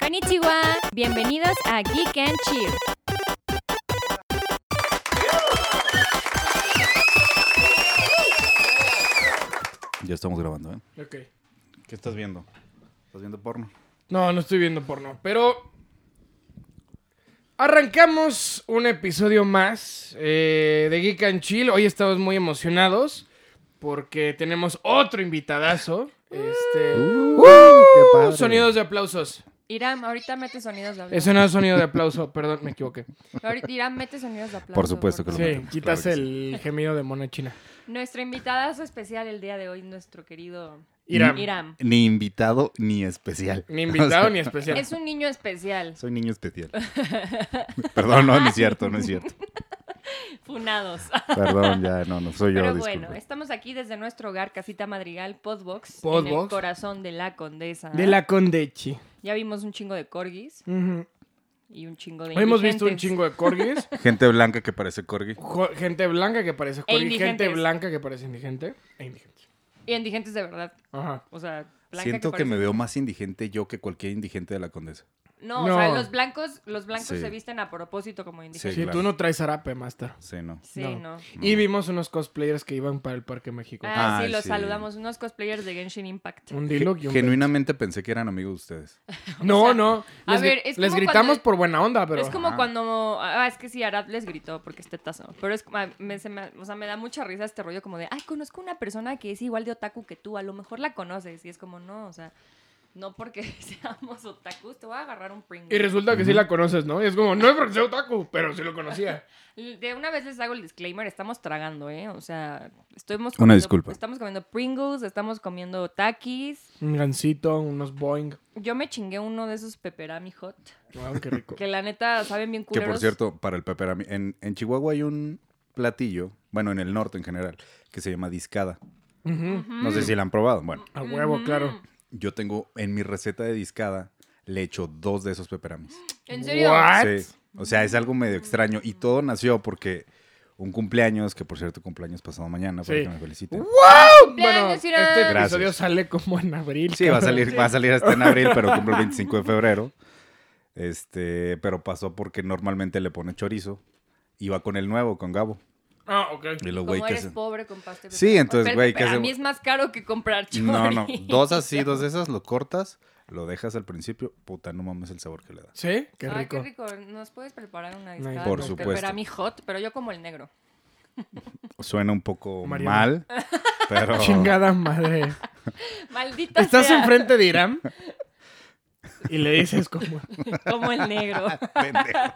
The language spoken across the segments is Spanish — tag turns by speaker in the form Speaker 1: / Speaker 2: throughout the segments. Speaker 1: Konnichiwa. Bienvenidos a Geek and Chill.
Speaker 2: Ya estamos grabando, ¿eh?
Speaker 3: Ok.
Speaker 2: ¿Qué estás viendo? ¿Estás viendo porno?
Speaker 3: No, no estoy viendo porno, pero... Arrancamos un episodio más eh, de Geek and Chill. Hoy estamos muy emocionados porque tenemos otro invitadazo. Este...
Speaker 2: ¡Uh!
Speaker 4: padre.
Speaker 3: Sonidos de aplausos.
Speaker 5: Irán, ahorita mete sonidos de aplauso.
Speaker 3: Eso no es sonido de aplauso, perdón, me equivoqué.
Speaker 5: Ahorita Irán mete sonidos de aplauso.
Speaker 2: Por supuesto que lo
Speaker 3: Sí,
Speaker 2: metemos,
Speaker 3: quitas
Speaker 2: claro que
Speaker 3: el gemido de mona china.
Speaker 5: Nuestra invitada especial el día de hoy, nuestro querido
Speaker 3: Iram.
Speaker 5: Irán.
Speaker 2: Ni invitado ni especial.
Speaker 3: Ni
Speaker 2: O
Speaker 3: invitado
Speaker 2: sea,
Speaker 3: ni especial.
Speaker 5: Es un niño especial,
Speaker 2: Soy niño especial. Perdón, no, no es cierto, no es cierto.
Speaker 5: funados.
Speaker 2: Perdón, ya, no, no soy yo.
Speaker 5: Pero
Speaker 2: disculpe.
Speaker 5: bueno, estamos aquí desde nuestro hogar, Casita Madrigal, Podbox, en el
Speaker 3: Podbox.
Speaker 5: corazón de la condesa.
Speaker 3: De la condechi.
Speaker 5: Ya vimos un chingo de corgis
Speaker 3: Ujú.
Speaker 5: y un chingo de
Speaker 3: Hemos visto un
Speaker 5: indigentes.
Speaker 3: chingo de corgis.
Speaker 2: Gente blanca que parece corgi.
Speaker 3: jo- Gente blanca que parece corgi, gente
Speaker 5: indigentes.
Speaker 3: blanca que parece indigente. E indigente.
Speaker 5: Y indigentes de verdad,
Speaker 3: Ajá.
Speaker 5: o sea... blanca
Speaker 2: Siento que,
Speaker 5: parece-
Speaker 2: me veo más indigente yo que cualquier indigente de la condesa.
Speaker 5: No, o sea,
Speaker 3: No.
Speaker 5: los blancos, los blancos
Speaker 2: Sí.
Speaker 5: se visten a propósito como
Speaker 2: Sí,
Speaker 5: indigentes.
Speaker 3: Si
Speaker 2: claro. Mm.
Speaker 3: tú no traes arape, master.
Speaker 2: Sí, no.
Speaker 5: Sí, no.
Speaker 3: No. Y vimos unos cosplayers que iban para el Parque México.
Speaker 5: Ah,
Speaker 2: Ah,
Speaker 5: sí, los
Speaker 2: sí.
Speaker 5: saludamos. Unos cosplayers de Genshin Impact.
Speaker 3: Un
Speaker 2: Ge-
Speaker 3: Diluc y un
Speaker 2: Genuinamente pensé que eran amigos de ustedes.
Speaker 3: Beto. No, no.
Speaker 5: a
Speaker 3: Les, gri-
Speaker 5: ver, es
Speaker 3: les
Speaker 5: como
Speaker 3: gritamos
Speaker 5: cuando-
Speaker 3: por buena onda, pero.
Speaker 5: es como
Speaker 2: ajá.
Speaker 5: cuando. Ah, es que sí, Arad les gritó porque este tazo. Pero es. ah, Me, se me- o sea, me da mucha risa este rollo como de. Ay, conozco una persona que es igual de otaku que tú. A lo mejor la conoces. Y es como, no, o sea. No porque seamos otakus, te voy a agarrar un
Speaker 3: Y
Speaker 5: Pringles.
Speaker 3: resulta que sí la conoces, ¿no? Y es como, no es porque sea otaku, pero sí lo conocía.
Speaker 5: De una vez les hago el disclaimer: estamos tragando, ¿eh? O sea, estuvimos.
Speaker 2: Una
Speaker 5: comiendo-
Speaker 2: disculpa.
Speaker 5: Estamos comiendo Pringles, estamos comiendo takis.
Speaker 3: Un gancito, unos Boeing.
Speaker 5: Yo me chingué uno de esos pepperami hot.
Speaker 3: Wow, qué rico.
Speaker 5: Que la neta saben bien
Speaker 2: Que
Speaker 5: culeros.
Speaker 2: por cierto, para el peperami, en, en Chihuahua hay un platillo, bueno, en el norte en general, que se llama discada.
Speaker 3: Ujú.
Speaker 2: No
Speaker 5: Mm.
Speaker 2: sé si la han probado. Bueno,
Speaker 3: A huevo, claro.
Speaker 2: yo tengo en mi receta de discada, le echo dos de esos peperamis.
Speaker 5: ¿En serio?
Speaker 3: What?
Speaker 2: Sí. O sea, es algo medio extraño. Y todo nació porque un cumpleaños, que por cierto, cumpleaños pasado mañana, para
Speaker 3: Sí.
Speaker 2: que me feliciten.
Speaker 3: Bueno,
Speaker 5: Cumpleaños,
Speaker 3: este
Speaker 5: Irán.
Speaker 3: episodio
Speaker 2: Gracias.
Speaker 3: sale como en abril.
Speaker 2: Sí, va a
Speaker 3: cabrón.
Speaker 2: salir, va a salir hasta en abril, pero cumple el 25 de febrero. Este, pero pasó porque normalmente le pone chorizo. Y va con el nuevo, con Gabo.
Speaker 3: Ah, ok.
Speaker 2: Y los
Speaker 5: Como
Speaker 2: güey que
Speaker 5: eres
Speaker 2: se-
Speaker 5: pobre, compraste.
Speaker 2: Sí,
Speaker 5: pepe-
Speaker 2: entonces,
Speaker 5: papel,
Speaker 2: güey,
Speaker 5: pepe.
Speaker 2: ¿qué
Speaker 5: A
Speaker 2: hacemos?
Speaker 5: mí es más caro que comprar chori.
Speaker 2: No, no. Dos así, dos de esas, lo cortas, lo dejas al principio. Puta, no mames el sabor que le da.
Speaker 3: Sí, qué
Speaker 5: Ay,
Speaker 3: rico.
Speaker 5: qué rico. Nos puedes preparar una
Speaker 3: No hay
Speaker 5: discada.
Speaker 3: pedo. Por
Speaker 2: supuesto.
Speaker 5: Pero a mí hot, pero yo como el negro.
Speaker 2: Suena un poco
Speaker 3: Mariana.
Speaker 2: mal, pero.
Speaker 3: Chingada madre.
Speaker 5: Maldita
Speaker 3: Estás
Speaker 5: sea,
Speaker 3: enfrente de Irán y le dices como.
Speaker 5: como el negro.
Speaker 2: Pendejo.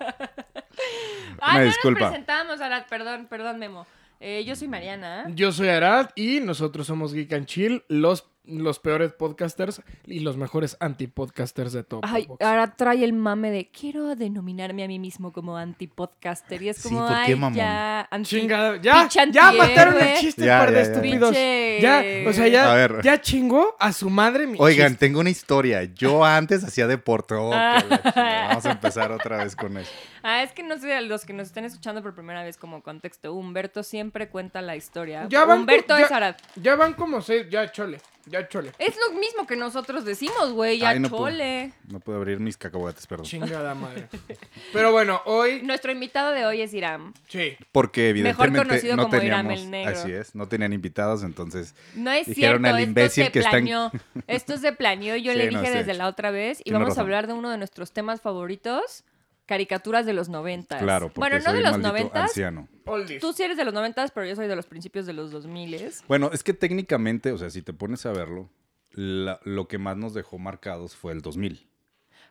Speaker 5: Ay, no
Speaker 2: disculpa.
Speaker 5: nos presentábamos, Arad. Perdón, perdón, Memo. Eh, yo soy Mariana.
Speaker 3: Yo soy Arad y nosotros somos Geek and Chill, los, los peores podcasters y los mejores anti-podcasters de todo.
Speaker 5: Ay,
Speaker 3: Podbox.
Speaker 5: Arad trae el mame de quiero denominarme a mí mismo como antipodcaster. Y es
Speaker 2: Sí,
Speaker 5: como,
Speaker 2: ¿por qué,
Speaker 5: ay,
Speaker 2: mamón?
Speaker 5: ya, anti-
Speaker 3: Chingada, ya,
Speaker 5: pinche
Speaker 3: ya mataron el
Speaker 5: antihéroe.
Speaker 3: chiste,
Speaker 2: Ya,
Speaker 3: par de
Speaker 2: ya, ya.
Speaker 3: estúpidos.
Speaker 5: Pinche-
Speaker 3: Ya, o sea,
Speaker 2: A
Speaker 3: ya,
Speaker 2: ver.
Speaker 3: ya chingó a su madre mi
Speaker 2: Oigan,
Speaker 3: chiste.
Speaker 2: tengo una historia. Yo antes hacía deporte. Oh, que la chingada. Vamos a empezar otra vez con eso.
Speaker 5: Ah, es que no sé, a los que nos están escuchando por primera vez como contexto, Humberto siempre cuenta la historia.
Speaker 3: Ya van
Speaker 5: Humberto
Speaker 3: con- ya-
Speaker 5: es Arad.
Speaker 3: Ya van como seis, ya chole, ya chole.
Speaker 5: Es lo mismo que nosotros decimos, güey, ya
Speaker 2: Ay, no puedo.
Speaker 5: chole.
Speaker 2: No puedo abrir mis cacahuates, perdón.
Speaker 3: Chingada madre. Pero bueno, hoy,
Speaker 5: Nuestro invitado de hoy es Iram.
Speaker 3: sí.
Speaker 2: Porque
Speaker 5: Mejor
Speaker 2: evidentemente
Speaker 5: conocido
Speaker 2: no
Speaker 5: como Irán
Speaker 2: teníamos.
Speaker 5: el Negro.
Speaker 2: Así es, no tenían invitados, entonces
Speaker 5: No es
Speaker 2: Dijeron
Speaker 5: cierto,
Speaker 2: al
Speaker 5: esto
Speaker 2: imbécil
Speaker 5: se
Speaker 2: que está en-
Speaker 5: planeó. Esto se planeó, yo
Speaker 2: Sí,
Speaker 5: le
Speaker 2: no,
Speaker 5: dije
Speaker 2: sí.
Speaker 5: desde la otra vez. Y
Speaker 2: Tiene
Speaker 5: vamos
Speaker 2: razón.
Speaker 5: a hablar de uno de nuestros temas favoritos, caricaturas de los noventas.
Speaker 2: claro, porque
Speaker 5: Pues, Bueno, no
Speaker 2: soy
Speaker 5: de
Speaker 2: un
Speaker 5: los
Speaker 2: maldito
Speaker 5: noventas.
Speaker 2: anciano.
Speaker 3: Oldies.
Speaker 5: Tú sí eres de los noventas, pero yo soy de los principios de los dos miles.
Speaker 2: Bueno, es que técnicamente, o sea, si te pones a verlo, la- lo que más nos dejó marcados fue el 2000.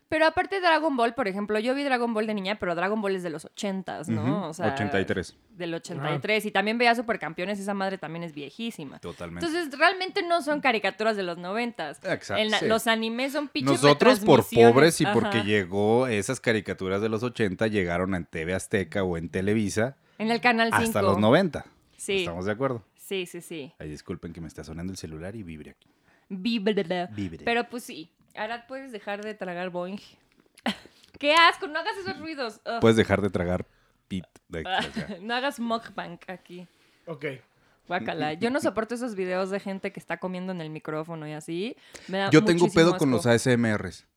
Speaker 5: Pero aparte Dragon Ball, por ejemplo, yo vi Dragon Ball de niña, pero Dragon Ball es de los ochentas, ¿no?
Speaker 2: Ujú,
Speaker 5: O sea,
Speaker 2: 83.
Speaker 5: Del 83. Y también veía Supercampeones, esa madre también es viejísima.
Speaker 2: Totalmente.
Speaker 5: Entonces, realmente no son caricaturas de los noventas.
Speaker 2: Exacto,
Speaker 5: En la-
Speaker 2: sí.
Speaker 5: Los animes son pinches
Speaker 2: Nosotros por
Speaker 5: retransmisiones.
Speaker 2: pobres y porque
Speaker 5: Ajá.
Speaker 2: llegó esas caricaturas de los 80 llegaron en TV Azteca o en Televisa
Speaker 5: En el canal 5.
Speaker 2: hasta los 90.
Speaker 5: Sí.
Speaker 2: ¿Estamos de acuerdo?
Speaker 5: Sí, sí, sí.
Speaker 2: Ay, disculpen que me está sonando el celular y vibre aquí.
Speaker 5: Vibre.
Speaker 2: Vibre.
Speaker 5: Pero pues sí. Ahora puedes dejar de tragar Boeing. ¡Qué asco! No hagas esos ruidos. Ugh.
Speaker 2: Puedes dejar de tragar pit. de- o sea,
Speaker 5: no hagas mukbang aquí.
Speaker 3: Ok.
Speaker 5: Guácala. Yo no soporto esos videos de gente que está comiendo en el micrófono y así. Me da
Speaker 2: Yo tengo
Speaker 5: muchísimo
Speaker 2: pedo con los
Speaker 5: asco.
Speaker 2: ASMRs.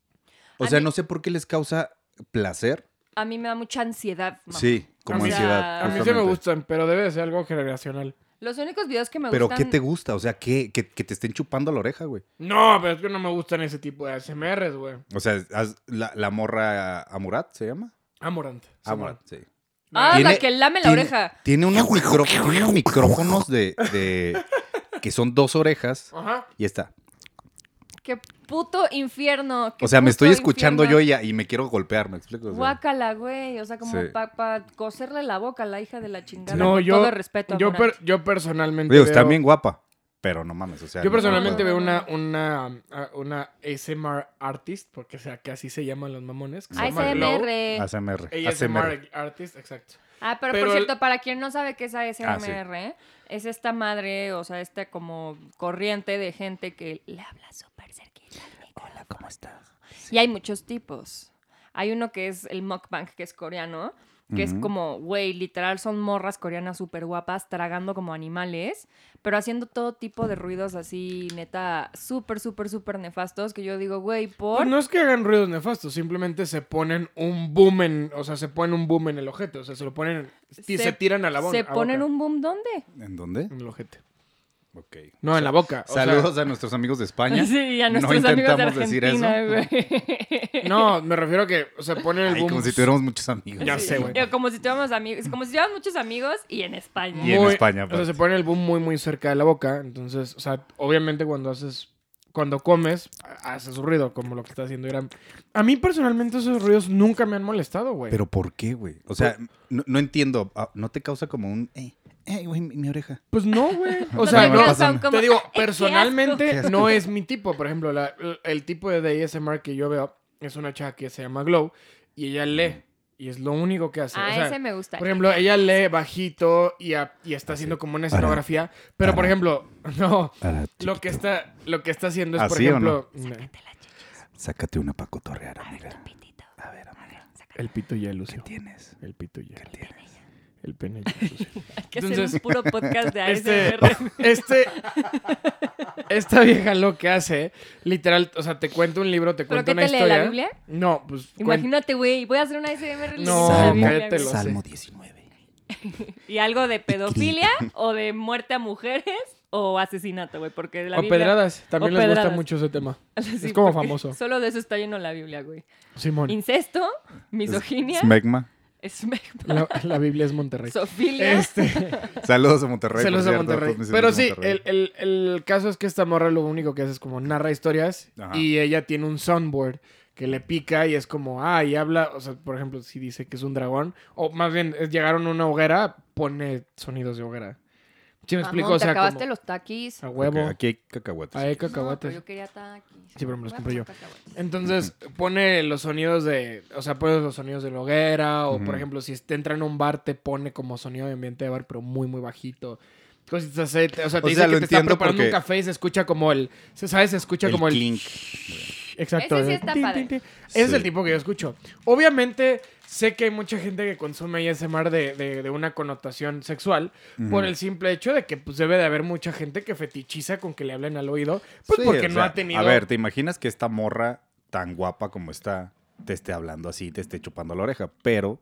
Speaker 2: O
Speaker 5: A
Speaker 2: sea,
Speaker 5: mí-
Speaker 2: no sé por qué les causa placer.
Speaker 5: A mí me da mucha ansiedad. mamá.
Speaker 2: Sí, como
Speaker 3: A mí-
Speaker 2: ansiedad.
Speaker 5: a
Speaker 3: A mí sí me
Speaker 2: justamente.
Speaker 3: gustan, pero debe de ser algo generacional.
Speaker 5: Los únicos videos que me
Speaker 2: Pero
Speaker 5: gustan.
Speaker 2: ¿qué te gusta? O sea, ¿qué, que, que te estén chupando la oreja, güey.
Speaker 3: No, pero es que no me gustan ese tipo de ASMRs, güey.
Speaker 2: O sea, haz- la, la morra Amurat se llama.
Speaker 3: Amorant. sí,
Speaker 2: Amurat, sí.
Speaker 5: Ah,
Speaker 2: Tiene-
Speaker 5: la que lame la
Speaker 2: Tiene-
Speaker 5: oreja.
Speaker 2: Tiene unos, micró- unos micrófonos de, de- que son dos orejas
Speaker 3: amorant. Ajá.
Speaker 2: y está.
Speaker 5: Qué puto infierno. qué
Speaker 2: O sea, me
Speaker 5: puto
Speaker 2: estoy escuchando
Speaker 5: infierno.
Speaker 2: yo y, ya- y me quiero golpear, ¿me explico? O sea,
Speaker 5: Guácala, güey. O sea, como
Speaker 2: Sí.
Speaker 5: para coserle la boca a la hija de la chingada.
Speaker 3: No,
Speaker 5: Con
Speaker 3: yo.
Speaker 5: Todo el respeto.
Speaker 3: yo,
Speaker 5: Amurat.
Speaker 3: per- yo personalmente.
Speaker 2: digo,
Speaker 3: veo-
Speaker 2: está bien guapa, pero no mames, o sea.
Speaker 3: Yo
Speaker 2: no-
Speaker 3: personalmente
Speaker 5: no,
Speaker 3: veo
Speaker 5: no,
Speaker 3: una,
Speaker 5: no.
Speaker 3: una, a- una ASMR artist, porque o sea, que así se llaman los mamones. que se llama Glow.
Speaker 5: ASMR.
Speaker 2: ASMR. ASMR.
Speaker 3: ASMR artist, exacto.
Speaker 5: Ah, pero,
Speaker 3: Pero
Speaker 5: por
Speaker 3: el-
Speaker 5: cierto, para quien no sabe qué es ASMR,
Speaker 2: Ah, sí.
Speaker 5: ¿eh? es esta madre, o sea, esta como corriente de gente que le habla súper cerquita. Hola, ¿cómo estás? Y hay muchos tipos. Hay uno que es el mukbang, que es coreano, que es
Speaker 2: Ujú.
Speaker 5: como, güey, literal, son morras coreanas súper guapas, tragando como animales, pero haciendo todo tipo de ruidos así, neta, súper, súper, súper nefastos, que yo digo, güey, por...
Speaker 3: Pues no es que hagan ruidos nefastos, simplemente se ponen un boom en, o sea, se ponen un boom en el ojete, o sea, se lo ponen y se, tiran a la bo- a boca.
Speaker 5: ¿Se ponen un boom dónde?
Speaker 2: ¿En dónde?
Speaker 3: en el ojete.
Speaker 2: Ok.
Speaker 3: No, en la boca. Mm. o sea,
Speaker 2: Saludos a nuestros amigos de España.
Speaker 5: Sí, a
Speaker 2: No
Speaker 5: nuestros amigos de
Speaker 2: intentamos decir eso.
Speaker 5: Argentina, güey.
Speaker 3: no, me refiero a que, o sea, ponen el
Speaker 2: Ay,
Speaker 3: boom.
Speaker 2: como si tuviéramos muchos amigos.
Speaker 3: Ya sé, güey.
Speaker 5: Eh, Como si tuviéramos amigos, como si tuviéramos muchos amigos y en España.
Speaker 2: Y en España, pues.
Speaker 3: O
Speaker 2: aparte.
Speaker 3: sea, se pone el boom muy, muy cerca de la boca. Entonces, o sea, obviamente cuando haces. Cuando comes, ha- haces ruido, como lo que está haciendo Irán. A mí personalmente esos ruidos nunca me han molestado, güey.
Speaker 2: Pero ¿por qué, güey? O sea, no, no entiendo. Ah, ¿No te causa como un... Eh, eh, güey, mi, mi oreja.
Speaker 3: Pues no, güey.
Speaker 2: No,
Speaker 3: O
Speaker 2: no
Speaker 3: sea, no,
Speaker 2: me
Speaker 5: Causa
Speaker 2: pasa
Speaker 5: un
Speaker 2: nada.
Speaker 5: como-
Speaker 3: Te digo,
Speaker 5: ¡Ay, qué
Speaker 3: personalmente
Speaker 2: asco!
Speaker 3: no es mi tipo. Por ejemplo, la- el tipo de ASMR que yo veo es una chava que se llama Glow y ella lee. Y es lo único que
Speaker 5: asco!
Speaker 3: hace.
Speaker 5: Mm. Ah,
Speaker 3: O sea,
Speaker 5: ese me gusta. Ah,
Speaker 3: por ejemplo, ella lee bajito y, a- y está haciendo como una escenografía. Pero, por
Speaker 2: Ara.
Speaker 3: ejemplo, no.
Speaker 2: Ara,
Speaker 3: Lo que,
Speaker 2: chiquito,
Speaker 3: está, lo que está haciendo es, por
Speaker 2: ¿Así o
Speaker 3: ejemplo... no,
Speaker 5: Sácate la chicha,
Speaker 2: Sácate una para cotorrear, amiga.
Speaker 5: pitito.
Speaker 2: A ver, amiga.
Speaker 5: Sácate.
Speaker 3: El pito ya lució.
Speaker 2: ¿Qué tienes?
Speaker 3: El pito ya.
Speaker 2: ¿Qué tienes?
Speaker 3: El pene ya lució.
Speaker 5: Hay que
Speaker 3: Entonces-
Speaker 5: hacer un puro podcast de
Speaker 3: Este,
Speaker 5: ASMR.
Speaker 3: este, esta vieja lo que hace, literal, o sea, te cuenta un libro, te
Speaker 5: ¿Pero
Speaker 3: cuenta
Speaker 5: qué
Speaker 3: una
Speaker 5: te lee,
Speaker 3: historia.
Speaker 5: la Biblia?
Speaker 3: No, pues cuen-
Speaker 5: Imagínate, güey, voy a hacer una ASMR
Speaker 3: No,
Speaker 5: leyendo la Biblia,
Speaker 3: cállate
Speaker 5: güey.
Speaker 3: los- Salmo
Speaker 2: 19.
Speaker 5: Y algo de pedofilia o de muerte a mujeres o asesinato, güey, porque la
Speaker 3: o
Speaker 5: Biblia...
Speaker 3: pedradas, también
Speaker 5: o
Speaker 3: les gusta
Speaker 5: pedradas.
Speaker 3: mucho ese tema.
Speaker 5: Sí,
Speaker 3: es como
Speaker 5: porque
Speaker 3: famoso.
Speaker 5: Solo de eso está lleno la Biblia, güey.
Speaker 3: Simón,
Speaker 5: Incesto, misoginia,
Speaker 2: Smegma.
Speaker 5: esme-
Speaker 3: la, la Biblia es Monterrey.
Speaker 5: zoofilia.
Speaker 3: Este,
Speaker 2: Saludos a Monterrey.
Speaker 3: se
Speaker 2: por
Speaker 3: los de
Speaker 2: cierto,
Speaker 3: Monterrey.
Speaker 2: todos mis
Speaker 3: Pero
Speaker 2: amigos de
Speaker 3: sí, el,
Speaker 2: Monterrey.
Speaker 3: el, el caso es que esta morra lo único que hace es como narra historias
Speaker 2: Ajá.
Speaker 3: y ella tiene un soundboard que le pica y es como, ah, y habla, o sea, por ejemplo, si dice que es un dragón, o más bien es- llegaron a una hoguera, pone sonidos de hoguera. ¿Sí me explico?
Speaker 5: Mamón,
Speaker 3: O
Speaker 5: te
Speaker 3: sea,
Speaker 5: acabaste
Speaker 3: como,
Speaker 5: los taquis.
Speaker 3: a huevo,
Speaker 2: Ok, aquí hay cacahuates.
Speaker 3: hay
Speaker 5: No, pero
Speaker 3: cacahuates.
Speaker 5: yo quería taquis.
Speaker 3: Sí, pero me
Speaker 5: Voy
Speaker 3: los
Speaker 5: a
Speaker 3: compré yo.
Speaker 5: comprar cacahuates.
Speaker 3: Entonces pone los sonidos de, o sea, pone los sonidos de la hoguera, o por
Speaker 2: Ujú.
Speaker 3: ejemplo, si te entra en un bar, te pone como sonido de ambiente de bar, pero muy, muy bajito. Cositas así, te- o sea, te
Speaker 2: O
Speaker 3: dice
Speaker 2: sea,
Speaker 3: que
Speaker 2: lo
Speaker 3: te está
Speaker 2: entiendo
Speaker 3: preparando un
Speaker 2: porque-
Speaker 3: café y se escucha como el, se sabe, se escucha como el...
Speaker 2: clink.
Speaker 3: Exacto.
Speaker 5: Ese sí
Speaker 3: de
Speaker 5: está
Speaker 3: tin,
Speaker 5: padre.
Speaker 3: tin, tin. Ese es el
Speaker 2: Sí.
Speaker 3: tipo que yo escucho. Obviamente, sé que hay mucha gente que consume ASMR de, de, de una connotación sexual por el simple hecho de que pues, debe de haber mucha gente que fetichiza con que le hablen al oído, pues
Speaker 2: Sí,
Speaker 3: porque
Speaker 2: o
Speaker 3: no
Speaker 2: sea,
Speaker 3: ha tenido...
Speaker 2: A ver, ¿te imaginas que esta morra tan guapa como está te esté hablando así, te esté chupando la oreja? Pero,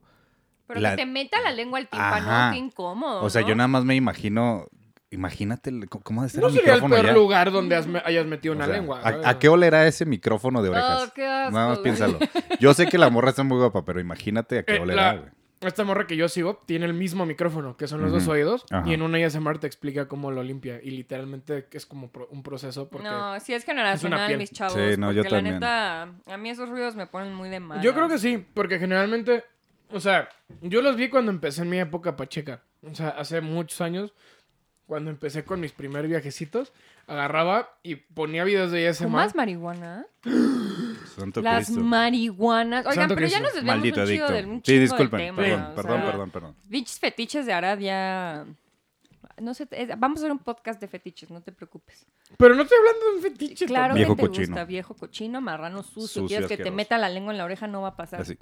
Speaker 5: Pero
Speaker 2: La-
Speaker 5: que te meta la lengua al tímpano,
Speaker 2: Ajá.
Speaker 5: qué incómodo.
Speaker 2: o sea,
Speaker 5: ¿no?
Speaker 2: yo nada más me imagino, imagínate el- c- cómo ha de ser
Speaker 3: No
Speaker 2: el
Speaker 3: sería el
Speaker 2: micrófono
Speaker 3: peor
Speaker 2: ya.
Speaker 3: lugar donde has- hayas metido
Speaker 2: O
Speaker 3: una
Speaker 2: sea,
Speaker 3: lengua.
Speaker 2: ¿a, a qué olerá ese micrófono de orejas?
Speaker 5: Oh, qué asco,
Speaker 2: nada más
Speaker 5: güey.
Speaker 2: piénsalo. Yo sé que la morra está muy guapa, pero imagínate a qué
Speaker 3: Eh,
Speaker 2: olerá,
Speaker 3: la-
Speaker 2: güey.
Speaker 3: Esta morra que yo sigo tiene el mismo micrófono, que son los dos
Speaker 2: Ujú.
Speaker 3: oídos,
Speaker 2: Ajá.
Speaker 3: y en una ASMR te explica cómo lo limpia. Y literalmente es como pro- un proceso porque...
Speaker 5: No, sí es generacional,
Speaker 3: piel.
Speaker 5: mis chavos.
Speaker 2: Sí, no, yo
Speaker 5: porque
Speaker 2: también.
Speaker 5: La neta, a mí esos ruidos me ponen muy de mal.
Speaker 3: Yo creo que sí, porque generalmente, o sea, yo los vi cuando empecé en mi época pacheca. O sea, hace muchos años, cuando empecé con mis primeros viajecitos, agarraba y ponía videos de ASMR.
Speaker 5: ¿Fumas marihuana?
Speaker 2: Santo
Speaker 5: Las
Speaker 2: Cristo.
Speaker 5: marihuanas. Oigan,
Speaker 3: Santo
Speaker 5: pero ya
Speaker 3: Cristo.
Speaker 5: nos desviamos
Speaker 2: Maldito
Speaker 5: un chido
Speaker 2: adicto.
Speaker 5: del un
Speaker 2: Sí,
Speaker 5: chingo del
Speaker 2: disculpen.
Speaker 5: tema,
Speaker 2: perdón,
Speaker 5: o
Speaker 2: perdón,
Speaker 5: sea,
Speaker 2: perdón, perdón.
Speaker 5: Bichos fetiches de Arad ya... No sé, es- vamos a hacer un podcast de fetiches, no te preocupes.
Speaker 3: Pero no estoy hablando de un fetiche.
Speaker 5: Claro
Speaker 2: Viejo
Speaker 5: que te
Speaker 2: cochino.
Speaker 5: gusta, viejo cochino, marrano sucio.
Speaker 2: Sucio,
Speaker 5: Quieres que te
Speaker 2: asqueroso.
Speaker 5: meta la lengua en la oreja, no va a pasar.
Speaker 2: Así.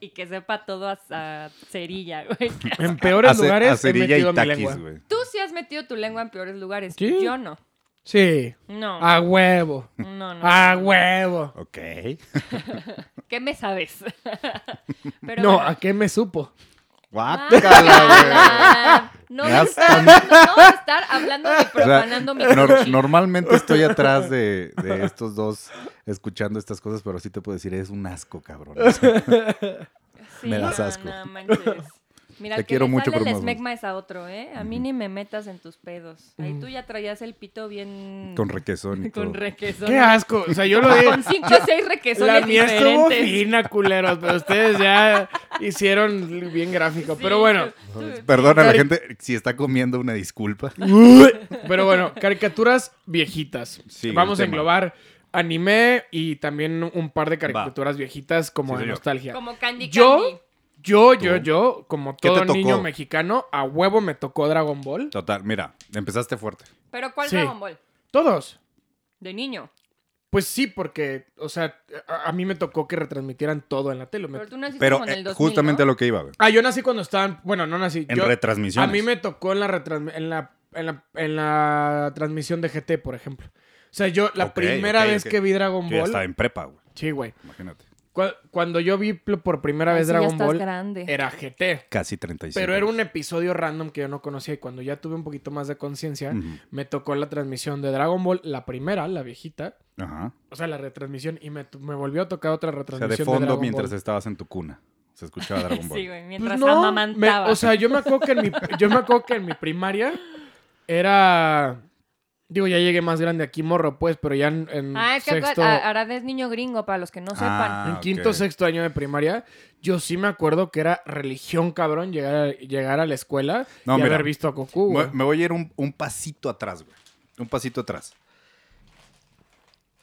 Speaker 5: Y que sepa todo a, a cerilla, güey.
Speaker 3: En peores
Speaker 2: Ace-
Speaker 3: lugares he
Speaker 2: acerilla
Speaker 3: metido
Speaker 2: y
Speaker 3: mi
Speaker 2: taquis,
Speaker 3: lengua.
Speaker 2: güey.
Speaker 5: Tú sí has metido tu lengua en peores lugares.
Speaker 3: Sí.
Speaker 5: Yo no.
Speaker 3: Sí.
Speaker 5: No,
Speaker 2: Ah,
Speaker 3: A huevo.
Speaker 5: no, no.
Speaker 3: A Ah, huevo.
Speaker 2: Ok.
Speaker 5: ¿Qué me sabes? Pero
Speaker 3: No,
Speaker 5: bueno.
Speaker 3: ¿a qué me supo?
Speaker 2: Guácala, ah, güey.
Speaker 5: Ah, No,
Speaker 2: Ya
Speaker 5: no,
Speaker 2: está.
Speaker 5: no voy a estar hablando ni
Speaker 2: O sea,
Speaker 5: profanando mi
Speaker 2: nor-
Speaker 5: sushi.
Speaker 2: normalmente estoy atrás de, de estos dos escuchando estas cosas, pero sí te puedo decir, es un asco, cabrón. O sea,
Speaker 5: Sí,
Speaker 2: me das
Speaker 5: no,
Speaker 2: asco.
Speaker 5: no manches. Mira,
Speaker 2: Te
Speaker 5: el que
Speaker 2: quiero
Speaker 5: le
Speaker 2: mucho,
Speaker 5: sale
Speaker 2: pero
Speaker 5: el
Speaker 2: más no.
Speaker 5: smegma es a otro, ¿eh? A mí ni me metas en tus pedos. Ahí tú ya traías el pito bien...
Speaker 2: Mm. con requesón y todo.
Speaker 5: Con requesón.
Speaker 3: Qué asco. O sea, yo lo
Speaker 5: Con
Speaker 3: dije.
Speaker 5: cinco o seis requesones
Speaker 3: La mía estuvo
Speaker 5: diferentes.
Speaker 3: fina, culeros, pero ustedes ya hicieron bien gráfico. Pero bueno,
Speaker 2: Perdona a la gente si está comiendo una disculpa.
Speaker 3: pero bueno, caricaturas viejitas.
Speaker 2: Sí,
Speaker 3: Vamos a
Speaker 2: el tema.
Speaker 3: englobar anime y también un par de caricaturas viejitas como
Speaker 2: Sí,
Speaker 3: de
Speaker 2: señor.
Speaker 3: nostalgia.
Speaker 5: Como Candy
Speaker 3: Yo-
Speaker 5: Candy.
Speaker 3: Yo, yo, yo, como
Speaker 2: ¿Qué te
Speaker 3: todo niño
Speaker 2: tocó?
Speaker 3: mexicano, a huevo me tocó Dragon Ball.
Speaker 2: Total, mira, empezaste fuerte.
Speaker 5: Pero ¿cuál
Speaker 3: Sí.
Speaker 5: Dragon Ball?
Speaker 3: Todos.
Speaker 5: De niño.
Speaker 3: Pues sí, porque, o sea, a, a mí me tocó que retransmitieran todo en la tele. Me-
Speaker 5: Pero tú naciste
Speaker 2: Pero
Speaker 5: como en el
Speaker 2: eh,
Speaker 5: 2000,
Speaker 2: justamente a
Speaker 5: ¿no?
Speaker 2: lo que iba, güey.
Speaker 3: Ah, yo nací cuando estaban, bueno, no nací.
Speaker 2: En
Speaker 3: yo-
Speaker 2: retransmisiones.
Speaker 3: a mí me tocó en la, retransmi- en la, en la, en la transmisión de GT, por ejemplo. O sea, yo la
Speaker 2: Ok,
Speaker 3: primera
Speaker 2: ok,
Speaker 3: vez
Speaker 2: ok.
Speaker 3: que vi Dragon
Speaker 2: Yo ya estaba
Speaker 3: Ball...
Speaker 2: en prepa, güey.
Speaker 3: Sí, güey.
Speaker 2: Imagínate.
Speaker 3: Cu- Cuando yo vi pl- por primera
Speaker 5: Ay,
Speaker 3: vez
Speaker 5: sí, ya
Speaker 3: Dragon
Speaker 5: estás
Speaker 3: Ball,
Speaker 5: grande.
Speaker 3: era GT.
Speaker 2: Casi 37.
Speaker 3: Pero era un episodio random que yo no conocía y cuando ya tuve un poquito más de conciencia,
Speaker 2: Ujú.
Speaker 3: me tocó la transmisión de Dragon Ball, la primera, la viejita,
Speaker 2: Ajá.
Speaker 3: o sea, la retransmisión, y me, tu- me volvió a tocar otra
Speaker 2: O sea,
Speaker 3: retransmisión.
Speaker 2: de
Speaker 3: de
Speaker 2: fondo
Speaker 3: Dragon
Speaker 2: mientras
Speaker 3: Ball.
Speaker 2: estabas en tu cuna. Se escuchaba Dragon Ball.
Speaker 5: Sí, güey,
Speaker 3: Pues
Speaker 5: mientras
Speaker 3: no, me-
Speaker 5: amamantaba.
Speaker 3: o sea, yo me acuerdo que en mi, yo me acuerdo que en mi primaria era. Digo, ya llegué más grande aquí, morro, pues, pero ya en, en
Speaker 5: Ah, es que acu-
Speaker 3: sexto.
Speaker 5: a- Arad es niño gringo, para los que no sepan.
Speaker 2: Ah,
Speaker 3: En
Speaker 2: ok.
Speaker 3: quinto sexto año de primaria, yo sí me acuerdo que era religión, cabrón, llegar a, llegar a la escuela
Speaker 2: No,
Speaker 3: y
Speaker 2: mira.
Speaker 3: haber visto a Goku. güey.
Speaker 2: Me, me voy a ir un, un pasito atrás, güey. Un pasito atrás.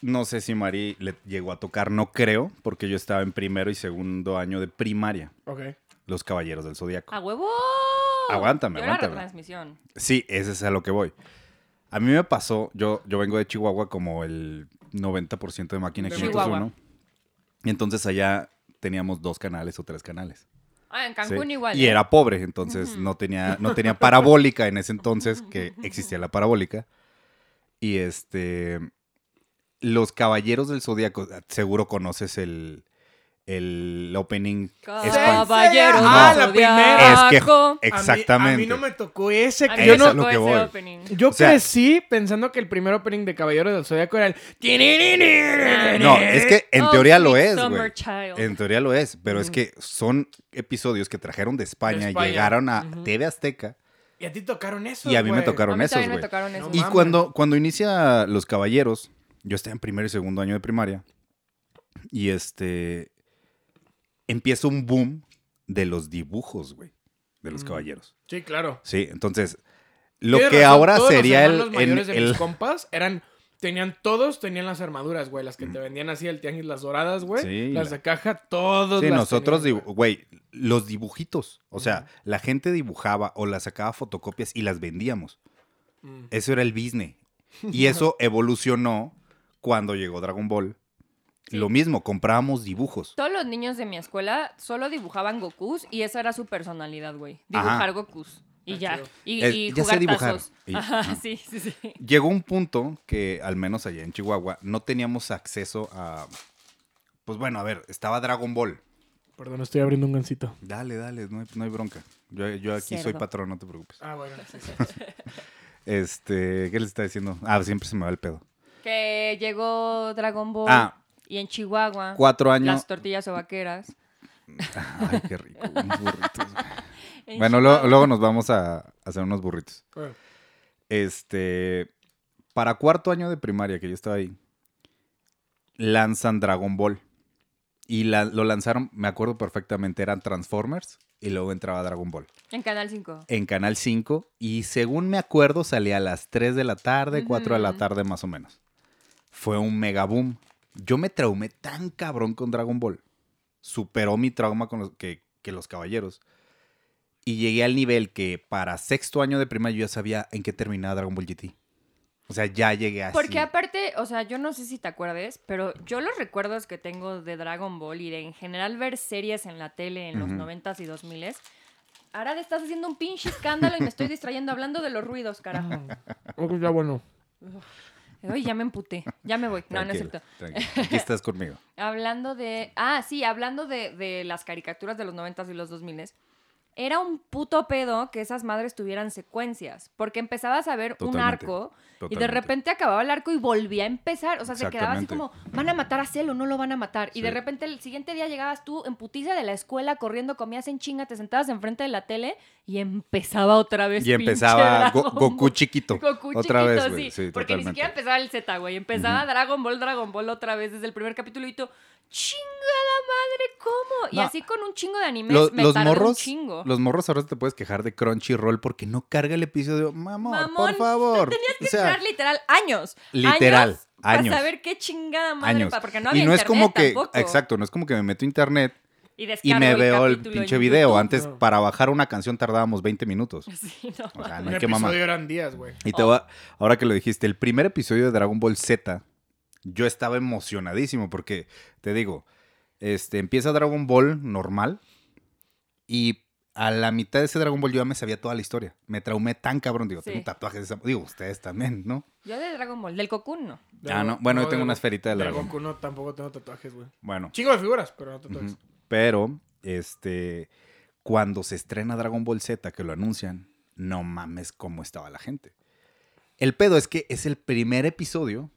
Speaker 2: No sé si Mari le llegó a tocar, no creo, porque yo estaba en primero y segundo año de primaria.
Speaker 3: Ok.
Speaker 2: Los Caballeros del Zodíaco.
Speaker 5: ¡A huevo!
Speaker 2: Aguántame,
Speaker 5: Yo
Speaker 2: aguántame.
Speaker 5: Era retransmisión.
Speaker 2: Sí, ese es a lo que voy. A mí me pasó, yo, yo vengo de Chihuahua como el 90% de máquina
Speaker 3: De
Speaker 2: 501. Y entonces allá teníamos dos canales o tres canales.
Speaker 5: Ah, en
Speaker 2: Sí.
Speaker 5: Cancún igual.
Speaker 2: Y
Speaker 5: ¿eh?
Speaker 2: era pobre, entonces no tenía, no tenía parabólica en ese entonces, que existía la parabólica. Y este. Los Caballeros del Zodíaco, ah, seguro conoces el, el opening español.
Speaker 5: Caballero.
Speaker 2: No.
Speaker 3: Ah, la
Speaker 5: Zodiaco.
Speaker 3: primera.
Speaker 2: Es que.
Speaker 5: Zodiaco.
Speaker 2: Exactamente.
Speaker 3: A mí, a mí no me tocó ese.
Speaker 5: A
Speaker 3: que
Speaker 5: mí
Speaker 3: yo
Speaker 5: me
Speaker 2: Eso
Speaker 3: no,
Speaker 2: es lo
Speaker 5: tocó
Speaker 2: que
Speaker 5: ese
Speaker 2: voy.
Speaker 5: opening.
Speaker 3: yo
Speaker 2: O sea-
Speaker 3: crecí pensando que el primer opening de Caballero del Zodíaco era el.
Speaker 2: No, es que en
Speaker 5: Oh,
Speaker 2: teoría lo
Speaker 5: sweet
Speaker 2: es,
Speaker 5: summer
Speaker 2: güey.
Speaker 5: child.
Speaker 2: En teoría lo es, pero es que son episodios que trajeron de España,
Speaker 3: España.
Speaker 2: llegaron a
Speaker 3: Ujú.
Speaker 2: TV Azteca
Speaker 3: Y a ti tocaron eso.
Speaker 2: y a mí me
Speaker 3: güey.
Speaker 5: A
Speaker 2: tocaron
Speaker 5: mí
Speaker 2: esos,
Speaker 5: también me
Speaker 2: güey.
Speaker 5: tocaron esos.
Speaker 3: No
Speaker 2: Y
Speaker 3: mames.
Speaker 2: cuando, cuando inicia Los Caballeros, yo estaba en primero y segundo año de primaria. Y este. Empieza un boom de los dibujos, güey. De los
Speaker 3: Mm.
Speaker 2: caballeros.
Speaker 3: Sí, claro.
Speaker 2: Sí, entonces. Lo
Speaker 3: Tienes
Speaker 2: que
Speaker 3: razón,
Speaker 2: ahora
Speaker 3: todos
Speaker 2: sería
Speaker 3: los
Speaker 2: el.
Speaker 3: hermanos
Speaker 2: en-
Speaker 3: mayores de
Speaker 2: el-
Speaker 3: mis compas eran tenían todos tenían las armaduras, güey, las que te vendían así el tianguis las doradas, güey,
Speaker 2: Sí,
Speaker 3: las
Speaker 2: la-
Speaker 3: de caja, todos
Speaker 2: sí,
Speaker 3: las
Speaker 2: nosotros,
Speaker 3: tenían,
Speaker 2: dibu- güey, los dibujitos. O sea, la gente dibujaba o las sacaba fotocopias y las vendíamos.
Speaker 3: güey. Mm.
Speaker 2: Eso era el business. Y eso evolucionó cuando llegó Dragon Ball.
Speaker 5: Sí.
Speaker 2: Lo mismo, comprábamos dibujos.
Speaker 5: Todos los niños de mi escuela solo dibujaban Gokus y esa era su personalidad, güey.
Speaker 2: Ajá.
Speaker 5: Dibujar Gokus. Y
Speaker 3: Ah,
Speaker 5: ya.
Speaker 3: chido.
Speaker 5: Y,
Speaker 2: Es-
Speaker 5: y
Speaker 2: ya sé
Speaker 5: jugar
Speaker 2: dibujar.
Speaker 5: tazos.
Speaker 2: Y-
Speaker 5: Ajá,
Speaker 2: ajá.
Speaker 5: sí, sí, sí.
Speaker 2: Llegó un punto que, al menos allá en Chihuahua, no teníamos acceso a. Pues bueno, a ver, estaba Dragon Ball.
Speaker 3: Perdón, estoy abriendo un gancito.
Speaker 2: Dale, dale, no hay, no hay bronca. Yo, yo aquí soy
Speaker 5: Cerdo.
Speaker 2: patrón, no te preocupes.
Speaker 3: Ah, bueno. sí, sí.
Speaker 2: Este, ¿qué les está diciendo? Ah, siempre se me va el pedo.
Speaker 5: Que llegó Dragon Ball.
Speaker 2: Ah.
Speaker 5: Y en Chihuahua.
Speaker 2: Cuatro años.
Speaker 5: Las tortillas o vaqueras.
Speaker 2: Ay, qué rico. unos burritos.
Speaker 5: En
Speaker 2: bueno,
Speaker 5: Chihuahua.
Speaker 2: lo- luego nos vamos a hacer unos burritos.
Speaker 3: Bueno,
Speaker 2: Este, para cuarto año de primaria, que yo estaba ahí, lanzan Dragon Ball. Y la- lo lanzaron, me acuerdo perfectamente, eran Transformers y luego entraba Dragon Ball.
Speaker 5: En Canal 5.
Speaker 2: en Canal 5 y según me acuerdo salía a las 3 de la tarde, 4 de la
Speaker 5: Ujú.
Speaker 2: tarde más o menos. Fue un mega boom. Yo me traumé tan cabrón con Dragon Ball. Superó mi trauma con los, que, que los caballeros. Y llegué al nivel que para sexto año de primaria yo ya sabía en qué terminaba Dragon Ball GT. O sea, ya llegué así.
Speaker 5: Porque aparte, o sea, yo no sé si te acuerdes, pero yo los recuerdos que tengo de Dragon Ball y de en general ver series en la tele en los
Speaker 2: Ujú.
Speaker 5: noventas y dos miles, ahora te estás haciendo un pinche escándalo y me estoy distrayendo hablando de los ruidos, carajo.
Speaker 3: ok, ya Ah, bueno.
Speaker 5: Oye, ya me emputé. Ya me voy. No, no es
Speaker 2: Tranquilo,
Speaker 5: cierto.
Speaker 2: tranquilo. Aquí estás conmigo.
Speaker 5: Hablando de. Ah, sí, hablando de, de las caricaturas de los 90 y los 2000 era un puto pedo que esas madres tuvieran secuencias. Porque empezabas a ver un
Speaker 2: Totalmente,
Speaker 5: arco y de
Speaker 2: totalmente.
Speaker 5: repente acababa el arco y volvía a empezar. O sea, se quedaba así como,
Speaker 2: Exactamente.
Speaker 5: van a matar a Celo, no lo van a matar. Y de
Speaker 2: Sí.
Speaker 5: repente el siguiente día llegabas tú en putiza de la escuela corriendo, comías en chinga, te sentabas enfrente de la tele y empezaba otra vez.
Speaker 2: Y empezaba
Speaker 5: pinche
Speaker 2: Go-
Speaker 5: Dragon
Speaker 2: Goku
Speaker 5: Ball.
Speaker 2: chiquito.
Speaker 5: Goku
Speaker 2: otra
Speaker 5: chiquito,
Speaker 2: vez,
Speaker 5: sí.
Speaker 2: güey.
Speaker 5: porque ni
Speaker 2: Sí, totalmente.
Speaker 5: siquiera empezaba el Z, güey. Empezaba
Speaker 2: Ujú.
Speaker 5: Dragon Ball, Dragon Ball otra vez desde el primer capítulo y tú, chingada madre, ¿cómo? Y
Speaker 2: No.
Speaker 5: así con un chingo de animes
Speaker 2: Lo-
Speaker 5: me
Speaker 2: los
Speaker 5: tardé un
Speaker 2: morros,
Speaker 5: chingo.
Speaker 2: los morros ahora te puedes quejar de Crunchyroll porque no carga el episodio. Mamón,
Speaker 5: Mamón,
Speaker 2: por favor.
Speaker 5: Tenías que
Speaker 2: O sea,
Speaker 5: esperar literal años.
Speaker 2: Literal,
Speaker 5: Para
Speaker 2: años.
Speaker 5: saber qué chingada madre.
Speaker 2: años.
Speaker 5: pa- porque no había
Speaker 2: y no es como que,
Speaker 5: internet tampoco.
Speaker 2: exacto, no es como que me meto a internet
Speaker 5: Y,
Speaker 2: y
Speaker 5: descargo
Speaker 2: me veo el
Speaker 5: capítulo en
Speaker 2: pinche video.
Speaker 5: YouTube.
Speaker 2: Antes,
Speaker 3: No.
Speaker 2: para bajar una canción tardábamos 20 minutos.
Speaker 5: Sí, no.
Speaker 2: O sea,
Speaker 3: Un
Speaker 2: Ah, no hay que
Speaker 3: episodio
Speaker 2: mamar.
Speaker 3: eran días, güey.
Speaker 2: Y te
Speaker 5: Oh.
Speaker 2: va, ahora que lo dijiste, el primer episodio de Dragon Ball Z, yo estaba emocionadísimo porque, te digo, este, empieza Dragon Ball normal y a la mitad de ese Dragon Ball yo ya me sabía toda la historia. Me traumé tan cabrón, digo,
Speaker 5: Sí.
Speaker 2: tengo tatuajes de esa- Digo, ustedes también, ¿no?
Speaker 5: Yo de Dragon Ball, del Cocoon no.
Speaker 3: De-
Speaker 2: Ah, no. Bueno, yo tengo
Speaker 3: de-
Speaker 2: una esferita de dragón.
Speaker 3: Goku no, tampoco tengo tatuajes, güey.
Speaker 2: Bueno,
Speaker 3: Chingo de figuras, pero no tatuajes.
Speaker 2: ujú. pero, este, cuando se estrena Dragon Ball Z, que lo anuncian, no mames cómo estaba la gente. El pedo es que es el primer episodio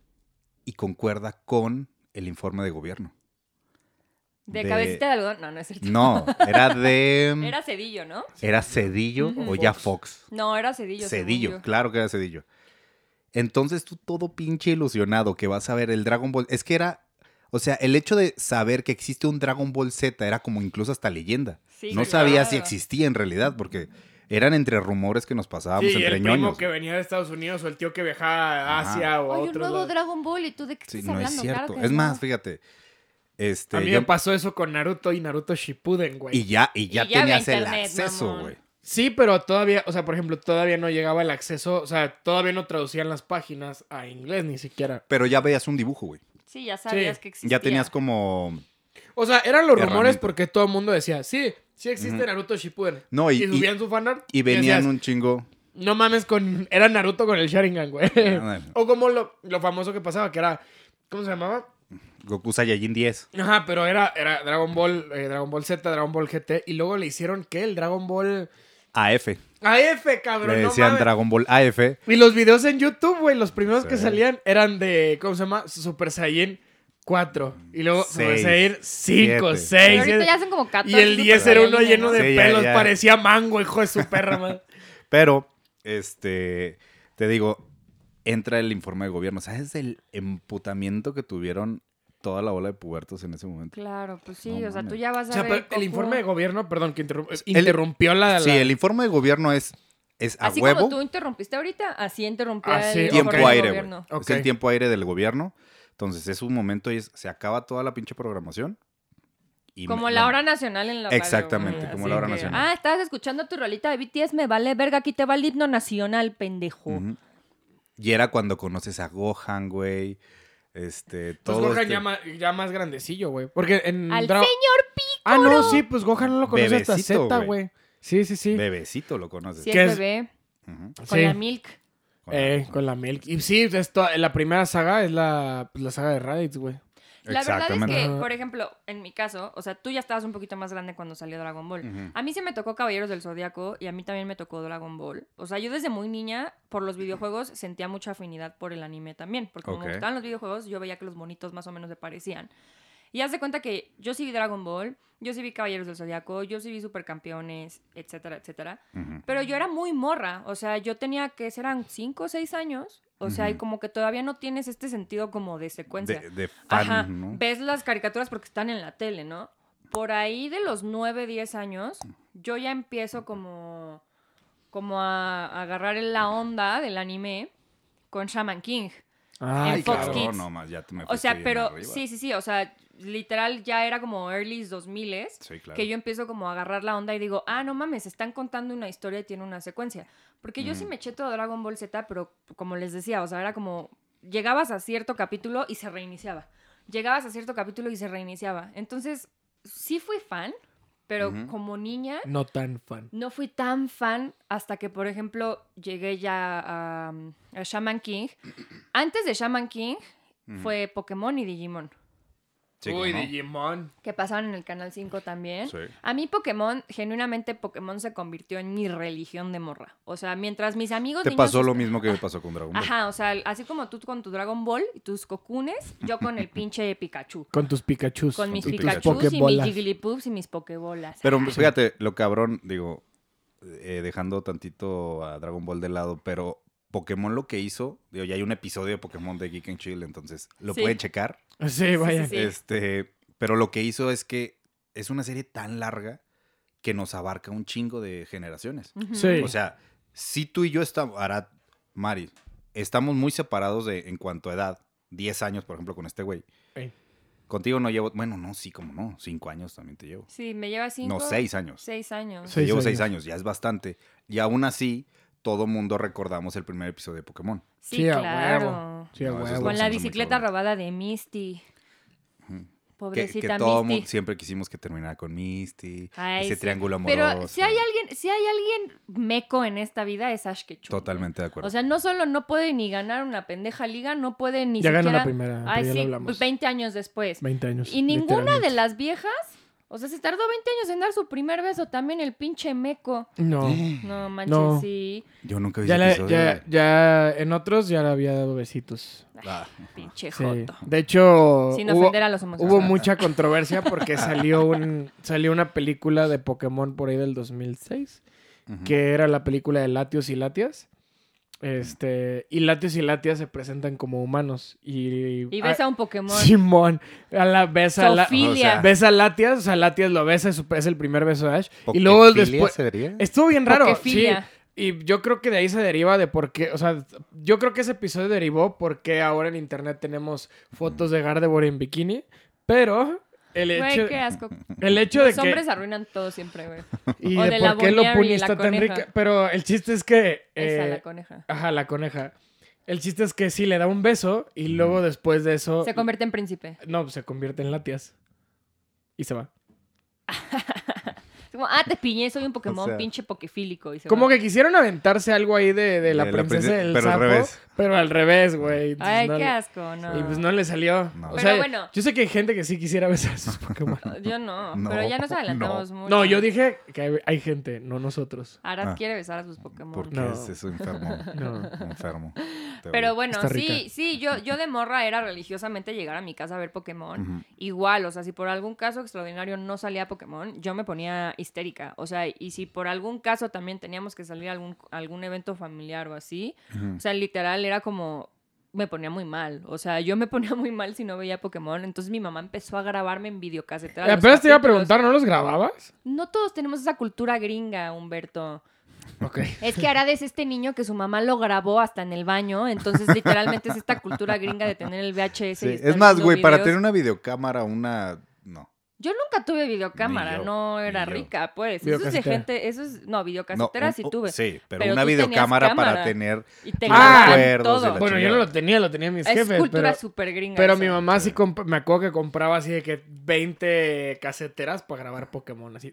Speaker 2: y concuerda con el informe de gobierno.
Speaker 5: De,
Speaker 2: De-
Speaker 5: cabecita de algodón. No, no es cierto.
Speaker 2: No, era de...
Speaker 5: Era Cedillo, ¿no?
Speaker 2: ¿Era Cedillo
Speaker 5: Ujú.
Speaker 2: o ya Fox?
Speaker 5: No, era Cedillo. según
Speaker 2: Cedillo,
Speaker 5: yo.
Speaker 2: claro que era Cedillo. Entonces tú todo pinche ilusionado que vas a ver el Dragon Ball... Es que era... O sea, el hecho de saber que existe un Dragon Ball Z era como incluso hasta leyenda.
Speaker 5: Sí,
Speaker 2: no sabía
Speaker 5: claro.
Speaker 2: si existía en realidad, porque eran entre rumores que nos pasábamos
Speaker 3: Sí,
Speaker 2: entre
Speaker 3: el primo
Speaker 2: ñoños.
Speaker 3: que venía de Estados Unidos o el tío que viajaba a
Speaker 2: Ajá.
Speaker 3: Asia o a
Speaker 5: Oye, un
Speaker 3: otros
Speaker 5: nuevo
Speaker 3: lados.
Speaker 5: Dragon Ball y tú de qué
Speaker 2: Sí,
Speaker 5: estás
Speaker 2: no
Speaker 5: hablando.
Speaker 2: es cierto.
Speaker 5: Claro que
Speaker 2: Es
Speaker 5: no.
Speaker 2: más, fíjate. Este,
Speaker 3: A mí
Speaker 2: yo-
Speaker 3: me pasó eso con Naruto y Naruto Shippuden, güey.
Speaker 2: y ya, y ya
Speaker 5: Y ya había
Speaker 2: tenías el
Speaker 5: internet,
Speaker 2: acceso,
Speaker 5: mamón.
Speaker 2: güey.
Speaker 3: Sí, pero todavía, o sea, por ejemplo, todavía no llegaba el acceso, o sea, todavía no traducían las páginas a inglés ni siquiera.
Speaker 2: Pero ya veías un dibujo, güey.
Speaker 5: Sí, ya sabías
Speaker 3: Sí.
Speaker 5: que existía.
Speaker 2: Ya tenías como...
Speaker 3: O sea, eran los rumores
Speaker 2: Herramienta.
Speaker 3: porque todo el mundo decía, sí, sí existe
Speaker 2: Ujú.
Speaker 3: Naruto Shippuden.
Speaker 2: No, y-
Speaker 3: y
Speaker 2: y-
Speaker 3: subían su fanart.
Speaker 2: Y venían
Speaker 3: decías,
Speaker 2: un chingo...
Speaker 3: No mames con... Era Naruto con el Sharingan, güey.
Speaker 2: Ah, bueno.
Speaker 3: o como lo, lo famoso que pasaba, que era... ¿Cómo se llamaba?
Speaker 2: Goku Saiyajin 10.
Speaker 3: Ajá, pero era, era Dragon Ball, eh, Dragon Ball Z, Dragon Ball GT, y luego le hicieron que el Dragon Ball
Speaker 2: AF.
Speaker 3: AF, cabrón.
Speaker 2: Le
Speaker 3: no
Speaker 2: decían
Speaker 3: mames.
Speaker 2: Dragon Ball AF.
Speaker 3: Y los videos en YouTube, güey, los primeros que
Speaker 2: Sí.
Speaker 3: salían eran de, ¿cómo se llama? Super Saiyan 4. Y luego Super
Speaker 2: Seis,
Speaker 3: Saiyan
Speaker 2: siete.
Speaker 3: 5, 6.
Speaker 5: Pero ahorita ya son como pues, 14.
Speaker 3: Y el 10 era uno lleno de
Speaker 2: Sí, ya,
Speaker 3: pelos,
Speaker 2: ya.
Speaker 3: parecía mango, hijo de su perra, man.
Speaker 2: Pero, este, te digo, entra el informe de gobierno. ¿Sabes el emputamiento que tuvieron toda la bola de pubertos en ese momento?
Speaker 5: Claro, pues sí,
Speaker 2: No
Speaker 5: o sea, tú
Speaker 2: mames.
Speaker 5: ya vas a
Speaker 3: O sea,
Speaker 5: ver.
Speaker 3: pero el
Speaker 5: Goku.
Speaker 3: informe de gobierno, perdón, que interrum-
Speaker 2: El-
Speaker 3: interrumpió la... la-
Speaker 2: Sí, el informe de gobierno es, es a
Speaker 5: Así
Speaker 2: huevo,
Speaker 5: como tú interrumpiste ahorita, así interrumpía
Speaker 3: Así,
Speaker 5: el
Speaker 2: tiempo
Speaker 5: informe del
Speaker 2: aire, güey.
Speaker 5: gobierno.
Speaker 3: Ok.
Speaker 2: Es el tiempo aire del gobierno. Entonces es un momento y es- se acaba toda la pinche programación. y
Speaker 5: Como
Speaker 2: me-
Speaker 5: la
Speaker 2: no,
Speaker 5: hora nacional en la radio,
Speaker 2: Exactamente,
Speaker 5: güey,
Speaker 2: como
Speaker 5: así
Speaker 2: la hora
Speaker 5: que,
Speaker 2: nacional.
Speaker 5: Ah, estabas escuchando tu rolita de BTS, me vale verga, aquí te va el himno nacional, pendejo.
Speaker 2: ujú. Y era cuando conoces a Gohan, güey. Este,
Speaker 3: Pues
Speaker 2: todo
Speaker 3: Gohan
Speaker 2: este-
Speaker 3: ya, ma- ya más, grandecillo, güey. Porque en...
Speaker 5: Al
Speaker 3: Dra-
Speaker 5: señor Pi
Speaker 3: Ah, no, sí, pues Gohan no lo conoce hasta
Speaker 2: Bebecito,
Speaker 3: Z,
Speaker 2: güey.
Speaker 3: güey. Sí, sí, sí.
Speaker 2: Bebecito lo conoces.
Speaker 5: si
Speaker 3: ¿Qué
Speaker 5: es
Speaker 3: es?
Speaker 5: bebé,
Speaker 2: Ujú.
Speaker 5: con
Speaker 3: Sí.
Speaker 5: la milk.
Speaker 2: Con-
Speaker 3: Eh, con la Milk. Y sí, es toda- la primera saga es la, pues, la saga de Raditz, güey.
Speaker 5: La verdad es
Speaker 2: Exactamente.
Speaker 5: que,
Speaker 3: Ajá.
Speaker 5: por ejemplo, en mi caso, o sea, tú ya estabas un poquito más grande cuando salió Dragon Ball.
Speaker 2: Ujú.
Speaker 5: A mí se me tocó Caballeros del Zodiaco y a mí también me tocó Dragon Ball. O sea, yo desde muy niña, por los videojuegos, sentía mucha afinidad por el anime también. Porque como
Speaker 2: Ok.
Speaker 5: me gustaban los videojuegos, yo veía que los monitos más o menos se parecían. Y haz de cuenta que yo sí vi Dragon Ball, yo sí vi Caballeros del Zodiaco, yo sí vi Supercampeones, etcétera, etcétera.
Speaker 2: Ujú.
Speaker 5: Pero yo era muy morra, o sea, yo tenía que serán 5 o 6 años, o sea, y
Speaker 2: Ujú.
Speaker 5: como que todavía no tienes este sentido como de secuencia.
Speaker 2: De, de fan,
Speaker 5: Ajá,
Speaker 2: ¿no?
Speaker 5: ves las caricaturas porque están en la tele, ¿no? Por ahí de los 9, 10 años, yo ya empiezo como, como a, a agarrar la onda del anime con Shaman King.
Speaker 3: Ah,
Speaker 5: En Fox Kids.
Speaker 2: No, más, ya te me
Speaker 5: O
Speaker 2: fuiste
Speaker 5: sea,
Speaker 2: bien
Speaker 5: pero
Speaker 2: arriba.
Speaker 5: sí, sí, sí, o sea, literal ya era como early 2000
Speaker 2: Sí, claro.
Speaker 5: que yo empiezo como a agarrar la onda y digo, ah, no mames, están contando una historia y tiene una secuencia. Porque yo sí
Speaker 2: Ujú.
Speaker 5: me eché todo Dragon Ball Z, pero como les decía, o sea, era como, llegabas a cierto capítulo y se reiniciaba. Llegabas a cierto capítulo y se reiniciaba. Entonces, sí fui fan, Pero
Speaker 2: Ujú.
Speaker 5: como niña
Speaker 3: No tan fan.
Speaker 5: no fui tan fan hasta que, por ejemplo, llegué ya a, a Shaman King. Antes de Shaman King
Speaker 2: Ujú.
Speaker 5: fue Pokémon y Digimon,
Speaker 2: Sí, ¿cómo
Speaker 3: Uy,
Speaker 2: no?
Speaker 3: Digimon.
Speaker 5: que pasaban en el Canal 5 también.
Speaker 2: Sí.
Speaker 5: A mí Pokémon, genuinamente Pokémon se convirtió en mi religión de morra. O sea, mientras mis amigos...
Speaker 2: Te
Speaker 5: niños
Speaker 2: pasó
Speaker 5: est-
Speaker 2: lo mismo que me pasó con Dragon Ball.
Speaker 5: Ajá, o sea, así como tú con tu Dragon Ball y tus cocunes, yo con el pinche Pikachu.
Speaker 3: Con tus Pikachus.
Speaker 5: Con mis
Speaker 2: tus
Speaker 5: Pikachu y mis
Speaker 3: Pokébolas.
Speaker 5: Jigglypuffs y mis Pokébolas.
Speaker 2: Pero fíjate, lo cabrón, digo, eh, dejando tantito a Dragon Ball de lado, pero Pokémon lo que hizo, digo, ya hay un episodio de Pokémon de Geek and Chill, entonces lo
Speaker 5: Sí.
Speaker 2: pueden checar.
Speaker 3: Sí, vaya.
Speaker 5: sí, sí.
Speaker 2: Este, pero lo que hizo es que es una serie tan larga que nos abarca un chingo de generaciones.
Speaker 5: Ujú.
Speaker 3: Sí.
Speaker 2: O sea, si tú y yo estamos, Arat, Mari, estamos muy separados de, en cuanto a edad. 10 años, por ejemplo, con este güey.
Speaker 3: Ey.
Speaker 2: Contigo no llevo, bueno, no, sí, como no, 5 años también te llevo.
Speaker 5: Sí, me lleva cinco.
Speaker 2: No, 6 años.
Speaker 5: Seis años.
Speaker 2: Te
Speaker 3: Seis
Speaker 2: llevo 6
Speaker 3: años.
Speaker 2: años, ya es bastante. Y aún así, todo mundo recordamos el primer episodio de Pokémon.
Speaker 5: Sí,
Speaker 3: Sí, a
Speaker 5: claro.
Speaker 3: huevo. Sí, a
Speaker 2: No, eso es
Speaker 3: huevo.
Speaker 5: Con la
Speaker 2: Está muy
Speaker 5: bicicleta
Speaker 2: cabrón.
Speaker 5: robada de Misty.
Speaker 2: Que, que
Speaker 5: Pobrecita
Speaker 2: todo mundo
Speaker 5: Misty.
Speaker 2: siempre quisimos que terminara con Misty,
Speaker 5: Ay,
Speaker 2: ese
Speaker 5: sí.
Speaker 2: triángulo amoroso.
Speaker 5: Pero si hay alguien, si hay alguien meco en esta vida es Ash Ketchum.
Speaker 2: Totalmente de acuerdo.
Speaker 5: O sea, no solo no puede ni ganar una pendeja liga, no puede ni
Speaker 3: Ya
Speaker 5: siquiera...
Speaker 3: ganó la primera,
Speaker 5: Ay,
Speaker 3: pero ya lo
Speaker 5: sí,
Speaker 3: hablamos.
Speaker 5: pues 20 años después.
Speaker 3: 20 años.
Speaker 5: Y ninguna de
Speaker 3: literalmente.
Speaker 5: las viejas, o sea, se tardó 20 años en dar su primer beso también el pinche meco.
Speaker 3: No.
Speaker 5: No manches,
Speaker 3: No.
Speaker 5: sí.
Speaker 2: Eh, Yo nunca vi
Speaker 3: Ya,
Speaker 2: ese
Speaker 3: la-
Speaker 2: pues, episodio.
Speaker 3: ya, ya en otros ya le había dado besitos.
Speaker 2: Ah,
Speaker 5: Pinche
Speaker 3: Sí.
Speaker 5: joto.
Speaker 3: De hecho,
Speaker 5: Sin
Speaker 3: hubo,
Speaker 5: ofender a los
Speaker 3: hubo
Speaker 5: homosexuales.
Speaker 3: mucha controversia porque salió un salió una película de Pokémon por ahí del 2006,
Speaker 2: ujú.
Speaker 3: que era la película de Latios y Latias. Este, y Latios y Latias se presentan como humanos y
Speaker 5: Y ves a un Pokémon.
Speaker 3: Simón, a la Ah, besa a la-
Speaker 5: Sofilia.
Speaker 2: o sea,
Speaker 3: besa a Latias, o sea, Latias lo besa, es, su- es el primer beso de Ash y
Speaker 2: Pokefilia
Speaker 3: luego después este
Speaker 2: sería.
Speaker 3: Estuvo bien raro, sí.
Speaker 5: Pokefilia.
Speaker 3: Y yo creo que de ahí se deriva de por qué, o sea, yo creo que ese episodio derivó porque ahora en internet tenemos fotos de Gardevoir en bikini, pero el hecho,
Speaker 5: Güey, qué asco.
Speaker 3: el hecho de
Speaker 5: Los
Speaker 3: que
Speaker 5: hombres arruinan todo siempre, güey.
Speaker 3: y
Speaker 5: o
Speaker 3: de
Speaker 5: de la
Speaker 3: por qué lo
Speaker 5: Bonnier y
Speaker 3: puni
Speaker 5: la
Speaker 3: está tan
Speaker 5: coneja.
Speaker 3: rica, pero el chiste es que
Speaker 5: Esa,
Speaker 3: eh,
Speaker 5: la coneja.
Speaker 3: ajá, la coneja. El chiste es que sí le da un beso y luego después de eso
Speaker 5: Se convierte en príncipe.
Speaker 3: no, se convierte en latias y se va.
Speaker 5: Es como, ah, te piñé, soy un Pokémon
Speaker 2: O sea.
Speaker 5: pinche pokefílico. Y se
Speaker 3: Como
Speaker 5: va.
Speaker 3: que quisieron aventarse algo ahí de, de la
Speaker 2: De la
Speaker 3: princesa
Speaker 2: princesa,
Speaker 3: del
Speaker 2: pero al
Speaker 3: sapo,
Speaker 2: revés.
Speaker 3: pero al revés, güey. Entonces,
Speaker 5: Ay,
Speaker 3: Pues no
Speaker 5: qué
Speaker 3: le-
Speaker 5: asco, no.
Speaker 3: Y pues no le salió.
Speaker 2: No.
Speaker 3: O
Speaker 5: Pero
Speaker 3: sea,
Speaker 5: bueno.
Speaker 3: yo sé que hay gente que sí quisiera besar a sus Pokémon.
Speaker 5: Ah, Yo no,
Speaker 2: No,
Speaker 5: pero ya nos adelantamos mucho.
Speaker 3: no, yo dije que hay, hay gente, no nosotros.
Speaker 5: Arad
Speaker 2: Ah.
Speaker 5: quiere besar a sus Pokémon.
Speaker 2: Porque
Speaker 3: No.
Speaker 2: es eso enfermo.
Speaker 3: No.
Speaker 2: Enfermo. Te
Speaker 5: Pero
Speaker 2: odio.
Speaker 5: bueno,
Speaker 3: Está
Speaker 5: sí,
Speaker 3: rica.
Speaker 5: sí, yo, yo de morra era religiosamente llegar a mi casa a ver Pokémon.
Speaker 2: Ujú.
Speaker 5: Igual, o sea, si por algún caso extraordinario no salía Pokémon, yo me ponía histérica. O sea, y si por algún caso también teníamos que salir a algún, a algún evento familiar o así,
Speaker 2: Ujú.
Speaker 5: o sea, literal era como me ponía muy mal, o sea, yo me ponía muy mal si no veía Pokémon, entonces mi mamá empezó a grabarme en videocasetera. los
Speaker 3: Apenas Eh, te iba a
Speaker 5: capítulos.
Speaker 3: preguntar, ¿no los grababas?
Speaker 5: No todos tenemos esa cultura gringa, Humberto.
Speaker 3: Ok.
Speaker 5: Es que Arad es este niño que su mamá lo grabó hasta en el baño, entonces literalmente es esta cultura gringa de tener el VHS.
Speaker 2: Sí,
Speaker 5: y estar
Speaker 2: Es más,
Speaker 5: viendo
Speaker 2: güey, para
Speaker 5: videos.
Speaker 2: tener una videocámara, una. No.
Speaker 5: Yo nunca tuve videocámara,
Speaker 2: Ni yo,
Speaker 5: no
Speaker 2: ni
Speaker 5: era
Speaker 2: yo.
Speaker 5: rica, pues. Eso es de
Speaker 3: Videocasetera.
Speaker 5: gente, eso es, no,
Speaker 2: no
Speaker 5: videocasetera
Speaker 2: un-
Speaker 5: sí
Speaker 2: oh,
Speaker 5: tuve.
Speaker 2: Sí, Ah, pero,
Speaker 5: Pero
Speaker 2: una
Speaker 5: tú tenías
Speaker 2: videocámara para
Speaker 5: cámara.
Speaker 2: tener.
Speaker 5: Y te
Speaker 3: Tus
Speaker 5: grababan
Speaker 2: recuerdos y
Speaker 5: todo.
Speaker 2: la
Speaker 3: Bueno, yo no lo tenía, lo tenía mis
Speaker 5: es
Speaker 3: jefes.
Speaker 5: cultura
Speaker 3: pero...
Speaker 5: súper gringa.
Speaker 3: Pero
Speaker 5: eso.
Speaker 3: mi mamá sí
Speaker 2: Sí.
Speaker 3: comp- me acuerdo que compraba así de que 20 caseteras para grabar Pokémon así.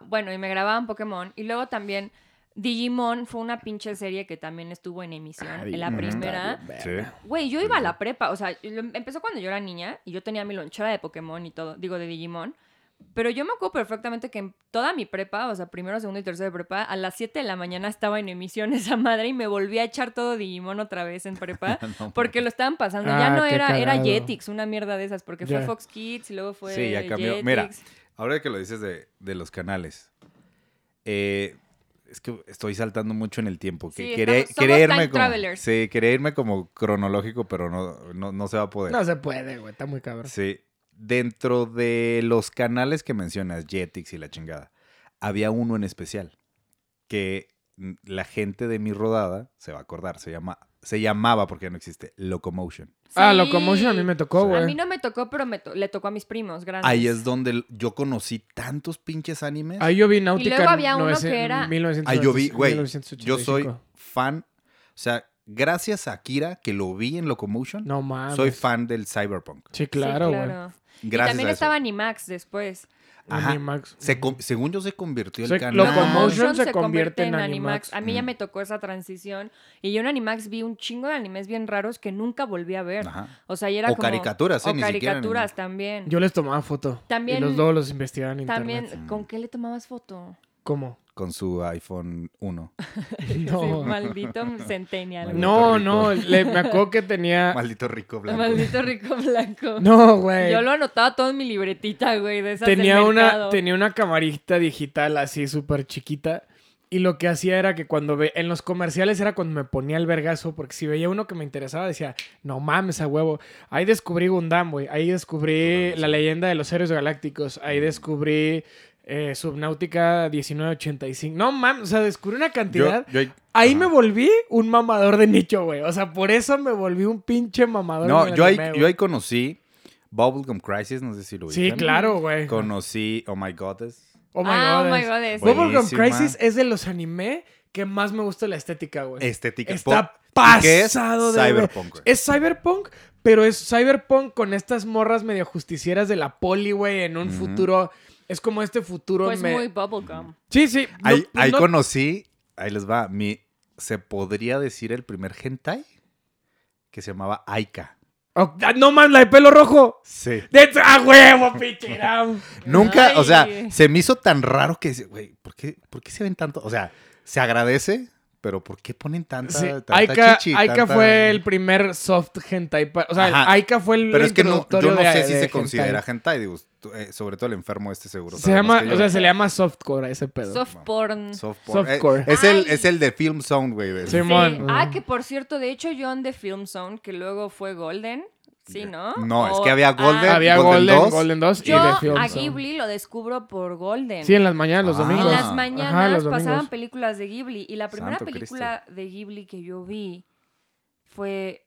Speaker 5: Bueno, y me grababan Pokémon. Y luego también Digimon fue una pinche serie que también estuvo en emisión. en Ah, la
Speaker 2: Ujú.
Speaker 5: primera.
Speaker 2: Sí.
Speaker 5: Güey, yo iba a la prepa, o sea, lo- em, empezó cuando yo era niña y yo tenía mi lonchera de Pokémon y todo, digo, de Digimon. Pero yo me acuerdo perfectamente que en toda mi prepa, o sea, primero, segundo y tercero de prepa, a las 7 de la mañana estaba en emisión esa madre y me volví a echar todo Digimon otra vez en prepa
Speaker 2: No,
Speaker 5: porque lo estaban pasando.
Speaker 3: Ah,
Speaker 5: ya no
Speaker 3: qué
Speaker 5: era, era
Speaker 3: cagado.
Speaker 5: Jetix, una mierda de esas, porque
Speaker 3: Ya.
Speaker 5: fue Fox Kids y luego fue.
Speaker 2: Sí, ya cambió.
Speaker 5: Jetix.
Speaker 2: Mira. Ahora que lo dices de, de los canales, eh, es que estoy saltando mucho en el tiempo. Que
Speaker 5: Sí,
Speaker 2: quería,
Speaker 5: estamos- somos
Speaker 2: quería irme
Speaker 5: time
Speaker 2: como,
Speaker 5: travelers.
Speaker 2: sí, quería irme como cronológico, pero no, no, no se va a poder.
Speaker 3: No se puede, güey, está muy cabrón.
Speaker 2: Sí. Dentro de los canales que mencionas, Jetix y la chingada, había uno en especial que mm, la gente de mi rodada se va a acordar. Se, llama, se llamaba, porque ya no existe, Locomotion.
Speaker 3: Ah,
Speaker 5: Sí.
Speaker 3: Locomotion a mí me tocó, eh.
Speaker 2: Sí.
Speaker 3: güey.
Speaker 5: A mí no me tocó, pero me to- le tocó a mis primos grandes.
Speaker 2: Ahí es donde yo conocí tantos pinches animes.
Speaker 3: Ahí yo vi Náutica.
Speaker 5: luego
Speaker 3: en
Speaker 5: había uno
Speaker 3: novece-
Speaker 5: que era-
Speaker 3: en 1900
Speaker 2: Ahí yo vi, güey,
Speaker 3: 1985.
Speaker 2: yo soy fan. O sea, gracias a Akira, que lo vi en Locomotion,
Speaker 3: No mames.
Speaker 2: soy fan del cyberpunk.
Speaker 3: Sí,
Speaker 5: Sí,
Speaker 3: claro, güey.
Speaker 5: claro. Y
Speaker 2: Gracias
Speaker 5: también
Speaker 2: a eso.
Speaker 5: estaba Animax después.
Speaker 2: Ajá.
Speaker 3: Animax.
Speaker 2: Se con- según yo se convirtió el
Speaker 3: Se-
Speaker 2: canal.
Speaker 3: Locomotion se convierte en Animax.
Speaker 5: A mí ya
Speaker 2: Mm.
Speaker 5: me tocó esa transición. Y yo en Animax vi un chingo de animes bien raros que nunca volví a ver.
Speaker 2: Ajá.
Speaker 5: O sea, y era
Speaker 2: O
Speaker 5: como-
Speaker 2: caricaturas, ¿eh?
Speaker 5: O
Speaker 2: Ni siquiera
Speaker 5: caricaturas también.
Speaker 3: Yo les tomaba foto.
Speaker 5: También-
Speaker 3: Y los dos los investigaban en
Speaker 5: también,
Speaker 2: Mm.
Speaker 3: internet.
Speaker 5: ¿con qué le tomabas foto?
Speaker 3: ¿Cómo?
Speaker 2: Con su iPhone 1.
Speaker 3: Ah.
Speaker 5: Sí,
Speaker 3: No.
Speaker 5: maldito centennial.
Speaker 3: No,
Speaker 2: Maldito
Speaker 3: no. le- me acuerdo que tenía.
Speaker 2: Maldito rico blanco.
Speaker 5: Maldito rico blanco.
Speaker 3: No, güey.
Speaker 5: Yo lo anotaba todo en mi libretita, güey, de esas del
Speaker 3: tenía una,
Speaker 5: mercado.
Speaker 3: tenía una camarita digital así súper chiquita. Y lo que hacía era que cuando ve, en los comerciales era cuando me ponía el vergazo, porque si veía uno que me interesaba decía, no mames a huevo, ahí descubrí Gundam, güey, ahí descubrí la leyenda de los héroes galácticos,
Speaker 2: Mm.
Speaker 3: ahí descubrí eh, Subnautica 1985, no mames, o sea, descubrí una cantidad.
Speaker 2: Yo- yo-
Speaker 3: Ahí
Speaker 2: Ajá.
Speaker 3: me volví un mamador de nicho, güey, o sea, por eso me volví un pinche mamador.
Speaker 2: No,
Speaker 3: del
Speaker 2: yo ahí,
Speaker 3: anime, güey.
Speaker 2: yo ahí conocí Bubblegum Crisis, no sé si lo
Speaker 3: Sí,
Speaker 2: ubican.
Speaker 3: claro, güey.
Speaker 2: Conocí Oh My Goddess.
Speaker 3: Oh my
Speaker 5: ah, oh my
Speaker 3: goddess.
Speaker 5: goddess.
Speaker 2: Bueno,
Speaker 3: Bubblegum
Speaker 2: Buenísima.
Speaker 3: Crisis es de los anime que más me gusta la estética, güey.
Speaker 2: Estética
Speaker 3: Pues, Está
Speaker 2: pop. ¿Y qué es?
Speaker 3: pasado de...
Speaker 2: Cyberpunk. güey.
Speaker 3: Es cyberpunk, pero es cyberpunk con estas morras medio justicieras de la poli, güey, en un
Speaker 2: Ujú.
Speaker 3: futuro... Es como este futuro...
Speaker 5: Pues
Speaker 3: me-
Speaker 5: muy bubblegum.
Speaker 3: Sí, sí. no-
Speaker 2: Ahí, ahí
Speaker 3: no-
Speaker 2: conocí, ahí les va, mi, se podría decir el primer hentai que se llamaba Aika.
Speaker 3: Oh, ah, no más, la de pelo rojo.
Speaker 2: Sí.
Speaker 3: De... ¡Ah, huevo, pinche! Ram!
Speaker 2: Nunca, o sea,
Speaker 5: Ay.
Speaker 2: se me hizo tan raro que, güey, ¿por qué, ¿por qué se ven tanto? O sea, se agradece, pero ¿por qué ponen tanta,
Speaker 3: Sí,
Speaker 2: tanta
Speaker 3: Aika,
Speaker 2: chichi?
Speaker 3: Aika
Speaker 2: tanta-
Speaker 3: fue el primer soft hentai. pa- O sea,
Speaker 2: Ajá.
Speaker 3: Aika fue el.
Speaker 2: Pero es que no, yo
Speaker 3: introductorio
Speaker 2: no
Speaker 3: de-
Speaker 2: sé si
Speaker 3: de
Speaker 2: se
Speaker 3: hentai.
Speaker 2: considera hentai, digo, tú, eh, sobre todo el enfermo este seguro.
Speaker 3: Se
Speaker 2: sabe más
Speaker 3: llama,
Speaker 2: que yo.
Speaker 3: o sea, se le llama softcore a ese pedo.
Speaker 5: Soft
Speaker 2: no.
Speaker 5: porn.
Speaker 2: Soft porn. Eh,
Speaker 3: Softcore.
Speaker 2: es, el,
Speaker 5: Ay.
Speaker 2: es el de Film Sound, güey. de-
Speaker 3: Sí.
Speaker 5: Sí.
Speaker 3: Simón.
Speaker 2: Mm.
Speaker 5: Ah, que por cierto, de hecho, yo en The Film Zone, que luego fue Golden, ¿sí, no?
Speaker 2: No, es
Speaker 5: O-
Speaker 2: que había Golden.
Speaker 5: Ah,
Speaker 3: Había
Speaker 2: Golden
Speaker 3: Golden,
Speaker 2: 2.
Speaker 3: Golden 2, y
Speaker 5: yo
Speaker 3: The Film
Speaker 5: a
Speaker 3: Zone.
Speaker 5: Ghibli lo descubro por Golden.
Speaker 3: Sí, en las mañanas, los
Speaker 2: Ah.
Speaker 5: En
Speaker 3: domingos.
Speaker 5: las
Speaker 2: Ajá,
Speaker 5: mañanas
Speaker 3: los domingos.
Speaker 5: pasaban películas de Ghibli. Y la primera
Speaker 2: Santo
Speaker 5: película de Ghibli que yo vi fue.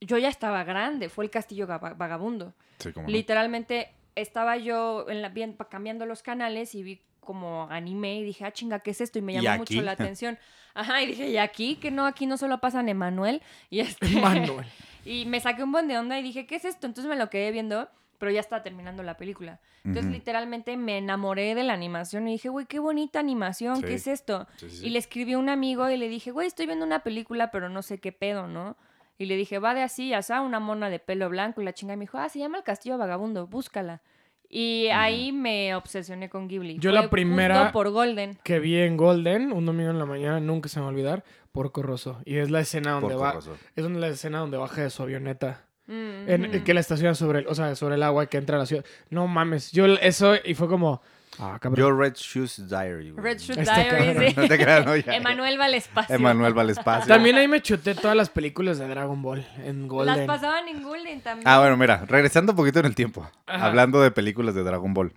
Speaker 5: Yo ya estaba grande, fue El Castillo Gaba- Vagabundo.
Speaker 2: Sí, cómo no.
Speaker 5: Literalmente estaba yo en la, bien- pa- cambiando los canales y vi como anime y dije, ah, chinga, ¿qué es esto? Y me
Speaker 2: ¿Y
Speaker 5: llamó
Speaker 2: aquí?
Speaker 5: mucho la atención. Ajá, y dije, ¿y aquí? Que no, aquí no solo pasan Emanuel. Y este...
Speaker 3: Manuel.
Speaker 5: Y me saqué un buen de onda y dije, ¿qué es esto? Entonces me lo quedé viendo, pero ya estaba terminando la película. Entonces,
Speaker 2: Ujú.
Speaker 5: literalmente me enamoré de la animación y dije, güey, qué bonita animación,
Speaker 2: Sí.
Speaker 5: ¿qué es esto?
Speaker 2: Sí, sí, sí.
Speaker 5: Y le escribí a un amigo y le dije, güey, estoy viendo una película, pero no sé qué pedo, ¿no? Y le dije, va de así, asá, una mona de pelo blanco y la chinga. Y me dijo, ah, se llama El Castillo Vagabundo, búscala. Y ahí me obsesioné con Ghibli.
Speaker 3: Yo la
Speaker 5: Fue
Speaker 3: primera-
Speaker 5: justo por Golden.
Speaker 3: Que vi en Golden, un domingo en la mañana, nunca se me va a olvidar, Porco Rosso. Y es la escena donde
Speaker 2: Porco
Speaker 3: va.
Speaker 2: Rosso.
Speaker 3: Es donde la escena donde baja de su avioneta.
Speaker 5: Mm,
Speaker 3: En,
Speaker 5: ujú.
Speaker 3: Que la estaciona sobre el, o sea, sobre el agua que entra a la ciudad. No mames. Yo eso y fue como. Ah, cabrón.
Speaker 2: Yo Red Shoes Diary. güey.
Speaker 5: Red Shoe
Speaker 3: Está cabrón.
Speaker 5: Diaries.
Speaker 2: No te creas, no, ya, ya.
Speaker 5: Emanuel Valespacio.
Speaker 2: Emanuel Valespacio.
Speaker 3: También ahí me chuté todas las películas de Dragon Ball en Golden.
Speaker 5: Las pasaban en Golden también.
Speaker 2: Ah, bueno, mira, regresando un poquito en el tiempo,
Speaker 3: Ajá.
Speaker 2: hablando de películas de Dragon Ball,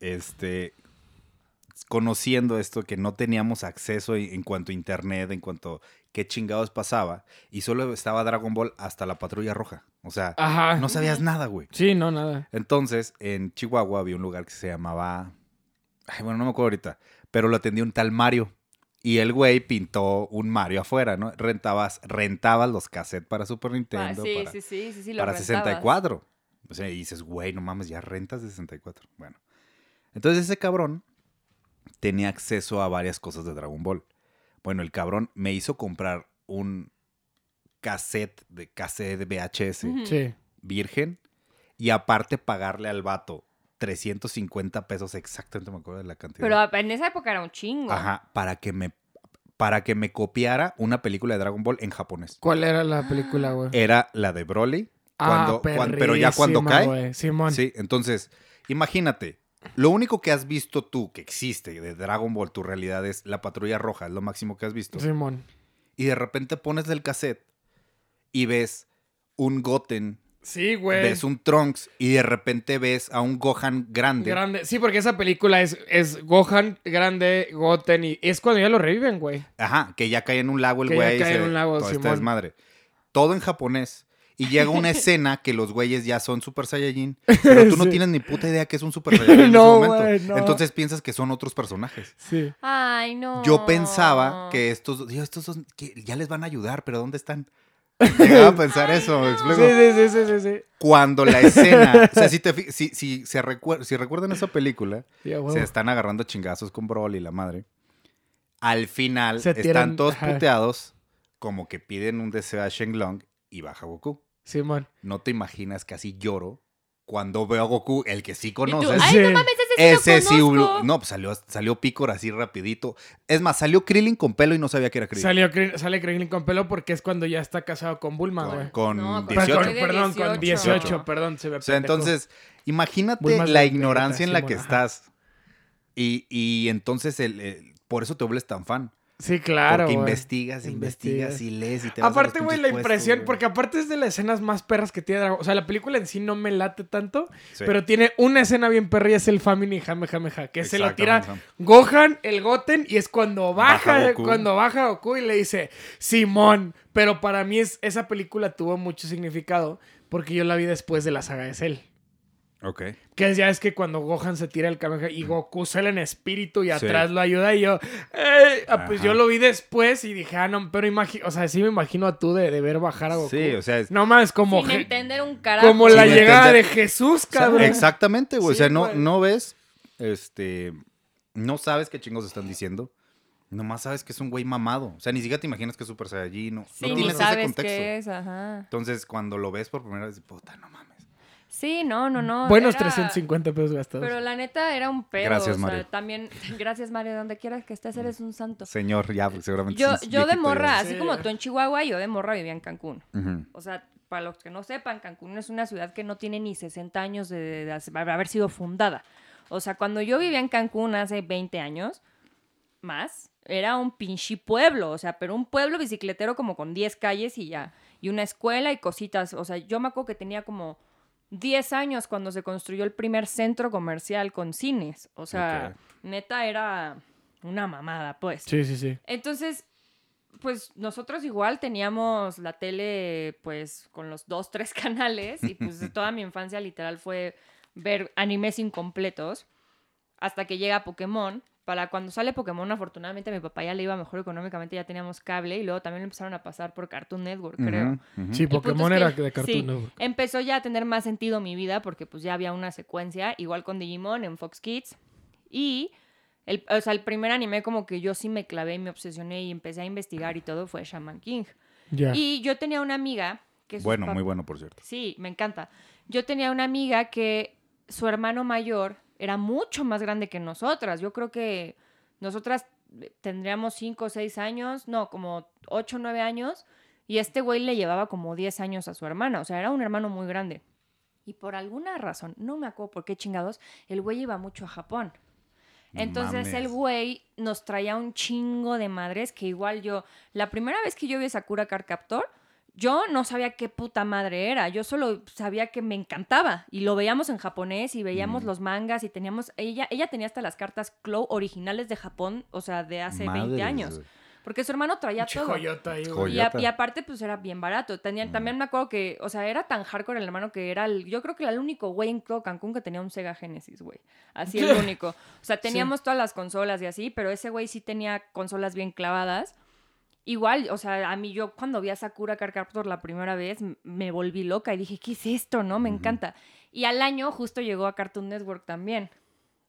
Speaker 2: este, conociendo esto que no teníamos acceso en en cuanto a internet, en cuanto a qué chingados pasaba, y solo estaba Dragon Ball hasta la patrulla roja, o sea,
Speaker 3: Ajá.
Speaker 2: no sabías nada, güey.
Speaker 3: Sí, no, nada.
Speaker 2: Entonces, en Chihuahua había un lugar que se llamaba, ay, bueno, no me acuerdo ahorita, pero lo atendía un tal Mario. Y el güey pintó un Mario afuera, ¿no? Rentabas, rentabas los cassettes para Super
Speaker 5: Ah,
Speaker 2: Nintendo.
Speaker 5: sí,
Speaker 2: para-
Speaker 5: sí, sí, sí, sí, lo
Speaker 2: para
Speaker 5: rentabas.
Speaker 2: 64. O sea, y dices, güey, no mames, ya rentas de 64. Bueno. Entonces ese cabrón tenía acceso a varias cosas de Dragon Ball. Bueno, el cabrón me hizo comprar un cassette de cassette de VHS
Speaker 5: Ujú.
Speaker 3: Sí.
Speaker 2: virgen y aparte pagarle al vato 350 pesos exactamente, me acuerdo de la cantidad.
Speaker 5: Pero en esa época era un chingo.
Speaker 2: Ajá, para que me para que me copiara una película de Dragon Ball en japonés.
Speaker 3: ¿Cuál era la película, güey? Ah,
Speaker 2: Era la de Broly, Eh, cuando- cuan- pero ya cuando
Speaker 3: perrísima,
Speaker 2: cae,
Speaker 3: güey. Simón.
Speaker 2: Sí, entonces, imagínate, lo único que has visto tú que existe de Dragon Ball, tu realidad es la patrulla roja, es lo máximo que has visto.
Speaker 3: Simón.
Speaker 2: Y de repente pones el cassette y ves un Goten,
Speaker 3: Sí, güey.
Speaker 2: ves un Trunks y de repente ves a un Gohan grande.
Speaker 3: Grande. Sí, porque esa película es, es Gohan, Grande, Goten y es cuando ya lo reviven, güey.
Speaker 2: Ajá, que ya cae en un lago el
Speaker 3: Que ya
Speaker 2: güey. y
Speaker 3: cae
Speaker 2: se
Speaker 3: en
Speaker 2: ve
Speaker 3: un lago,
Speaker 2: todo este
Speaker 3: Simón.
Speaker 2: desmadre. Todo en japonés. Y llega una escena que los güeyes ya son Super Saiyajin, pero tú no
Speaker 3: Sí.
Speaker 2: tienes ni puta idea que es un Super Saiyajin en
Speaker 3: No,
Speaker 2: ese momento.
Speaker 3: güey, no.
Speaker 2: Entonces piensas que son otros personajes.
Speaker 3: Sí.
Speaker 5: Ay, no.
Speaker 3: Ah.
Speaker 2: Yo pensaba que estos, dos- digo, estos dos, que ya les van a ayudar, pero ¿dónde están? Llegaba a pensar eso, me
Speaker 3: Sí,
Speaker 2: explico.
Speaker 3: sí, sí, sí, sí, sí.
Speaker 2: Cuando la escena, o sea, si, te, fi- si, si, se recuer- si recuerdan esa película,
Speaker 3: Sí, a huevo.
Speaker 2: se están agarrando chingazos con Broly y la madre. Al final
Speaker 3: Se tiran,
Speaker 2: están todos
Speaker 3: ajá.
Speaker 2: puteados, como que piden un deseo a Shenlong y baja Goku.
Speaker 3: Simón.
Speaker 2: No te imaginas, casi lloro cuando veo a Goku, el que sí
Speaker 5: Y tú,
Speaker 2: conoces.
Speaker 5: ay, no mames, ese
Speaker 2: Ese
Speaker 5: sí
Speaker 2: sí,
Speaker 5: lo
Speaker 2: blu-
Speaker 5: conozco.
Speaker 2: no, pues salió, salió Picor así rapidito. Es más, salió Krillin con pelo y no sabía que era Krillin.
Speaker 3: Salió, Kri- sale Krillin con pelo porque es cuando ya está casado con Bulma, güey.
Speaker 2: con, con
Speaker 5: No, con-
Speaker 3: Perdón,
Speaker 2: 18.
Speaker 5: Soy de
Speaker 3: perdón, con
Speaker 5: 18.
Speaker 3: 18, perdón, se me
Speaker 2: O sea,
Speaker 3: pendejó.
Speaker 2: entonces,
Speaker 3: Voy
Speaker 2: imagínate
Speaker 3: más
Speaker 2: la
Speaker 3: de- de
Speaker 2: ignorancia en la
Speaker 3: Simón,
Speaker 2: que
Speaker 3: ajá.
Speaker 2: estás. Y, y entonces, el- el- por eso te vuelves tan fan.
Speaker 3: Sí, claro.
Speaker 2: porque
Speaker 3: güey.
Speaker 2: investigas, investigas y lees y te vas a los
Speaker 3: Aparte, güey,
Speaker 2: pinches
Speaker 3: la
Speaker 2: puestos,
Speaker 3: impresión,
Speaker 2: güey.
Speaker 3: porque aparte es de las escenas más perras que tiene Dragon O sea, la película en sí no me late tanto,
Speaker 2: Sí.
Speaker 3: pero tiene una escena bien perra y es el Family Jame Jame Ja, que se lo tira
Speaker 2: Exactamente.
Speaker 3: Gohan, el Goten, y es cuando baja,
Speaker 2: Baja Goku.
Speaker 3: cuando baja Goku y le dice, Simón. Pero para mí es, esa película tuvo mucho significado porque yo la vi después de la saga de Cell.
Speaker 2: Ok.
Speaker 3: Que ya es que cuando Gohan se tira el Kamehameha y Goku sale en espíritu y
Speaker 2: Sí.
Speaker 3: atrás lo ayuda y yo, "Ey". Ah, pues
Speaker 2: Ajá.
Speaker 3: yo lo vi después y dije, ah, no, pero imagino, o sea, sí me imagino a tú de, de ver bajar a Goku.
Speaker 2: Sí, o sea, es-
Speaker 3: No más, como,
Speaker 5: Sin
Speaker 3: Je-
Speaker 5: entender un carajo.
Speaker 3: como la
Speaker 2: Sin
Speaker 3: llegada
Speaker 2: entender.
Speaker 3: de Jesús,
Speaker 2: o sea,
Speaker 3: cabrón.
Speaker 2: exactamente, güey. o
Speaker 3: Sí,
Speaker 2: sea, no,
Speaker 3: güey.
Speaker 2: no ves, este, no sabes qué chingos están diciendo. Nomás sabes que es un güey mamado. O sea, ni siquiera te imaginas que es Super Saiyajin. No,
Speaker 5: Sí,
Speaker 2: no
Speaker 5: ni
Speaker 2: tienes ese
Speaker 5: sabes
Speaker 2: contexto.
Speaker 5: qué es, ajá.
Speaker 2: Entonces, cuando lo ves por primera vez, puta, no mames.
Speaker 5: Sí, no, no, no.
Speaker 3: Buenos
Speaker 5: era-
Speaker 3: 350 pesos gastados.
Speaker 5: Pero la neta era un pedo.
Speaker 2: Gracias,
Speaker 5: o sea,
Speaker 2: Mario.
Speaker 5: También, gracias, Mario. Donde quieras que estés, eres un santo.
Speaker 2: Señor, ya, seguramente.
Speaker 5: Yo,
Speaker 2: es un
Speaker 5: yo de
Speaker 2: viejito
Speaker 5: morra,
Speaker 2: ya.
Speaker 5: así
Speaker 3: Sí.
Speaker 5: como tú en Chihuahua, yo de morra vivía en Cancún.
Speaker 2: Ujú.
Speaker 5: O sea, para los que no sepan, Cancún es una ciudad que no tiene ni 60 años de, de- de hace- de haber sido fundada. O sea, cuando yo vivía en Cancún hace 20 años, más, era un pinche pueblo, o sea, pero un pueblo bicicletero como con 10 calles y ya, y una escuela y cositas. O sea, yo me acuerdo que tenía como 10 años cuando se construyó el primer centro comercial con cines. O sea, neta era una mamada, pues.
Speaker 3: Sí, sí, sí.
Speaker 5: Entonces, pues nosotros igual teníamos la tele, pues, con los dos, tres canales. Y pues toda mi infancia literal fue ver animes incompletos hasta que llega Pokémon. Para cuando sale Pokémon, afortunadamente a mi papá ya le iba mejor económicamente, ya teníamos cable y luego también lo empezaron a pasar por Cartoon Network, creo.
Speaker 2: Ujú, ujú.
Speaker 3: Sí,
Speaker 5: El punto
Speaker 3: Pokémon
Speaker 5: es que-
Speaker 3: era de Cartoon
Speaker 5: sí,
Speaker 3: Network.
Speaker 5: Empezó ya a tener más sentido mi vida porque pues ya había una secuencia, igual con Digimon en Fox Kids. Y, el, o sea, el primer anime como que yo sí me clavé y me obsesioné y empecé a investigar y todo fue Shaman King.
Speaker 3: Ya.
Speaker 5: Y yo tenía una amiga que... sus
Speaker 2: Bueno,
Speaker 5: pap-
Speaker 2: muy bueno, por cierto.
Speaker 5: Sí, me encanta. Yo tenía una amiga que su hermano mayor era mucho más grande que nosotras. Yo creo que nosotras tendríamos 5 o 6 años, no, como 8 o 9 años, y este güey le llevaba como 10 años a su hermana. O sea, era un hermano muy grande. Y por alguna razón, no me acuerdo por qué chingados, el güey iba mucho a Japón. Entonces
Speaker 2: Mames.
Speaker 5: el güey nos traía un chingo de madres que igual yo, la primera vez que yo vi Sakura Card Captor, yo no sabía qué puta madre era, yo solo sabía que me encantaba y lo veíamos en japonés y veíamos
Speaker 2: Mm.
Speaker 5: los mangas y teníamos ella ella tenía hasta las cartas Clow originales de Japón, o sea, de hace 20
Speaker 2: Madres,
Speaker 5: años,
Speaker 2: güey.
Speaker 5: porque su hermano traía
Speaker 3: Pinche
Speaker 5: todo.
Speaker 3: joyota ahí, güey.
Speaker 2: Joy-
Speaker 5: Y, a-
Speaker 2: Toyota.
Speaker 5: y aparte, pues era bien barato. Tenía- También me acuerdo que, o sea, era tan hardcore el hermano que era el. Yo creo que era el único güey en todo Cancún que tenía un Sega Genesis, güey. Así el único. O sea, teníamos todas las consolas y así, pero ese güey sí tenía consolas bien clavadas. Igual, o sea, a mí yo cuando vi a Sakura Card Captor la primera vez m- me volví loca y dije, ¿qué es esto? ¿No? Me
Speaker 2: Ujú.
Speaker 5: encanta. Y al año justo llegó a Cartoon Network también.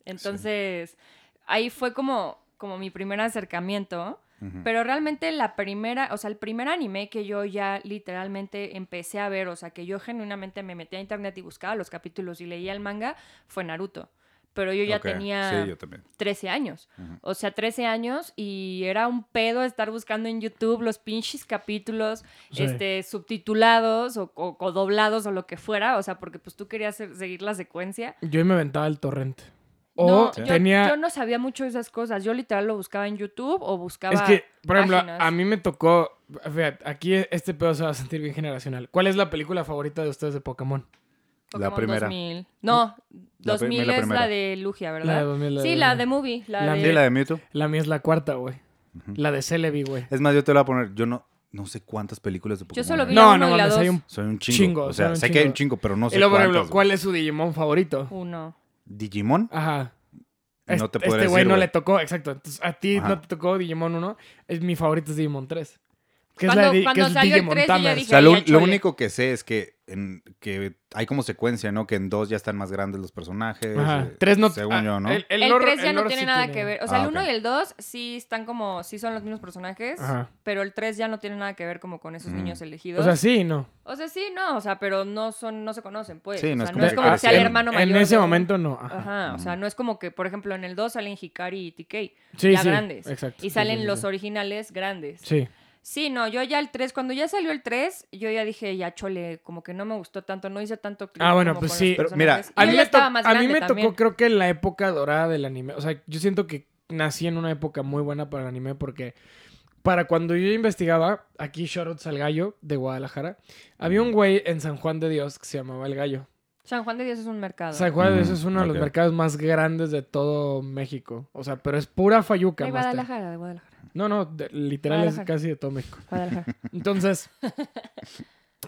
Speaker 5: Entonces, ahí fue como, como mi primer acercamiento.
Speaker 2: Ujú.
Speaker 5: Pero realmente la primera, o sea, el primer anime que yo ya literalmente empecé a ver, o sea, que yo genuinamente me metía a internet y buscaba los capítulos y leía el manga, fue Naruto. Pero yo ya
Speaker 2: Ok,
Speaker 5: tenía
Speaker 2: Sí, yo también.
Speaker 5: 13 años.
Speaker 2: Ujú.
Speaker 5: O sea, 13 años y era un pedo estar buscando en YouTube los pinches capítulos
Speaker 3: Sí.
Speaker 5: este, subtitulados o, o- o doblados o lo que fuera. O sea, porque pues tú querías ser- seguir la secuencia.
Speaker 3: Yo me aventaba el torrente.
Speaker 5: No,
Speaker 3: O
Speaker 5: yo,
Speaker 3: tenía...
Speaker 5: yo no sabía mucho de esas cosas. Yo literal lo buscaba en YouTube o buscaba.
Speaker 3: Es que, por ejemplo,
Speaker 5: páginas.
Speaker 3: a mí me tocó. Fíjate, aquí este pedo se va a sentir bien generacional. ¿Cuál es la película favorita de ustedes de Pokémon?
Speaker 5: Pokémon
Speaker 2: La primera.
Speaker 5: 2000. No,
Speaker 2: La
Speaker 5: 2000
Speaker 2: primera, la
Speaker 5: es la
Speaker 2: primera.
Speaker 5: de Lugia,
Speaker 3: La de
Speaker 5: ¿verdad?
Speaker 3: 2000, la
Speaker 5: sí,
Speaker 3: de-
Speaker 5: la de Movie. La,
Speaker 3: La
Speaker 5: de...
Speaker 2: Sí, la de Mewtwo.
Speaker 3: La mía es la cuarta, güey. La de Celebi, güey.
Speaker 2: Es más, yo te lo voy a poner. Yo no, no sé cuántas películas de Pokémon.
Speaker 5: solo
Speaker 2: hay.
Speaker 5: vi- la
Speaker 3: No,
Speaker 5: uno
Speaker 3: no
Speaker 5: y la
Speaker 3: mames,
Speaker 5: dos.
Speaker 3: hay un.
Speaker 2: Soy un chingo.
Speaker 3: Chingo,
Speaker 2: o
Speaker 3: soy
Speaker 2: sea,
Speaker 3: un
Speaker 2: sé que hay un
Speaker 3: chingo.
Speaker 2: chingo, pero no sé
Speaker 3: y luego, por
Speaker 2: cuántas.
Speaker 3: ejemplo,
Speaker 2: güey.
Speaker 3: ¿cuál es su Digimon favorito?
Speaker 5: Uno.
Speaker 2: ¿Digimon?
Speaker 5: Ah,
Speaker 3: Ajá.
Speaker 2: No
Speaker 3: Este-
Speaker 2: te podría
Speaker 3: Este güey
Speaker 2: decir,
Speaker 3: no
Speaker 2: güey.
Speaker 3: le tocó, exacto. Entonces, a ti
Speaker 2: Ajá.
Speaker 3: no te tocó Digimon 1. Es, mi favorito es Digimon 3. Que
Speaker 5: Cuando-
Speaker 3: es la de-
Speaker 5: cuando
Speaker 3: que es
Speaker 5: salió
Speaker 3: DJ
Speaker 5: el tres, yo ya
Speaker 3: Montana.
Speaker 5: dije-
Speaker 2: O sea, lo,
Speaker 5: ya,
Speaker 2: lo
Speaker 5: chole.
Speaker 2: único que sé es que, en- que hay como secuencia, ¿no? Que en dos ya están más grandes los personajes.
Speaker 3: Ajá.
Speaker 2: eh,
Speaker 3: Tres no
Speaker 2: Según
Speaker 3: ah,
Speaker 2: yo, ¿no?
Speaker 3: El,
Speaker 5: El, 3 ya no tiene nada que ver. O sea,
Speaker 2: Ah,
Speaker 5: el 1
Speaker 2: ok.
Speaker 5: y el 2 sí están como, sí son los mismos personajes,
Speaker 3: Ajá.
Speaker 5: pero el 3 ya no tiene nada que ver como con esos
Speaker 2: Mm.
Speaker 5: niños elegidos.
Speaker 3: O sea, sí, no.
Speaker 5: sí, no, o sea, pero no son, no se conocen, pues.
Speaker 2: Sí,
Speaker 5: o
Speaker 2: no es
Speaker 5: sea,
Speaker 2: como
Speaker 5: no es
Speaker 2: que
Speaker 5: como que sea el
Speaker 2: crecieron.
Speaker 5: hermano mayor.
Speaker 3: En ese
Speaker 5: de-
Speaker 3: momento no. Ajá.
Speaker 5: Ajá, o sea, no es como que, por ejemplo, en el 2 salen Hikari y TK,
Speaker 3: Sí,
Speaker 5: ya
Speaker 3: sí,
Speaker 5: grandes.
Speaker 3: exacto.
Speaker 5: Y
Speaker 3: Sí,
Speaker 5: salen
Speaker 3: sí, sí,
Speaker 5: los
Speaker 3: sí.
Speaker 5: originales grandes.
Speaker 3: Sí.
Speaker 5: Sí, no, yo ya el 3, cuando ya salió el 3, yo ya dije, ya chole, como que no me gustó tanto, no hice tanto clic
Speaker 3: Ah, bueno,
Speaker 5: como
Speaker 3: pues
Speaker 5: con
Speaker 3: sí.
Speaker 5: los
Speaker 2: Pero mira,
Speaker 5: personajes. Y
Speaker 3: A
Speaker 5: yo
Speaker 3: mí,
Speaker 5: ya
Speaker 3: me, to-
Speaker 5: estaba más
Speaker 3: a mí
Speaker 5: grande
Speaker 3: me tocó,
Speaker 5: también.
Speaker 3: creo que la época dorada del anime. O sea, yo siento que nací en una época muy buena para el anime porque para cuando yo investigaba, aquí shoutouts al gallo de Guadalajara, había un güey en San Juan de Dios que se llamaba El Gallo.
Speaker 5: San Juan de Dios es un mercado.
Speaker 3: San Juan de Dios
Speaker 2: Mm,
Speaker 3: es uno de los
Speaker 2: ok.
Speaker 3: mercados más grandes de todo México. O sea, pero es pura fayuca.
Speaker 5: de
Speaker 3: master.
Speaker 5: Guadalajara, de Guadalajara.
Speaker 3: No, no, de- literal es
Speaker 5: Guadalajara.
Speaker 3: casi de todo México.
Speaker 5: Guadalajara.
Speaker 3: Entonces,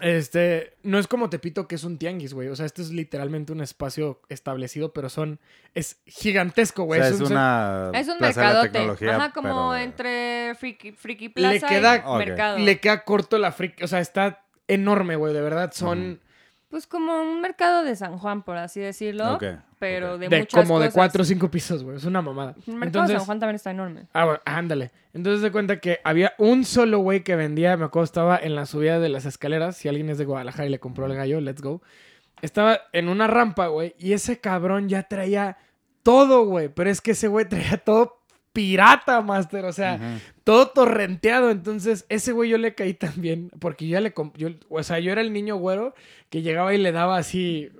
Speaker 3: este, no es como Tepito que es un tianguis, güey. O sea, este es literalmente un espacio establecido, pero son, es gigantesco,
Speaker 2: O
Speaker 3: güey.
Speaker 2: sea,
Speaker 3: es
Speaker 2: es
Speaker 3: un ce-
Speaker 2: una.
Speaker 5: Es un
Speaker 2: plaza de la
Speaker 5: mercadote.
Speaker 2: tecnología,
Speaker 5: Ajá, como
Speaker 2: pero-
Speaker 5: entre friki, friki plaza
Speaker 3: queda-
Speaker 5: y
Speaker 2: Ok.
Speaker 5: mercado.
Speaker 3: Le queda corto la fric, o sea, está enorme, güey, de verdad. Son
Speaker 5: Pues como un mercado de San Juan, por así decirlo.
Speaker 2: Ok,
Speaker 5: Pero
Speaker 2: ok.
Speaker 5: de,
Speaker 3: de,
Speaker 5: muchas
Speaker 3: como de
Speaker 5: cosas.
Speaker 3: cuatro o cinco pisos, güey. Es una mamada.
Speaker 5: El mercado de
Speaker 3: Entonces,
Speaker 5: San Juan también está enorme.
Speaker 3: ah, bueno, ándale. Entonces se cuenta que había un solo güey que vendía, me acuerdo, estaba en la subida de las escaleras. Si alguien es de Guadalajara y le compró el gallo, let's go. Estaba en una rampa, güey, y ese cabrón ya traía todo, güey. Pero es que ese güey traía todo pirata, master. O sea,
Speaker 2: Ujú.
Speaker 3: todo torrenteado. Entonces, ese güey yo le caí también. Porque yo ya le. comp- yo- o sea, yo era el niño güero que llegaba y le daba así.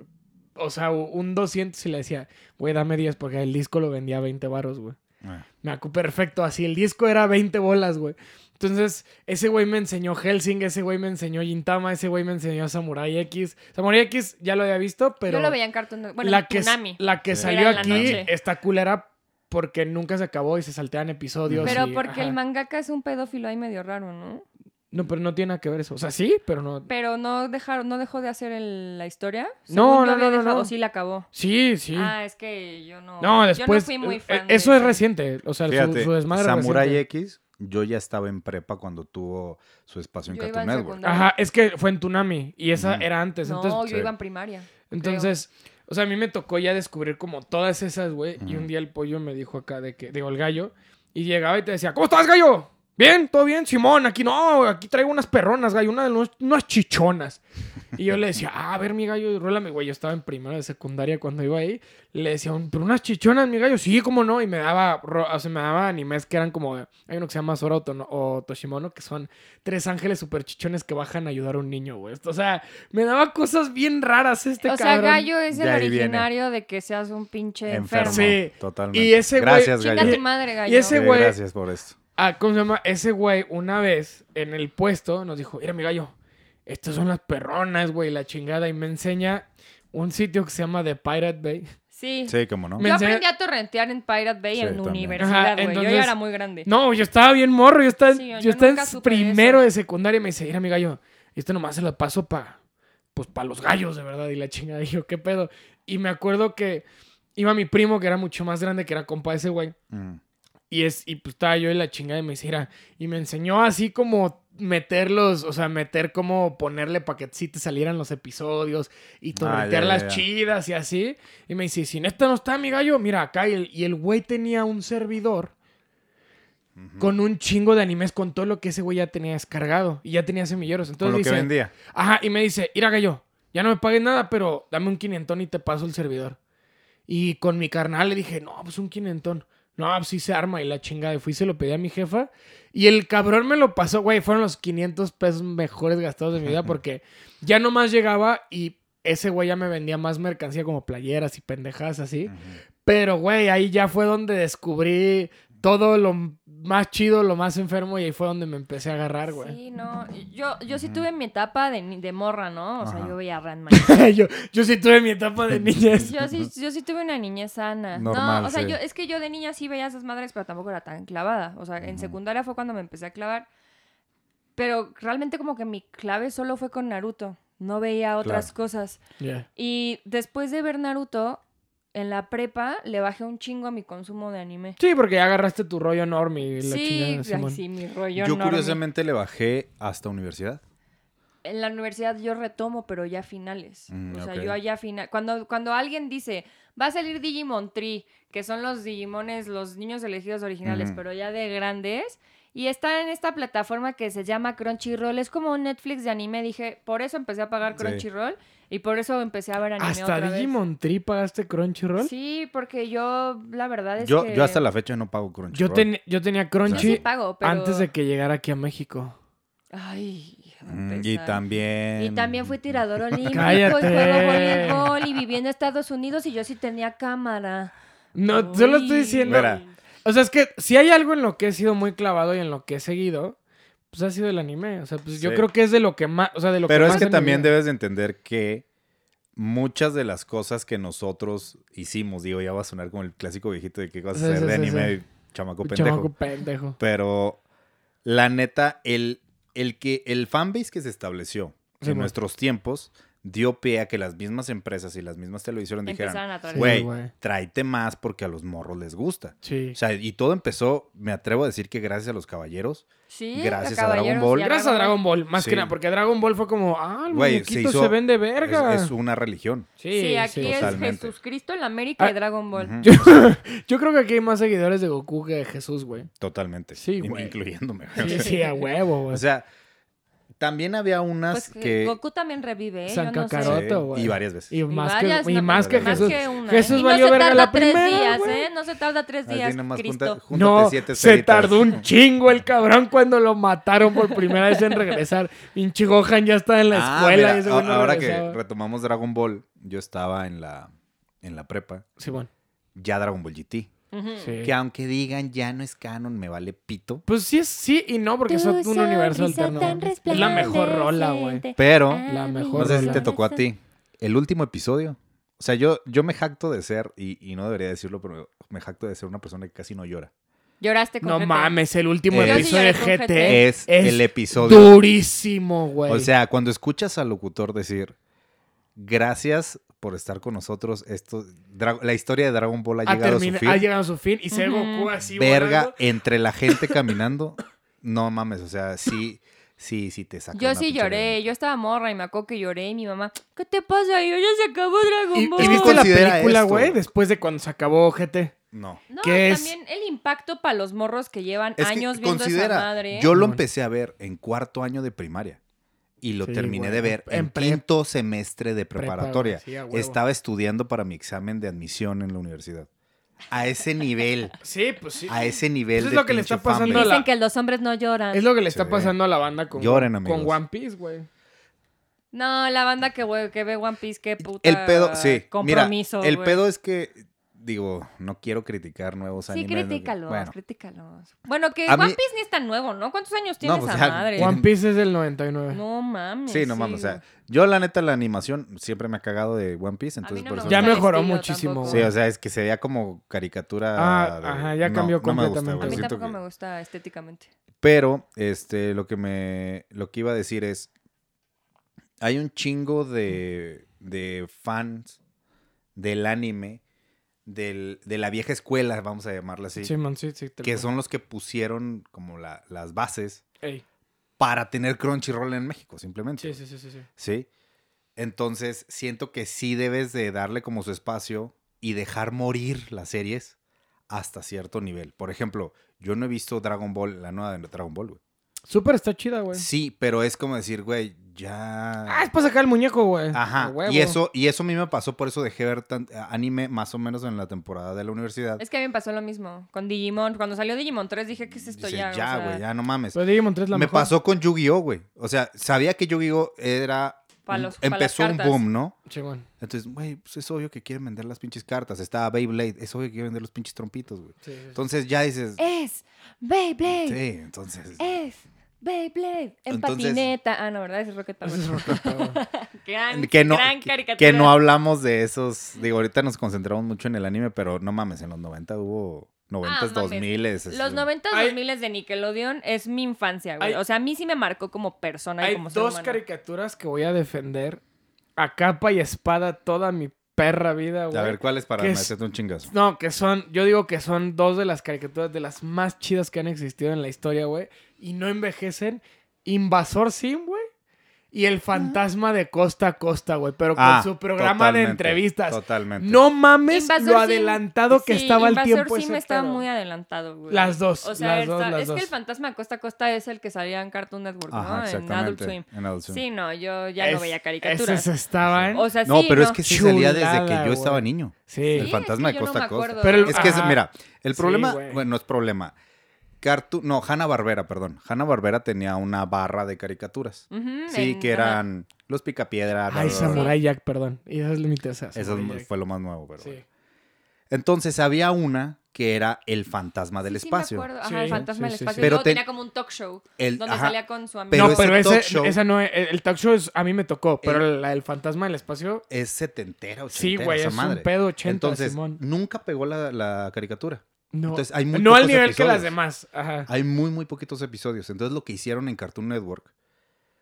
Speaker 3: O sea, un 200 y le decía, güey, dame 10 porque el disco lo vendía a 20 varos, güey.
Speaker 2: Ah,
Speaker 3: Me acu perfecto, así. El disco era 20 bolas, güey. Entonces, ese güey me enseñó Helsing, ese güey me enseñó Gintama, ese güey me enseñó Samurai X. Samurai X ya lo había visto, pero
Speaker 5: Yo lo veía en Cartoon Network. Bueno,
Speaker 3: la
Speaker 5: en
Speaker 3: que,
Speaker 5: Tsunami.
Speaker 3: la que
Speaker 2: Sí.
Speaker 3: salió
Speaker 5: Era en la
Speaker 3: aquí
Speaker 5: noche.
Speaker 3: está culera porque nunca se acabó y se saltean episodios.
Speaker 5: Pero
Speaker 3: y-
Speaker 5: porque
Speaker 3: ajá.
Speaker 5: el mangaka es un pedófilo ahí medio raro, ¿no?
Speaker 3: No, pero no tiene nada que ver eso. O sea, sí, pero no.
Speaker 5: Pero no dejaron, no dejó de hacer el- la historia.
Speaker 3: No,
Speaker 5: Según yo
Speaker 3: no,
Speaker 5: había
Speaker 3: no, no,
Speaker 5: dejado-
Speaker 3: no.
Speaker 5: O sí la acabó.
Speaker 3: Sí, sí.
Speaker 5: Ah, es que yo no.
Speaker 3: no, después.
Speaker 5: Yo no fui muy
Speaker 3: eh,
Speaker 5: fan. de
Speaker 3: eso es
Speaker 5: ese.
Speaker 3: reciente. O sea, su,
Speaker 2: Ah, Fíjate,
Speaker 3: su desmadre
Speaker 2: Samurai
Speaker 3: reciente.
Speaker 2: X, yo ya estaba en prepa cuando tuvo su espacio en
Speaker 5: Yo iba
Speaker 2: Cartoon
Speaker 5: en
Speaker 2: Network.
Speaker 5: secundaria.
Speaker 3: Ajá, es que fue en Tsunami y esa
Speaker 2: Ujú.
Speaker 3: era antes.
Speaker 5: No,
Speaker 3: entonces,
Speaker 5: yo
Speaker 2: Sí.
Speaker 5: iba en primaria.
Speaker 3: entonces o sea, a mí me tocó ya descubrir como todas esas, güey. Y
Speaker 2: Ujú.
Speaker 3: un día el pollo me dijo acá de que, digo, el gallo. Y llegaba y te decía, ¿cómo estás, gallo? Bien, todo bien, Simón. Aquí no, aquí traigo unas perronas, gallo, una de unas- unas chichonas. Y yo le decía, "Ah, a ver, mi gallo, rólame, güey. Yo estaba en primero de secundaria cuando iba ahí. Le decía, pero unas chichonas, mi gallo, sí, cómo no. Y me daba, ro- o sea, me daba animes que eran como, hay uno que se llama Sora o, Tono- o Toshimono, que son tres ángeles super chichones que bajan a ayudar a un niño, güey. Esto, O sea, me daba cosas bien raras este
Speaker 5: o sea,
Speaker 3: cabrón.
Speaker 5: Gallo es el
Speaker 2: De ahí viene.
Speaker 5: originario de que seas un pinche enfermo.
Speaker 2: Enfermo.
Speaker 3: Sí.
Speaker 2: Totalmente.
Speaker 3: Y ese güey-
Speaker 2: Gracias,
Speaker 5: Chinga
Speaker 2: Gallo.
Speaker 5: tu madre, Gallo.
Speaker 3: y ese
Speaker 2: Sí,
Speaker 3: güey-
Speaker 2: Gracias por esto.
Speaker 3: Ah, ¿cómo se llama? Ese güey, una vez en el puesto, nos dijo: Mira, mi gallo, estas son las perronas, güey, la chingada. Y me enseña un sitio que se llama The Pirate Bay.
Speaker 5: Sí.
Speaker 2: Sí, cómo no.
Speaker 3: Me-
Speaker 5: Yo
Speaker 3: enseña-
Speaker 5: aprendí a torrentear en Pirate Bay
Speaker 2: Sí,
Speaker 5: en
Speaker 2: también.
Speaker 5: universidad,
Speaker 3: Ajá,
Speaker 5: güey. Yo
Speaker 3: entonces-
Speaker 5: ya era muy grande.
Speaker 3: No, yo estaba bien morro, yo estaba,
Speaker 5: Sí, yo
Speaker 3: yo estaba
Speaker 5: nunca
Speaker 3: en
Speaker 5: supe de
Speaker 3: primero
Speaker 5: eso.
Speaker 3: de secundaria. y Me dice: Mira, mi gallo, esto nomás se lo paso para pues, pa los gallos, de verdad. Y la chingada, y yo, ¿qué pedo? Y me acuerdo que iba mi primo, que era mucho más grande, que era compa de ese güey.
Speaker 2: Mm.
Speaker 3: Y es, y pues estaba yo en la chingada y me decía, "Mira", y me enseñó así como meterlos, o sea, meter como ponerle para que sí te salieran los episodios y torrentear
Speaker 2: Ah, ya, ya,
Speaker 3: las
Speaker 2: ya.
Speaker 3: chidas y así. Y me dice, sin esta no está mi gallo, mira acá. Y el, y el güey tenía un servidor con un chingo de animes, con todo lo que ese güey ya tenía descargado y ya tenía semilleros. Entonces
Speaker 2: Con lo
Speaker 3: dice,
Speaker 2: que vendía.
Speaker 3: Ajá, y me dice, mira gallo, ya no me pagues nada, pero dame un quinientón y te paso el servidor. Y con mi carnal le dije, no, pues un quinientón. No, pues sí se arma y la chingada. Y fui y se lo pedí a mi jefa. Y el cabrón me lo pasó, güey. Fueron los 500 pesos mejores gastados de mi vida porque ya nomás llegaba y ese güey ya me vendía más mercancía como playeras y pendejadas así.
Speaker 2: Ujú.
Speaker 3: Pero, güey, ahí ya fue donde descubrí todo lo más chido, lo más enfermo y ahí fue donde me empecé a agarrar, güey.
Speaker 5: Sí, no. Yo, yo sí tuve mi etapa de, ni- de morra, ¿no? O sea,
Speaker 2: Ajá.
Speaker 5: yo veía Ranma.
Speaker 3: yo, yo sí tuve mi etapa de niñez.
Speaker 5: Yo sí, yo sí tuve una niñez sana.
Speaker 2: Normal,
Speaker 5: no, o sea,
Speaker 2: sí.
Speaker 5: yo, es que yo de niña sí veía esas madres, pero tampoco era tan clavada. O sea, en
Speaker 2: Ujú.
Speaker 5: secundaria fue cuando me empecé a clavar. Pero realmente como que mi clave solo fue con Naruto. No veía otras
Speaker 2: Claro.
Speaker 5: cosas. Y después de ver Naruto, en la prepa le bajé un chingo a mi consumo de anime.
Speaker 3: Sí, porque ya agarraste tu rollo enorme y la
Speaker 5: Sí,
Speaker 3: chingada.
Speaker 5: ay,
Speaker 3: Simón.
Speaker 5: sí, mi rollo.
Speaker 2: Yo,
Speaker 5: enorme.
Speaker 2: curiosamente le bajé hasta universidad.
Speaker 5: En la universidad yo retomo, pero ya finales.
Speaker 2: Mm,
Speaker 5: o sea,
Speaker 2: ok.
Speaker 5: yo allá final. Cuando, cuando alguien dice, va a salir Digimon Tree, que son los Digimones, los niños elegidos originales,
Speaker 2: Ujú.
Speaker 5: pero ya de grandes, y está en esta plataforma que se llama Crunchyroll, es como un Netflix de anime. Dije, por eso empecé a pagar
Speaker 2: Sí.
Speaker 5: Crunchyroll y por eso empecé a ver anime
Speaker 3: ¿Hasta
Speaker 5: otra vez.
Speaker 3: Digimon Tree pagaste Crunchyroll?
Speaker 5: Sí, porque yo, la verdad es
Speaker 2: Yo,
Speaker 5: que.
Speaker 2: yo hasta la fecha no pago Crunchyroll.
Speaker 3: Yo, ten- yo tenía
Speaker 5: Yo
Speaker 3: Crunchy
Speaker 5: sí pago, pero.
Speaker 3: antes de que llegara aquí a México.
Speaker 5: Ay, va a
Speaker 2: Mm, Y
Speaker 5: empezar.
Speaker 2: también...
Speaker 5: Y también fui tirador olímpico
Speaker 3: Em, Cállate.
Speaker 5: y juego voleibol y viví en Estados Unidos y yo sí tenía cámara.
Speaker 3: No, solo
Speaker 5: Uy.
Speaker 3: estoy diciendo.
Speaker 2: Mira.
Speaker 3: O sea, es que si hay algo en lo que he sido muy clavado y en lo que he seguido, pues ha sido el anime. O sea, pues yo
Speaker 2: Sí.
Speaker 3: creo que es de lo que más. O sea, de lo
Speaker 2: Pero
Speaker 3: que
Speaker 2: es
Speaker 3: más
Speaker 2: que
Speaker 3: en mi
Speaker 2: también
Speaker 3: vida.
Speaker 2: debes de entender que muchas de las cosas que nosotros hicimos, digo, ya va a sonar como el clásico viejito de qué vas a
Speaker 3: Sí,
Speaker 2: hacer
Speaker 3: sí,
Speaker 2: de
Speaker 3: sí,
Speaker 2: anime, chamaco pendejo.
Speaker 3: Chamaco pendejo.
Speaker 2: Pero la neta, el, el que el fanbase que se estableció
Speaker 3: Sí,
Speaker 2: en
Speaker 3: mo.
Speaker 2: nuestros tiempos dio pie a que las mismas empresas y las mismas televisiones dijeran,
Speaker 5: Empezaron a
Speaker 3: Sí,
Speaker 5: torear.
Speaker 2: güey,
Speaker 3: güey.
Speaker 2: tráete más porque a los morros les gusta.
Speaker 3: Sí.
Speaker 2: O sea, y todo empezó, me atrevo a decir que gracias a los caballeros,
Speaker 5: Sí,
Speaker 2: gracias
Speaker 5: a
Speaker 2: a Dragon
Speaker 5: Caballeros
Speaker 2: Ball.
Speaker 5: y
Speaker 3: Gracias a Dragon Ball, más
Speaker 2: Sí.
Speaker 3: que nada, porque Dragon Ball fue como, ah, el
Speaker 2: Güey, se
Speaker 3: muñequito se,
Speaker 2: hizo-
Speaker 3: vende
Speaker 2: es-
Speaker 3: verga.
Speaker 2: es una religión.
Speaker 5: Sí, aquí es
Speaker 2: Totalmente.
Speaker 5: Jesús Cristo en la América
Speaker 3: Ah,
Speaker 5: y Dragon Ball.
Speaker 2: Ujú.
Speaker 3: Yo, yo creo que aquí hay más seguidores de Goku que de Jesús, güey.
Speaker 2: Totalmente.
Speaker 3: Sí,
Speaker 2: in-
Speaker 3: güey.
Speaker 2: Incluyéndome.
Speaker 3: Sí, sí, a huevo, güey.
Speaker 2: O sea, también había unas
Speaker 5: Pues
Speaker 2: que...
Speaker 5: Goku también revive, ¿eh?
Speaker 3: San
Speaker 5: yo no sé.
Speaker 2: Sí,
Speaker 3: Cacaroto. Caroto, güey.
Speaker 2: y varias veces.
Speaker 3: y más
Speaker 5: varias,
Speaker 3: que, y
Speaker 5: no,
Speaker 3: más que
Speaker 2: más
Speaker 3: Jesús.
Speaker 5: que una, ¿eh?
Speaker 3: Jesús
Speaker 5: Y no
Speaker 3: valió
Speaker 5: se
Speaker 3: verga
Speaker 5: tarda
Speaker 3: la
Speaker 5: tres
Speaker 3: primera,
Speaker 5: días,
Speaker 3: güey.
Speaker 5: ¿eh? No se tarda tres
Speaker 2: Así
Speaker 5: días,
Speaker 2: nomás junta-
Speaker 5: Cristo.
Speaker 2: júntate
Speaker 3: No,
Speaker 2: siete
Speaker 3: se
Speaker 2: esferitas.
Speaker 3: tardó un chingo el cabrón cuando lo mataron por primera vez en regresar. Pinche Gohan ya está en la
Speaker 2: Ah,
Speaker 3: escuela.
Speaker 2: mira,
Speaker 3: y ese güey
Speaker 2: a-
Speaker 3: no
Speaker 2: ahora
Speaker 3: regresaba.
Speaker 2: que retomamos Dragon Ball, yo estaba en la, en la prepa,
Speaker 3: Sí, bueno.
Speaker 2: ya Dragon Ball GT.
Speaker 5: Ujú.
Speaker 3: Sí.
Speaker 2: Que aunque digan ya no es canon, me vale pito.
Speaker 3: Pues sí, es sí y no, porque es
Speaker 4: Tu
Speaker 3: un universo
Speaker 4: sonrisa
Speaker 3: alterno.
Speaker 4: tan
Speaker 3: Es la mejor rola, güey.
Speaker 4: resplandeciente.
Speaker 2: Pero,
Speaker 3: La
Speaker 4: Ah, mi
Speaker 3: mejor
Speaker 2: no sé si
Speaker 3: rola.
Speaker 2: te tocó a ti, el último episodio. O sea, yo, yo me jacto de ser, y, y no debería decirlo, pero me jacto de ser una persona que casi no llora.
Speaker 5: Lloraste con
Speaker 3: No
Speaker 5: GT.
Speaker 3: mames, el último
Speaker 2: Yo sí
Speaker 3: episodio de
Speaker 5: lloré con
Speaker 3: GT.
Speaker 5: GT.
Speaker 2: Es el episodio.
Speaker 3: Durísimo, Eh, güey.
Speaker 2: O sea, cuando escuchas al locutor decir, gracias por estar con nosotros, esto, Dra- la historia de Dragon Ball ha,
Speaker 3: ha,
Speaker 2: llegado
Speaker 3: Ah, termina-
Speaker 2: a su fin.
Speaker 3: ha llegado a su fin y se ve
Speaker 5: Ujú.
Speaker 3: Goku así
Speaker 2: Verga,
Speaker 3: volando.
Speaker 2: entre la gente caminando, no mames, o sea, sí, sí, sí te saca
Speaker 5: Yo
Speaker 2: una
Speaker 5: sí
Speaker 2: pinche
Speaker 5: lloré,
Speaker 2: lagrimita.
Speaker 5: yo estaba morra y me acuerdo que lloré y mi mamá, ¿qué te pasa? Y yo ya se acabó
Speaker 3: ¿Y,
Speaker 5: Dragon
Speaker 3: y
Speaker 5: Ball.
Speaker 2: Es que
Speaker 3: viste la
Speaker 2: considera
Speaker 3: película,
Speaker 2: esto.
Speaker 3: güey? Después de cuando se acabó GT.
Speaker 2: No.
Speaker 5: No,
Speaker 3: ¿Qué
Speaker 5: y
Speaker 3: es?
Speaker 5: también el impacto para los morros que llevan
Speaker 2: Es que
Speaker 5: años viendo
Speaker 2: considera,
Speaker 5: esa madre.
Speaker 2: yo lo
Speaker 3: Simón.
Speaker 2: empecé a ver en cuarto año de primaria y lo
Speaker 3: Sí,
Speaker 2: terminé
Speaker 3: güey,
Speaker 2: de ver
Speaker 3: en
Speaker 2: en,
Speaker 3: prep-
Speaker 2: quinto semestre de
Speaker 3: prepa,
Speaker 2: preparatoria.
Speaker 3: güey, sí, a huevo.
Speaker 2: Estaba estudiando para mi examen de admisión en la universidad. A ese nivel,
Speaker 3: Sí, pues sí.
Speaker 2: a ese nivel
Speaker 3: Eso es
Speaker 2: de
Speaker 3: lo que le está
Speaker 2: pinche
Speaker 3: pasando
Speaker 2: fanbase.
Speaker 3: a la-
Speaker 5: Dicen que los hombres no lloran.
Speaker 3: Es lo que le está
Speaker 2: Sí.
Speaker 3: pasando a la banda con,
Speaker 2: Lloren, amigos. Em.
Speaker 3: con One Piece, güey.
Speaker 5: No, la banda que, güey, que ve One Piece, qué puta
Speaker 2: El pedo, sí.
Speaker 5: compromiso,
Speaker 2: mira, el
Speaker 5: güey.
Speaker 2: pedo es que, digo, no quiero criticar nuevos
Speaker 5: Sí,
Speaker 2: animes. no quiero-
Speaker 5: critícalos,
Speaker 2: Bueno,
Speaker 5: critícalos. Bueno, que
Speaker 2: A
Speaker 5: One
Speaker 2: mí-
Speaker 5: Piece ni es tan nuevo, ¿no? ¿Cuántos años tiene
Speaker 2: pues
Speaker 5: esa
Speaker 2: ya,
Speaker 5: madre?
Speaker 2: One
Speaker 3: One Piece es del 99.
Speaker 5: No mames.
Speaker 2: sí, no mames. O sea, yo la neta la animación siempre me ha cagado de One Piece,
Speaker 5: A mí
Speaker 2: entonces
Speaker 5: no
Speaker 2: por
Speaker 5: me
Speaker 2: eso.
Speaker 3: Ya
Speaker 5: gusta el
Speaker 3: mejoró
Speaker 5: estilo
Speaker 3: muchísimo,
Speaker 5: tampoco.
Speaker 2: Sí, o sea, es que se veía como caricatura.
Speaker 3: Ah,
Speaker 2: de-
Speaker 3: ajá, ya
Speaker 2: no,
Speaker 3: cambió
Speaker 2: no me gusta,
Speaker 3: completamente.
Speaker 2: güey,
Speaker 5: A mí
Speaker 2: siento
Speaker 5: tampoco
Speaker 2: que-
Speaker 5: me gusta estéticamente.
Speaker 2: Pero, este, lo que me. Lo que iba a decir es. Hay un chingo de. de fans del anime. Del, de la vieja escuela, vamos a llamarla así.
Speaker 3: Sí, man, sí, sí. tal
Speaker 2: que
Speaker 3: cual.
Speaker 2: son los que pusieron como la- las bases
Speaker 3: Ey,
Speaker 2: para tener Crunchyroll en México, simplemente.
Speaker 3: sí, sí, sí, sí, sí.
Speaker 2: ¿Sí? Entonces, siento que sí debes de darle como su espacio y dejar morir las series hasta cierto nivel. Por ejemplo, yo no he visto Dragon Ball, la nueva de Dragon Ball, güey.
Speaker 3: Súper está chida, güey.
Speaker 2: Sí, pero es como decir, güey, ya...
Speaker 3: Ah, es para sacar el muñeco, güey. A
Speaker 2: Ajá.
Speaker 3: huevo.
Speaker 2: Y eso, y eso a mí me pasó, por eso dejé ver tan- eh, anime más o menos en la temporada de la universidad.
Speaker 5: Es que a mí me pasó lo mismo con Digimon. Cuando salió Digimon 3 dije, ¿qué es esto
Speaker 2: Dice,
Speaker 5: ya? O
Speaker 2: ya,
Speaker 5: sea, Pues,
Speaker 2: güey, ya no mames.
Speaker 3: Pero Digimon 3 es la
Speaker 2: me
Speaker 3: mejor.
Speaker 2: pasó con Yu-Gi-Oh, güey. O sea, sabía que Yu-Gi-Oh era...
Speaker 5: Pa
Speaker 2: un-
Speaker 5: los- pa las
Speaker 2: Em, empezó un
Speaker 5: cartas.
Speaker 2: boom, ¿no?
Speaker 3: Sí, güey.
Speaker 2: Entonces, güey, pues es obvio que quieren vender las pinches cartas. Estaba Beyblade, es obvio que quieren vender los pinches trompitos, güey.
Speaker 3: Sí, sí, sí.
Speaker 2: Entonces ya dices,
Speaker 5: Es Beyblade.
Speaker 2: sí, entonces.
Speaker 5: Es Beyblade. En
Speaker 2: Entonces-
Speaker 5: patineta. Ah, no, ¿verdad? Es Rocket Power.
Speaker 3: Eso es Rocket Power.
Speaker 5: gran,
Speaker 2: Que no,
Speaker 5: gran
Speaker 2: que-
Speaker 5: caricatura.
Speaker 2: que no hablamos de esos. Digo, ahorita nos concentramos mucho en el anime, pero no mames, en los 90 hubo 90s,
Speaker 5: Ah, mames.
Speaker 2: 2000
Speaker 5: Los 90
Speaker 3: Hay-
Speaker 5: 2000 de Nickelodeon es mi infancia, güey.
Speaker 3: Hay-
Speaker 5: o sea, a mí sí me marcó como persona y
Speaker 3: Hay
Speaker 5: como ser
Speaker 3: dos
Speaker 5: humano.
Speaker 3: caricaturas que voy a defender a capa y espada toda mi perra vida, güey.
Speaker 2: A ver, ¿cuál es para
Speaker 3: ¿Qué es?
Speaker 2: meterte un chingazo?
Speaker 3: No, que son, yo digo que son dos de las caricaturas de las más chidas que han existido en la historia, güey. Y no envejecen. Invasor Sim, güey. Y el fantasma de costa a costa, güey. Pero con
Speaker 2: Ah,
Speaker 3: su programa de
Speaker 2: totalmente,
Speaker 3: entrevistas.
Speaker 2: Totalmente.
Speaker 3: No mames
Speaker 5: Invasor
Speaker 3: lo
Speaker 5: Sim-
Speaker 3: adelantado que
Speaker 5: sí,
Speaker 3: estaba el
Speaker 5: Invasor
Speaker 3: tiempo.
Speaker 5: Sim
Speaker 3: ese
Speaker 5: estaba
Speaker 3: pedo.
Speaker 5: muy adelantado, güey.
Speaker 3: Las dos,
Speaker 5: O sea,
Speaker 3: las dos,
Speaker 5: está-
Speaker 3: las
Speaker 5: es
Speaker 3: dos.
Speaker 5: que el fantasma Costa a Costa es el que salía en Cartoon Network,
Speaker 2: Ajá,
Speaker 5: ¿no? En Adult
Speaker 2: exactamente.
Speaker 5: Swim.
Speaker 2: En Adult Swim.
Speaker 5: Sí, no, yo ya no
Speaker 3: Es-
Speaker 5: veía caricaturas.
Speaker 3: Esos estaban.
Speaker 5: O sea,
Speaker 2: No,
Speaker 5: sí,
Speaker 2: pero es que sí salía desde que
Speaker 3: Chulada,
Speaker 2: yo estaba
Speaker 3: güey.
Speaker 2: niño.
Speaker 3: sí.
Speaker 2: El
Speaker 5: Sí,
Speaker 2: fantasma
Speaker 5: es que yo no
Speaker 2: de Costa
Speaker 5: me
Speaker 2: a Costa.
Speaker 5: acuerdo.
Speaker 3: Pero el-
Speaker 2: es que, es-
Speaker 3: Ajá.
Speaker 2: mira, el
Speaker 3: Sí,
Speaker 2: problema,
Speaker 3: güey.
Speaker 2: bueno, no es problema. Cartu no, Hanna Barbera, perdón. Hanna Barbera tenía una barra de caricaturas.
Speaker 5: Ujú,
Speaker 2: Sí,
Speaker 5: Mm, en-
Speaker 2: que
Speaker 5: ajá.
Speaker 2: eran los picapiedra. bla,
Speaker 3: Ay,
Speaker 2: bla, bla, bla.
Speaker 3: Samurai Jack, perdón. Y esa es mi tercera.
Speaker 2: Eso
Speaker 3: Samurai Jack.
Speaker 2: fue lo más nuevo, pero.
Speaker 3: Sí.
Speaker 2: Entonces había una que era el fantasma del
Speaker 5: Sí, sí me
Speaker 2: espacio.
Speaker 5: acuerdo. Ajá, el
Speaker 3: Sí,
Speaker 5: fantasma del
Speaker 3: sí, sí,
Speaker 5: espacio.
Speaker 2: sí.
Speaker 5: Pero
Speaker 2: Pero te-
Speaker 5: tenía como un talk show
Speaker 2: El-
Speaker 5: donde
Speaker 2: ajá,
Speaker 5: salía con su amigo.
Speaker 2: pero
Speaker 3: no, pero
Speaker 2: ese
Speaker 3: ese,
Speaker 2: talk show- Eh.
Speaker 3: esa no es. El, el talk show es, a mí me tocó, pero la del fantasma del espacio.
Speaker 2: es setentera,
Speaker 3: Sí,
Speaker 2: ochentera,
Speaker 3: güey,
Speaker 2: esa
Speaker 3: es
Speaker 2: madre.
Speaker 3: un pedo 80,
Speaker 2: Entonces,
Speaker 3: Simón.
Speaker 2: nunca pegó la, la caricatura.
Speaker 3: No,
Speaker 2: Entonces, hay muy
Speaker 3: no al
Speaker 2: pocos
Speaker 3: nivel que las
Speaker 2: episodios.
Speaker 3: demás. Ajá.
Speaker 2: Hay muy, muy poquitos episodios. Entonces, lo que hicieron en Cartoon Network,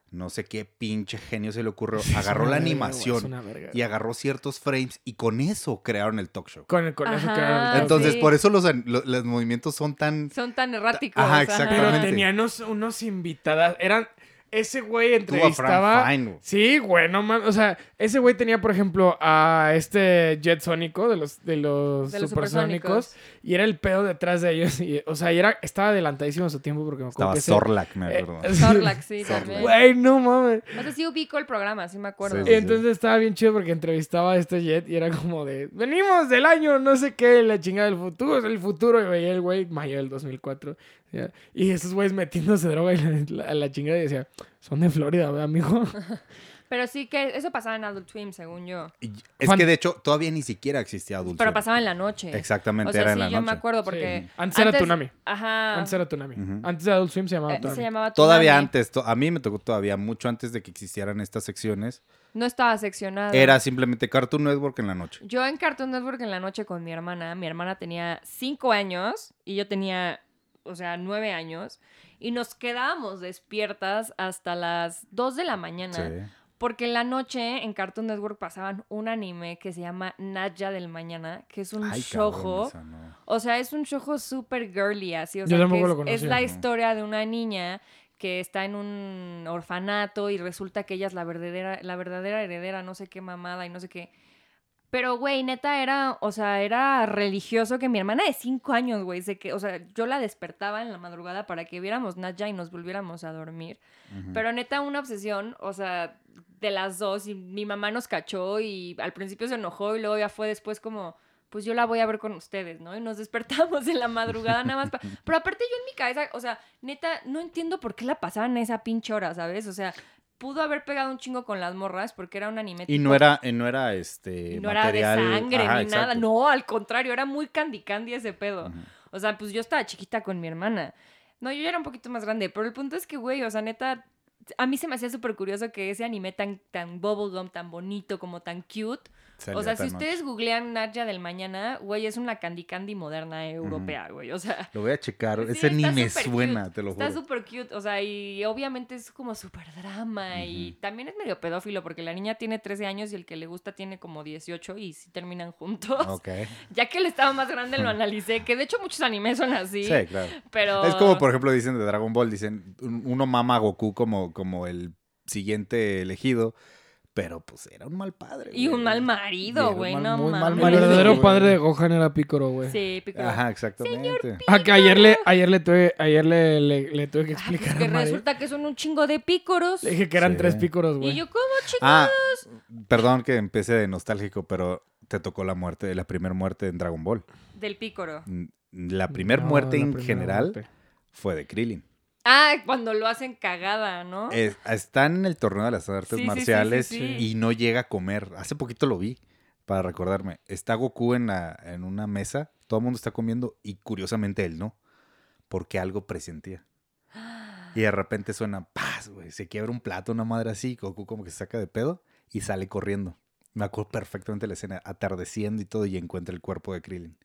Speaker 2: no sé qué pinche genio se le ocurrió,
Speaker 3: Sí, es
Speaker 2: agarró
Speaker 3: una
Speaker 2: la
Speaker 3: verga, güey,
Speaker 2: animación
Speaker 3: es una verga.
Speaker 2: y agarró ciertos frames y con eso crearon el talk show.
Speaker 3: Con, con eso
Speaker 5: Ajá,
Speaker 3: crearon el-
Speaker 2: Entonces,
Speaker 5: sí.
Speaker 2: por eso los, an- lo- los movimientos son tan...
Speaker 5: Son tan erráticos.
Speaker 2: Ajá,
Speaker 5: ajá.
Speaker 3: Pero
Speaker 2: exactamente.
Speaker 3: tenían unos, unos invitadas. Eran. Ese güey
Speaker 2: Tuvo a Frank
Speaker 3: entrevistaba.
Speaker 2: Fine, güey.
Speaker 3: Sí, güey, no mames. O sea, ese güey tenía, por ejemplo, a este Jet Sónico de los, de los,
Speaker 5: De los
Speaker 3: supersónicos,
Speaker 5: supersónicos.
Speaker 3: Y era el pedo detrás de ellos. y, o sea, y era, estaba adelantadísimo a su tiempo porque me
Speaker 2: Estaba
Speaker 3: acuerdo que ese-
Speaker 2: Zorlak, me
Speaker 3: eh,
Speaker 2: acuerdo.
Speaker 3: sí.
Speaker 5: Zorlac, sí,
Speaker 2: Zorlac.
Speaker 5: también.
Speaker 3: Güey, no mames.
Speaker 5: O sea, sí ubico el programa, sí me acuerdo.
Speaker 2: Sí, sí, sí.
Speaker 3: Entonces estaba bien chido porque entrevistaba a este Jet y era como de, venimos del año, no sé qué, la chingada del futuro, es el futuro. Y veía el güey, mayo del 2004. ya, Y esos güeyes metiéndose droga y la, la- la chingada y decía, son de Florida, ¿verdad, mijo?
Speaker 5: Pero sí que eso pasaba en Adult Swim, según yo.
Speaker 2: Y- Es
Speaker 3: Juan-
Speaker 2: que, de hecho, todavía ni siquiera existía Adult
Speaker 5: Pero
Speaker 2: Swim.
Speaker 5: pasaba en la noche.
Speaker 2: Exactamente,
Speaker 5: O sea,
Speaker 2: era
Speaker 5: sí,
Speaker 2: en la
Speaker 5: yo me
Speaker 2: noche.
Speaker 5: acuerdo porque...
Speaker 3: Sí. Antes era Toonami.
Speaker 5: Ajá.
Speaker 3: Antes era Tsunami.
Speaker 2: Ujú.
Speaker 3: Antes de Adult Swim se llamaba
Speaker 5: eh,
Speaker 3: Toonami.
Speaker 5: se llamaba
Speaker 2: Todavía
Speaker 5: Toonami.
Speaker 2: antes, to- a mí me tocó todavía mucho antes de que existieran estas secciones.
Speaker 5: No estaba seccionado.
Speaker 2: Era simplemente Cartoon Network en la noche.
Speaker 5: Yo en Cartoon Network en la noche con mi hermana, mi hermana tenía cinco años y yo tenía, o sea, nueve años, y nos quedábamos despiertas hasta las 2 de la mañana, porque en la noche en Cartoon Network pasaban un anime que se llama Naya del Mañana, que es un
Speaker 2: Ay, cabrón,
Speaker 5: shojo.
Speaker 2: esa no.
Speaker 5: O sea, es un shojo súper girly, así. O
Speaker 3: Yo
Speaker 5: sea, que
Speaker 3: tampoco
Speaker 5: es,
Speaker 3: lo conocía.
Speaker 5: es la
Speaker 2: Ajá.
Speaker 5: historia de una niña que está en un orfanato y resulta que ella es la verdadera, la verdadera heredera, no sé qué mamada y no sé qué. Pero, güey, neta, era, o sea, era religioso que mi hermana de cinco años, güey, se que, o sea, yo la despertaba en la madrugada para que viéramos Nadja y nos volviéramos a dormir.
Speaker 2: Ujú.
Speaker 5: Pero neta, una obsesión, o sea, de las dos. Y mi mamá nos cachó y al principio se enojó y luego ya fue después como, pues yo la voy a ver con ustedes, ¿no? Y nos despertamos en la madrugada nada más. pa- Pero aparte yo en mi cabeza, o sea, neta, no entiendo por qué la pasaban a esa pinche hora, ¿sabes? O sea, pudo haber pegado un chingo con las morras porque era un anime.
Speaker 2: Y
Speaker 5: tipo-
Speaker 2: no era, y no era este
Speaker 5: y no era de
Speaker 2: material.
Speaker 5: sangre
Speaker 2: Ajá,
Speaker 5: ni nada.
Speaker 2: exacto.
Speaker 5: No, al contrario, era muy candy candy ese pedo.
Speaker 2: Ujú.
Speaker 5: O sea, pues yo estaba chiquita con mi hermana. No, yo ya era un poquito más grande, pero el punto es que, güey, o sea, neta, a mí se me hacía súper curioso que ese anime tan, tan bubblegum, tan bonito, como tan cute.
Speaker 2: Salía
Speaker 5: o sea, si
Speaker 2: tan mal.
Speaker 5: ustedes googlean Narja del Mañana, güey, es una candy candy moderna europea, güey. O sea,
Speaker 2: Lo voy a checar.
Speaker 5: Sí,
Speaker 2: Ese
Speaker 5: está
Speaker 2: ni me
Speaker 5: súper
Speaker 2: suena,
Speaker 5: cute.
Speaker 2: te lo
Speaker 5: Está
Speaker 2: juro.
Speaker 5: súper cute, o sea, y obviamente es como súper drama y
Speaker 2: Ujú.
Speaker 5: también es medio pedófilo porque la niña tiene 13 años y el que le gusta tiene como 18 y sí terminan juntos.
Speaker 2: Ok.
Speaker 5: Ya que él estaba más grande lo analicé, que de hecho muchos animes son así,
Speaker 2: Sí, claro.
Speaker 5: pero...
Speaker 2: Es como, por ejemplo, dicen de Dragon Ball, dicen, un- uno mama a Goku como, como el siguiente elegido, pero pues era un mal padre.
Speaker 5: Y
Speaker 2: güey.
Speaker 5: un mal
Speaker 2: Era
Speaker 5: marido,
Speaker 2: un
Speaker 5: güey,
Speaker 2: mal-
Speaker 5: no
Speaker 2: muy mal
Speaker 5: mames.
Speaker 3: El
Speaker 2: marido,
Speaker 3: verdadero pues.
Speaker 2: güey.
Speaker 3: padre de Gohan era Picoro, güey.
Speaker 5: Sí, Piccolo.
Speaker 2: Ajá, exactamente.
Speaker 3: Ah, que ayer le, ayer le tuve, ayer le, le- le tuve que
Speaker 5: Ah, pues
Speaker 3: explicar
Speaker 5: que
Speaker 3: a Mari.
Speaker 5: resulta que son un chingo de pícoros.
Speaker 3: Le dije que eran
Speaker 2: Sí.
Speaker 3: tres Picoros, güey.
Speaker 5: Y yo, ¿cómo, chico?
Speaker 2: Ah, perdón que empecé de nostálgico, pero te tocó la muerte, la primera muerte en Dragon Ball.
Speaker 5: Del pícoro.
Speaker 2: Mm, La primera muerte en general fue de Krillin.
Speaker 5: Ah, cuando lo hacen cagada, ¿no?
Speaker 2: Es- está en el torneo de las artes
Speaker 5: Sí, sí, sí,
Speaker 2: marciales
Speaker 5: sí, sí.
Speaker 2: y no llega a comer. Hace poquito lo vi, para recordarme. Está Goku en, la- en una mesa, todo el mundo está comiendo y curiosamente él no, porque algo presentía. Y de repente suena paz, güey. Se quiebra un plato, una madre así. Goku como que se saca de pedo y sale corriendo. Me acuerdo perfectamente la escena, atardeciendo y todo, y encuentra el cuerpo de Krillin.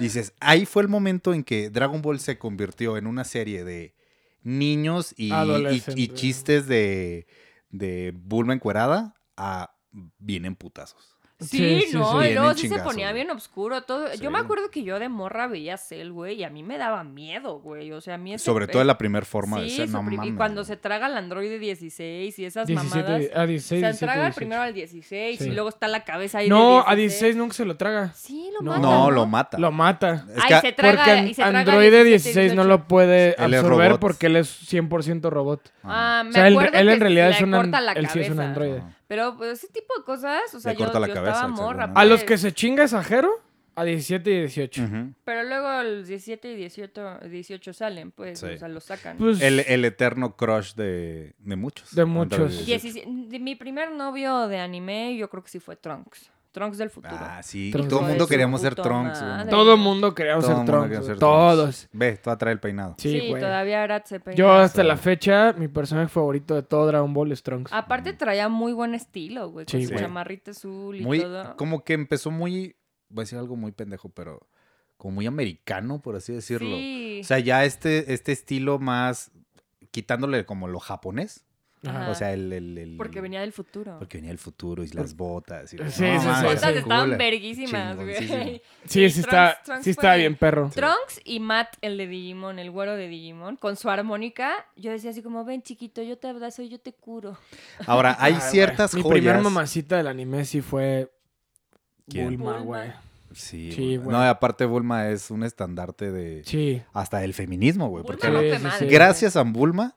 Speaker 2: Dices, ahí fue el momento en que Dragon Ball se convirtió en una serie de niños y, y, y
Speaker 3: Adolescentes.
Speaker 2: chistes de, de Bulma encuerada a vienen putazos.
Speaker 5: Sí,
Speaker 3: Sí, sí,
Speaker 5: no,
Speaker 2: sí.
Speaker 5: y luego
Speaker 2: Bien
Speaker 5: sí se
Speaker 2: chingazo,
Speaker 5: ponía
Speaker 2: güey.
Speaker 5: bien oscuro todo.
Speaker 2: Sí.
Speaker 5: Yo me acuerdo que yo de morra veía Cell, güey, y a mí me daba miedo, güey. O sea, a mí ese
Speaker 2: Sobre
Speaker 5: pe-
Speaker 2: todo en la primera forma de
Speaker 5: Sí,
Speaker 2: ser,
Speaker 5: su
Speaker 2: no
Speaker 5: prim-
Speaker 2: mames.
Speaker 5: Y cuando se traga al androide 16 y esas
Speaker 3: 17,
Speaker 5: mamadas.
Speaker 3: a 16,
Speaker 5: se
Speaker 3: 17,
Speaker 5: traga
Speaker 3: 18.
Speaker 5: primero al 16
Speaker 3: Sí.
Speaker 5: y luego está la cabeza ahí. de
Speaker 3: No, a 16 nunca se lo traga.
Speaker 5: Sí, lo
Speaker 3: No.
Speaker 5: mata.
Speaker 2: No, lo mata.
Speaker 3: Lo mata.
Speaker 2: Es
Speaker 5: Ay,
Speaker 2: que-
Speaker 5: se traga.
Speaker 3: porque an-
Speaker 5: y se traga
Speaker 3: androide 16
Speaker 5: 17,
Speaker 3: no lo puede
Speaker 2: Él es
Speaker 3: absorber
Speaker 2: robot.
Speaker 3: porque él es 100% robot.
Speaker 5: Ah, me
Speaker 3: o sea, él,
Speaker 5: acuerdo
Speaker 3: él
Speaker 5: que
Speaker 3: en realidad es
Speaker 5: le
Speaker 3: un,
Speaker 5: corta
Speaker 3: an-
Speaker 5: la
Speaker 3: él sí es un
Speaker 5: cabeza.
Speaker 3: androide.
Speaker 2: Ajá.
Speaker 5: Pero pues, ese tipo de cosas, o sea,
Speaker 2: Le
Speaker 5: yo,
Speaker 2: corta la
Speaker 5: yo
Speaker 2: cabeza,
Speaker 5: estaba
Speaker 2: según,
Speaker 5: morra.
Speaker 2: ¿no?
Speaker 3: A
Speaker 5: pues.
Speaker 3: los que se chinga Sajero, a 17 y 18.
Speaker 2: Ujú.
Speaker 5: Pero luego los 17 y 18, 18 salen, pues,
Speaker 2: Sí.
Speaker 5: o sea, los sacan.
Speaker 3: Pues,
Speaker 2: el, el eterno crush de, de muchos.
Speaker 3: De muchos.
Speaker 2: Android.
Speaker 5: Diecisie- de mi primer novio de anime, yo creo que sí fue Trunks. Trunks del futuro.
Speaker 2: Ah, sí. y
Speaker 3: Trunks.
Speaker 2: todo el mundo
Speaker 5: Hijo de su
Speaker 2: queríamos ser
Speaker 5: puta
Speaker 2: Trunks. güey.
Speaker 5: madre.
Speaker 3: todo mundo queríamos
Speaker 2: Todo
Speaker 3: ser
Speaker 2: mundo
Speaker 3: Trunks.
Speaker 2: quería
Speaker 3: güey.
Speaker 2: ser Trunks.
Speaker 3: Todos.
Speaker 2: Ve, tú atrae el peinado.
Speaker 5: sí,
Speaker 3: Sí, güey.
Speaker 5: todavía Arad se peinaba.
Speaker 3: Yo hasta
Speaker 2: Sí.
Speaker 3: la fecha, mi personaje favorito de todo Dragon Ball es Trunks.
Speaker 5: Aparte
Speaker 2: Mm.
Speaker 5: traía muy buen estilo, güey. Con
Speaker 3: Sí,
Speaker 5: su
Speaker 2: güey.
Speaker 5: chamarrita azul y
Speaker 2: Muy,
Speaker 5: todo.
Speaker 2: como que empezó muy, voy a decir algo muy pendejo, pero como muy americano, por así decirlo.
Speaker 5: Sí.
Speaker 2: O sea, ya este, este estilo más, quitándole como lo japonés.
Speaker 3: Ajá.
Speaker 2: O sea, el... el- el-
Speaker 5: Porque venía del futuro.
Speaker 2: Porque venía el futuro y las botas. Y
Speaker 3: Sí,
Speaker 2: No,
Speaker 3: sí,
Speaker 5: Las
Speaker 2: mames,
Speaker 3: sí,
Speaker 5: botas
Speaker 3: sí.
Speaker 5: estaban
Speaker 2: cool.
Speaker 5: verguísimas,
Speaker 2: Chingoncísimo.
Speaker 5: güey.
Speaker 3: sí,
Speaker 5: y
Speaker 3: sí,
Speaker 5: Trunks-
Speaker 3: está,
Speaker 5: Trunks
Speaker 3: sí está
Speaker 5: fue-
Speaker 3: bien perro.
Speaker 5: Trunks y Matt, el de Digimon, el güero de Digimon, con su armónica, yo decía así como, ven chiquito, yo te abrazo y yo te curo.
Speaker 2: Ahora,
Speaker 5: Ah,
Speaker 2: hay
Speaker 3: Ay, Ah, güey.
Speaker 2: ciertas
Speaker 3: Mi primer
Speaker 2: joyas.
Speaker 3: mamacita del anime sí fue
Speaker 2: ¿Quién?
Speaker 3: Bulma,
Speaker 5: Bulma.
Speaker 3: güey.
Speaker 2: Sí,
Speaker 3: Sí,
Speaker 2: güey.
Speaker 3: güey.
Speaker 2: No, y aparte Bulma es un estandarte de...
Speaker 3: Sí.
Speaker 2: Hasta del feminismo, güey.
Speaker 5: Bulma
Speaker 2: Porque
Speaker 3: no-
Speaker 5: rompe
Speaker 3: sí, sí.
Speaker 5: madres, güey.
Speaker 2: gracias a Bulma,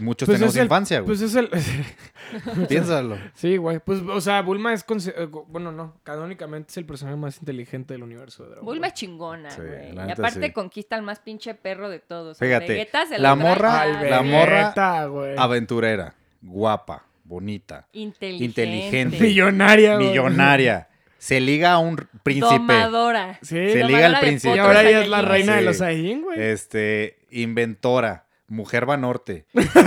Speaker 2: muchos
Speaker 3: Pues
Speaker 2: tenemos
Speaker 3: es el-
Speaker 2: infancia, güey.
Speaker 3: Pues es el...
Speaker 2: Piénsalo.
Speaker 3: sí, güey. Pues, o sea, Bulma es... conse- eh, Bueno, no. Canónicamente es el personaje más inteligente del universo de Dragon Ball.
Speaker 5: Bulma es chingona,
Speaker 2: Sí,
Speaker 5: güey.
Speaker 2: la
Speaker 5: y
Speaker 2: neta,
Speaker 5: aparte
Speaker 2: sí.
Speaker 5: conquista al más pinche perro de todos.
Speaker 2: Fíjate,
Speaker 5: Vegeta se
Speaker 2: la
Speaker 5: lo trae
Speaker 2: morra-
Speaker 5: al
Speaker 3: Ay,
Speaker 2: la
Speaker 5: bebé.
Speaker 2: morra-
Speaker 3: Vegeta, güey.
Speaker 2: Aventurera, guapa, bonita,
Speaker 5: Inteligente.
Speaker 2: Inteligente.
Speaker 3: Millonaria, güey.
Speaker 2: millonaria. Se liga a un r- príncipe.
Speaker 5: Domadora.
Speaker 3: Sí.
Speaker 2: Se
Speaker 5: Domadora
Speaker 2: liga al
Speaker 5: de
Speaker 2: príncipe.
Speaker 3: Y
Speaker 5: potros
Speaker 3: ahora ella es
Speaker 5: saiyajin.
Speaker 3: la reina de
Speaker 2: Sí.
Speaker 3: los Saiyajin, güey.
Speaker 2: Este, inventora, mujer banorte. Este,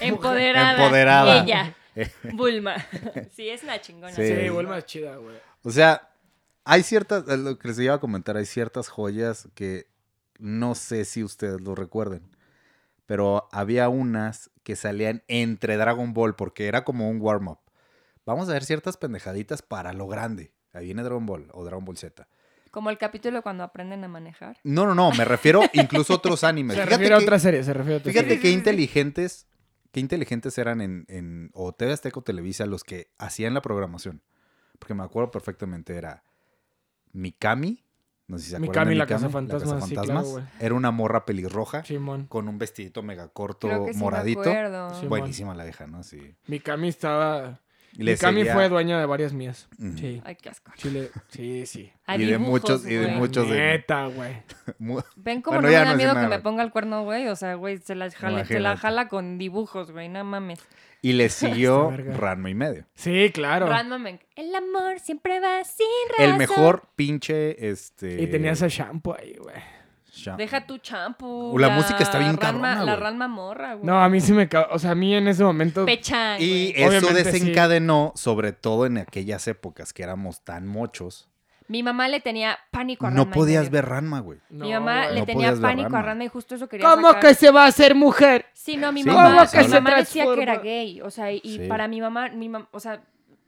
Speaker 5: Empoderada.
Speaker 2: Empoderada.
Speaker 5: Ella. Bulma. Sí, es una chingona.
Speaker 2: Sí.
Speaker 3: Sí,
Speaker 2: es-
Speaker 3: Bulma es chida, güey.
Speaker 2: O sea, hay ciertas, es lo que les iba a comentar, hay ciertas joyas que no sé si ustedes lo recuerden, pero había unas que salían entre Dragon Ball porque era como un warm-up. Vamos a ver ciertas pendejaditas para lo grande. Ahí viene Dragon Ball o Dragon Ball Z.
Speaker 5: Como el capítulo cuando aprenden a manejar.
Speaker 2: No, no, no, me refiero incluso a otros animes.
Speaker 3: Se
Speaker 2: Fíjate
Speaker 3: refiere a
Speaker 2: que-
Speaker 3: otra serie, se refiere a otra
Speaker 2: Fíjate
Speaker 3: serie.
Speaker 2: qué inteligentes, qué inteligentes eran en, en o TV Azteca o Televisa los que hacían la programación. Porque me acuerdo perfectamente, era Mikami, no sé si se acuerdan
Speaker 3: Mikami,
Speaker 2: de
Speaker 3: la cazafantasmas, sí, claro, güey.
Speaker 2: Era una morra pelirroja
Speaker 3: Simón.
Speaker 2: con un vestidito mega corto,
Speaker 5: Creo que sí
Speaker 2: moradito.
Speaker 5: me acuerdo.
Speaker 3: Sí.
Speaker 2: Buenísima la vieja, ¿no? Sí.
Speaker 3: Mikami estaba...
Speaker 2: Y le
Speaker 3: Mikami
Speaker 2: seguía-
Speaker 3: fue dueña de varias mías.
Speaker 2: Ujú.
Speaker 3: Sí.
Speaker 5: Ay, qué asco.
Speaker 3: Chile. Sí, sí.
Speaker 5: A
Speaker 2: Y de
Speaker 5: dibujos,
Speaker 2: muchos- y de
Speaker 5: güey.
Speaker 2: muchos- de-
Speaker 3: Neta, güey.
Speaker 2: mu-
Speaker 5: Ven como
Speaker 2: Bueno,
Speaker 5: no
Speaker 2: ya
Speaker 5: me
Speaker 2: no
Speaker 5: da
Speaker 2: es
Speaker 5: miedo
Speaker 2: nada.
Speaker 5: que me ponga el cuerno, güey. O sea, güey, se la jala, se la
Speaker 2: Imagínate.
Speaker 5: jala con dibujos, güey. No mames.
Speaker 2: Y le siguió
Speaker 3: Esta verga.
Speaker 2: Ranma y medio.
Speaker 3: Sí, claro.
Speaker 5: Ranma me enc- El amor siempre va sin razón.
Speaker 2: El mejor pinche, este...
Speaker 3: Y tenías a Shampoo ahí, güey.
Speaker 2: Sha-
Speaker 5: Deja tu champú.
Speaker 2: La música está bien
Speaker 5: Ranma-
Speaker 2: cabrona,
Speaker 5: La
Speaker 2: güey.
Speaker 5: ranma morra, güey.
Speaker 3: No, a mí sí me... ca- O sea, a mí en ese momento...
Speaker 5: Pechan,
Speaker 2: Y
Speaker 5: güey.
Speaker 2: eso
Speaker 3: Obviamente, sí.
Speaker 2: desencadenó, sobre todo en aquellas épocas que éramos tan mochos,
Speaker 5: Mi mamá le tenía pánico a
Speaker 2: no
Speaker 5: Ranma y
Speaker 2: podías
Speaker 5: medio.
Speaker 2: ver Ranma, güey.
Speaker 3: No,
Speaker 5: mi mamá
Speaker 3: güey.
Speaker 5: le
Speaker 2: No
Speaker 5: tenía
Speaker 2: podías ver
Speaker 5: pánico a
Speaker 2: Ranma.
Speaker 5: Ranma y justo eso quería
Speaker 3: ¿Cómo
Speaker 5: sacar.
Speaker 3: que se va a hacer mujer?
Speaker 5: Sí, no, mi
Speaker 2: Sí,
Speaker 5: mamá,
Speaker 2: ¿cómo que
Speaker 5: mi
Speaker 2: se
Speaker 5: mamá decía que
Speaker 3: transforma?
Speaker 5: era gay, o sea, y
Speaker 2: Sí.
Speaker 5: para mi mamá, mi mam- o sea,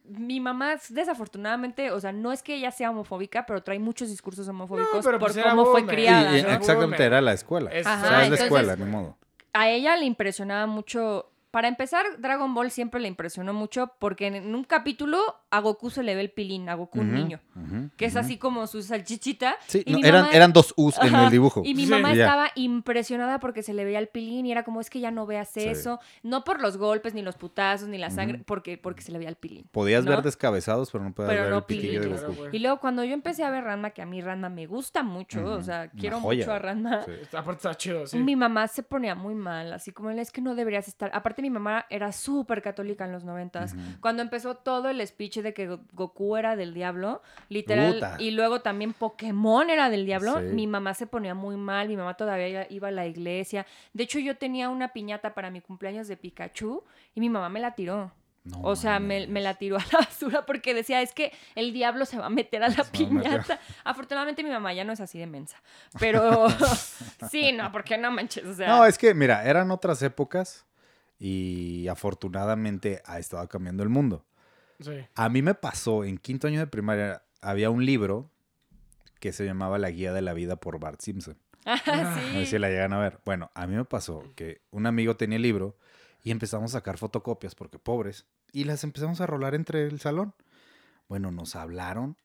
Speaker 5: mi mamá desafortunadamente, o sea, no es que ella sea homofóbica, pero trae muchos discursos homofóbicos
Speaker 3: pero
Speaker 5: por
Speaker 3: pues era
Speaker 5: cómo fue
Speaker 3: boomer.
Speaker 2: Y,
Speaker 5: criada.
Speaker 2: y
Speaker 5: ¿no?
Speaker 3: Ajá.
Speaker 2: exactamente, era la escuela.
Speaker 3: Es-
Speaker 2: O sea,
Speaker 5: Ajá,
Speaker 2: es la
Speaker 5: entonces-
Speaker 2: escuela, ni modo.
Speaker 5: A ella le impresionaba mucho. Para empezar, Dragon Ball siempre le impresionó mucho porque en- en un capítulo a Goku se le ve el pilín, a Goku un
Speaker 2: Ujú,
Speaker 5: niño,
Speaker 2: ujú,
Speaker 5: que es
Speaker 2: ujú.
Speaker 5: así como su salchichita.
Speaker 2: Sí,
Speaker 5: y
Speaker 2: no,
Speaker 5: mi
Speaker 2: eran,
Speaker 5: mamá-
Speaker 2: eran dos U's en
Speaker 5: Ajá,
Speaker 2: el dibujo.
Speaker 5: Y mi
Speaker 3: Sí.
Speaker 5: mamá
Speaker 2: Y ya.
Speaker 5: estaba impresionada porque se le veía el pilín y era como, es que ya no veas
Speaker 2: Sí.
Speaker 5: eso. No por los golpes, ni los putazos, ni la
Speaker 2: Ujú.
Speaker 5: sangre, porque, porque se le veía el pilín.
Speaker 2: Podías
Speaker 5: ¿no?
Speaker 2: ver descabezados, pero no podías
Speaker 5: Pero
Speaker 2: ver
Speaker 5: no
Speaker 2: el piquillo de
Speaker 5: pillos.
Speaker 2: Goku.
Speaker 3: Claro, güey.
Speaker 5: Y luego cuando yo empecé a ver Ranma, que a mí Ranma me gusta mucho,
Speaker 2: Ujú,
Speaker 5: o sea,
Speaker 2: una
Speaker 5: quiero
Speaker 2: joya.
Speaker 5: mucho a Ranma.
Speaker 2: Sí.
Speaker 3: Aparte está chido, sí.
Speaker 5: Mi mamá se ponía muy mal, así como es que no deberías estar. Aparte, mi mamá era súper católica en los noventas.
Speaker 2: Ujú.
Speaker 5: Cuando empezó todo el speech de que Go- Goku era del diablo, literal,
Speaker 2: Puta.
Speaker 5: y luego también Pokémon era del diablo,
Speaker 2: Sí.
Speaker 5: mi mamá se ponía muy mal, mi mamá todavía iba- iba a la iglesia. De hecho, yo tenía una piñata para mi cumpleaños de Pikachu y mi mamá me la tiró.
Speaker 2: No
Speaker 5: O sea, me,
Speaker 2: mames.
Speaker 5: me la tiró a la basura porque decía, es que el diablo se va a meter a la
Speaker 2: Se va a meter.
Speaker 5: piñata. Afortunadamente mi mamá ya no es así de mensa. Pero sí, no, porque no manches. O sea,
Speaker 2: No, es que, mira, eran otras épocas y afortunadamente ha estado cambiando el mundo.
Speaker 3: Sí.
Speaker 2: A mí me pasó, en quinto año de primaria, había un libro que se llamaba La Guía de la Vida por Bart Simpson.
Speaker 5: Ah,
Speaker 2: A ver si
Speaker 5: sí.
Speaker 2: la llegan a ver. Bueno, a mí me pasó que un amigo tenía el libro y empezamos a sacar fotocopias porque pobres y las empezamos a rolar entre el salón. Bueno, nos hablaron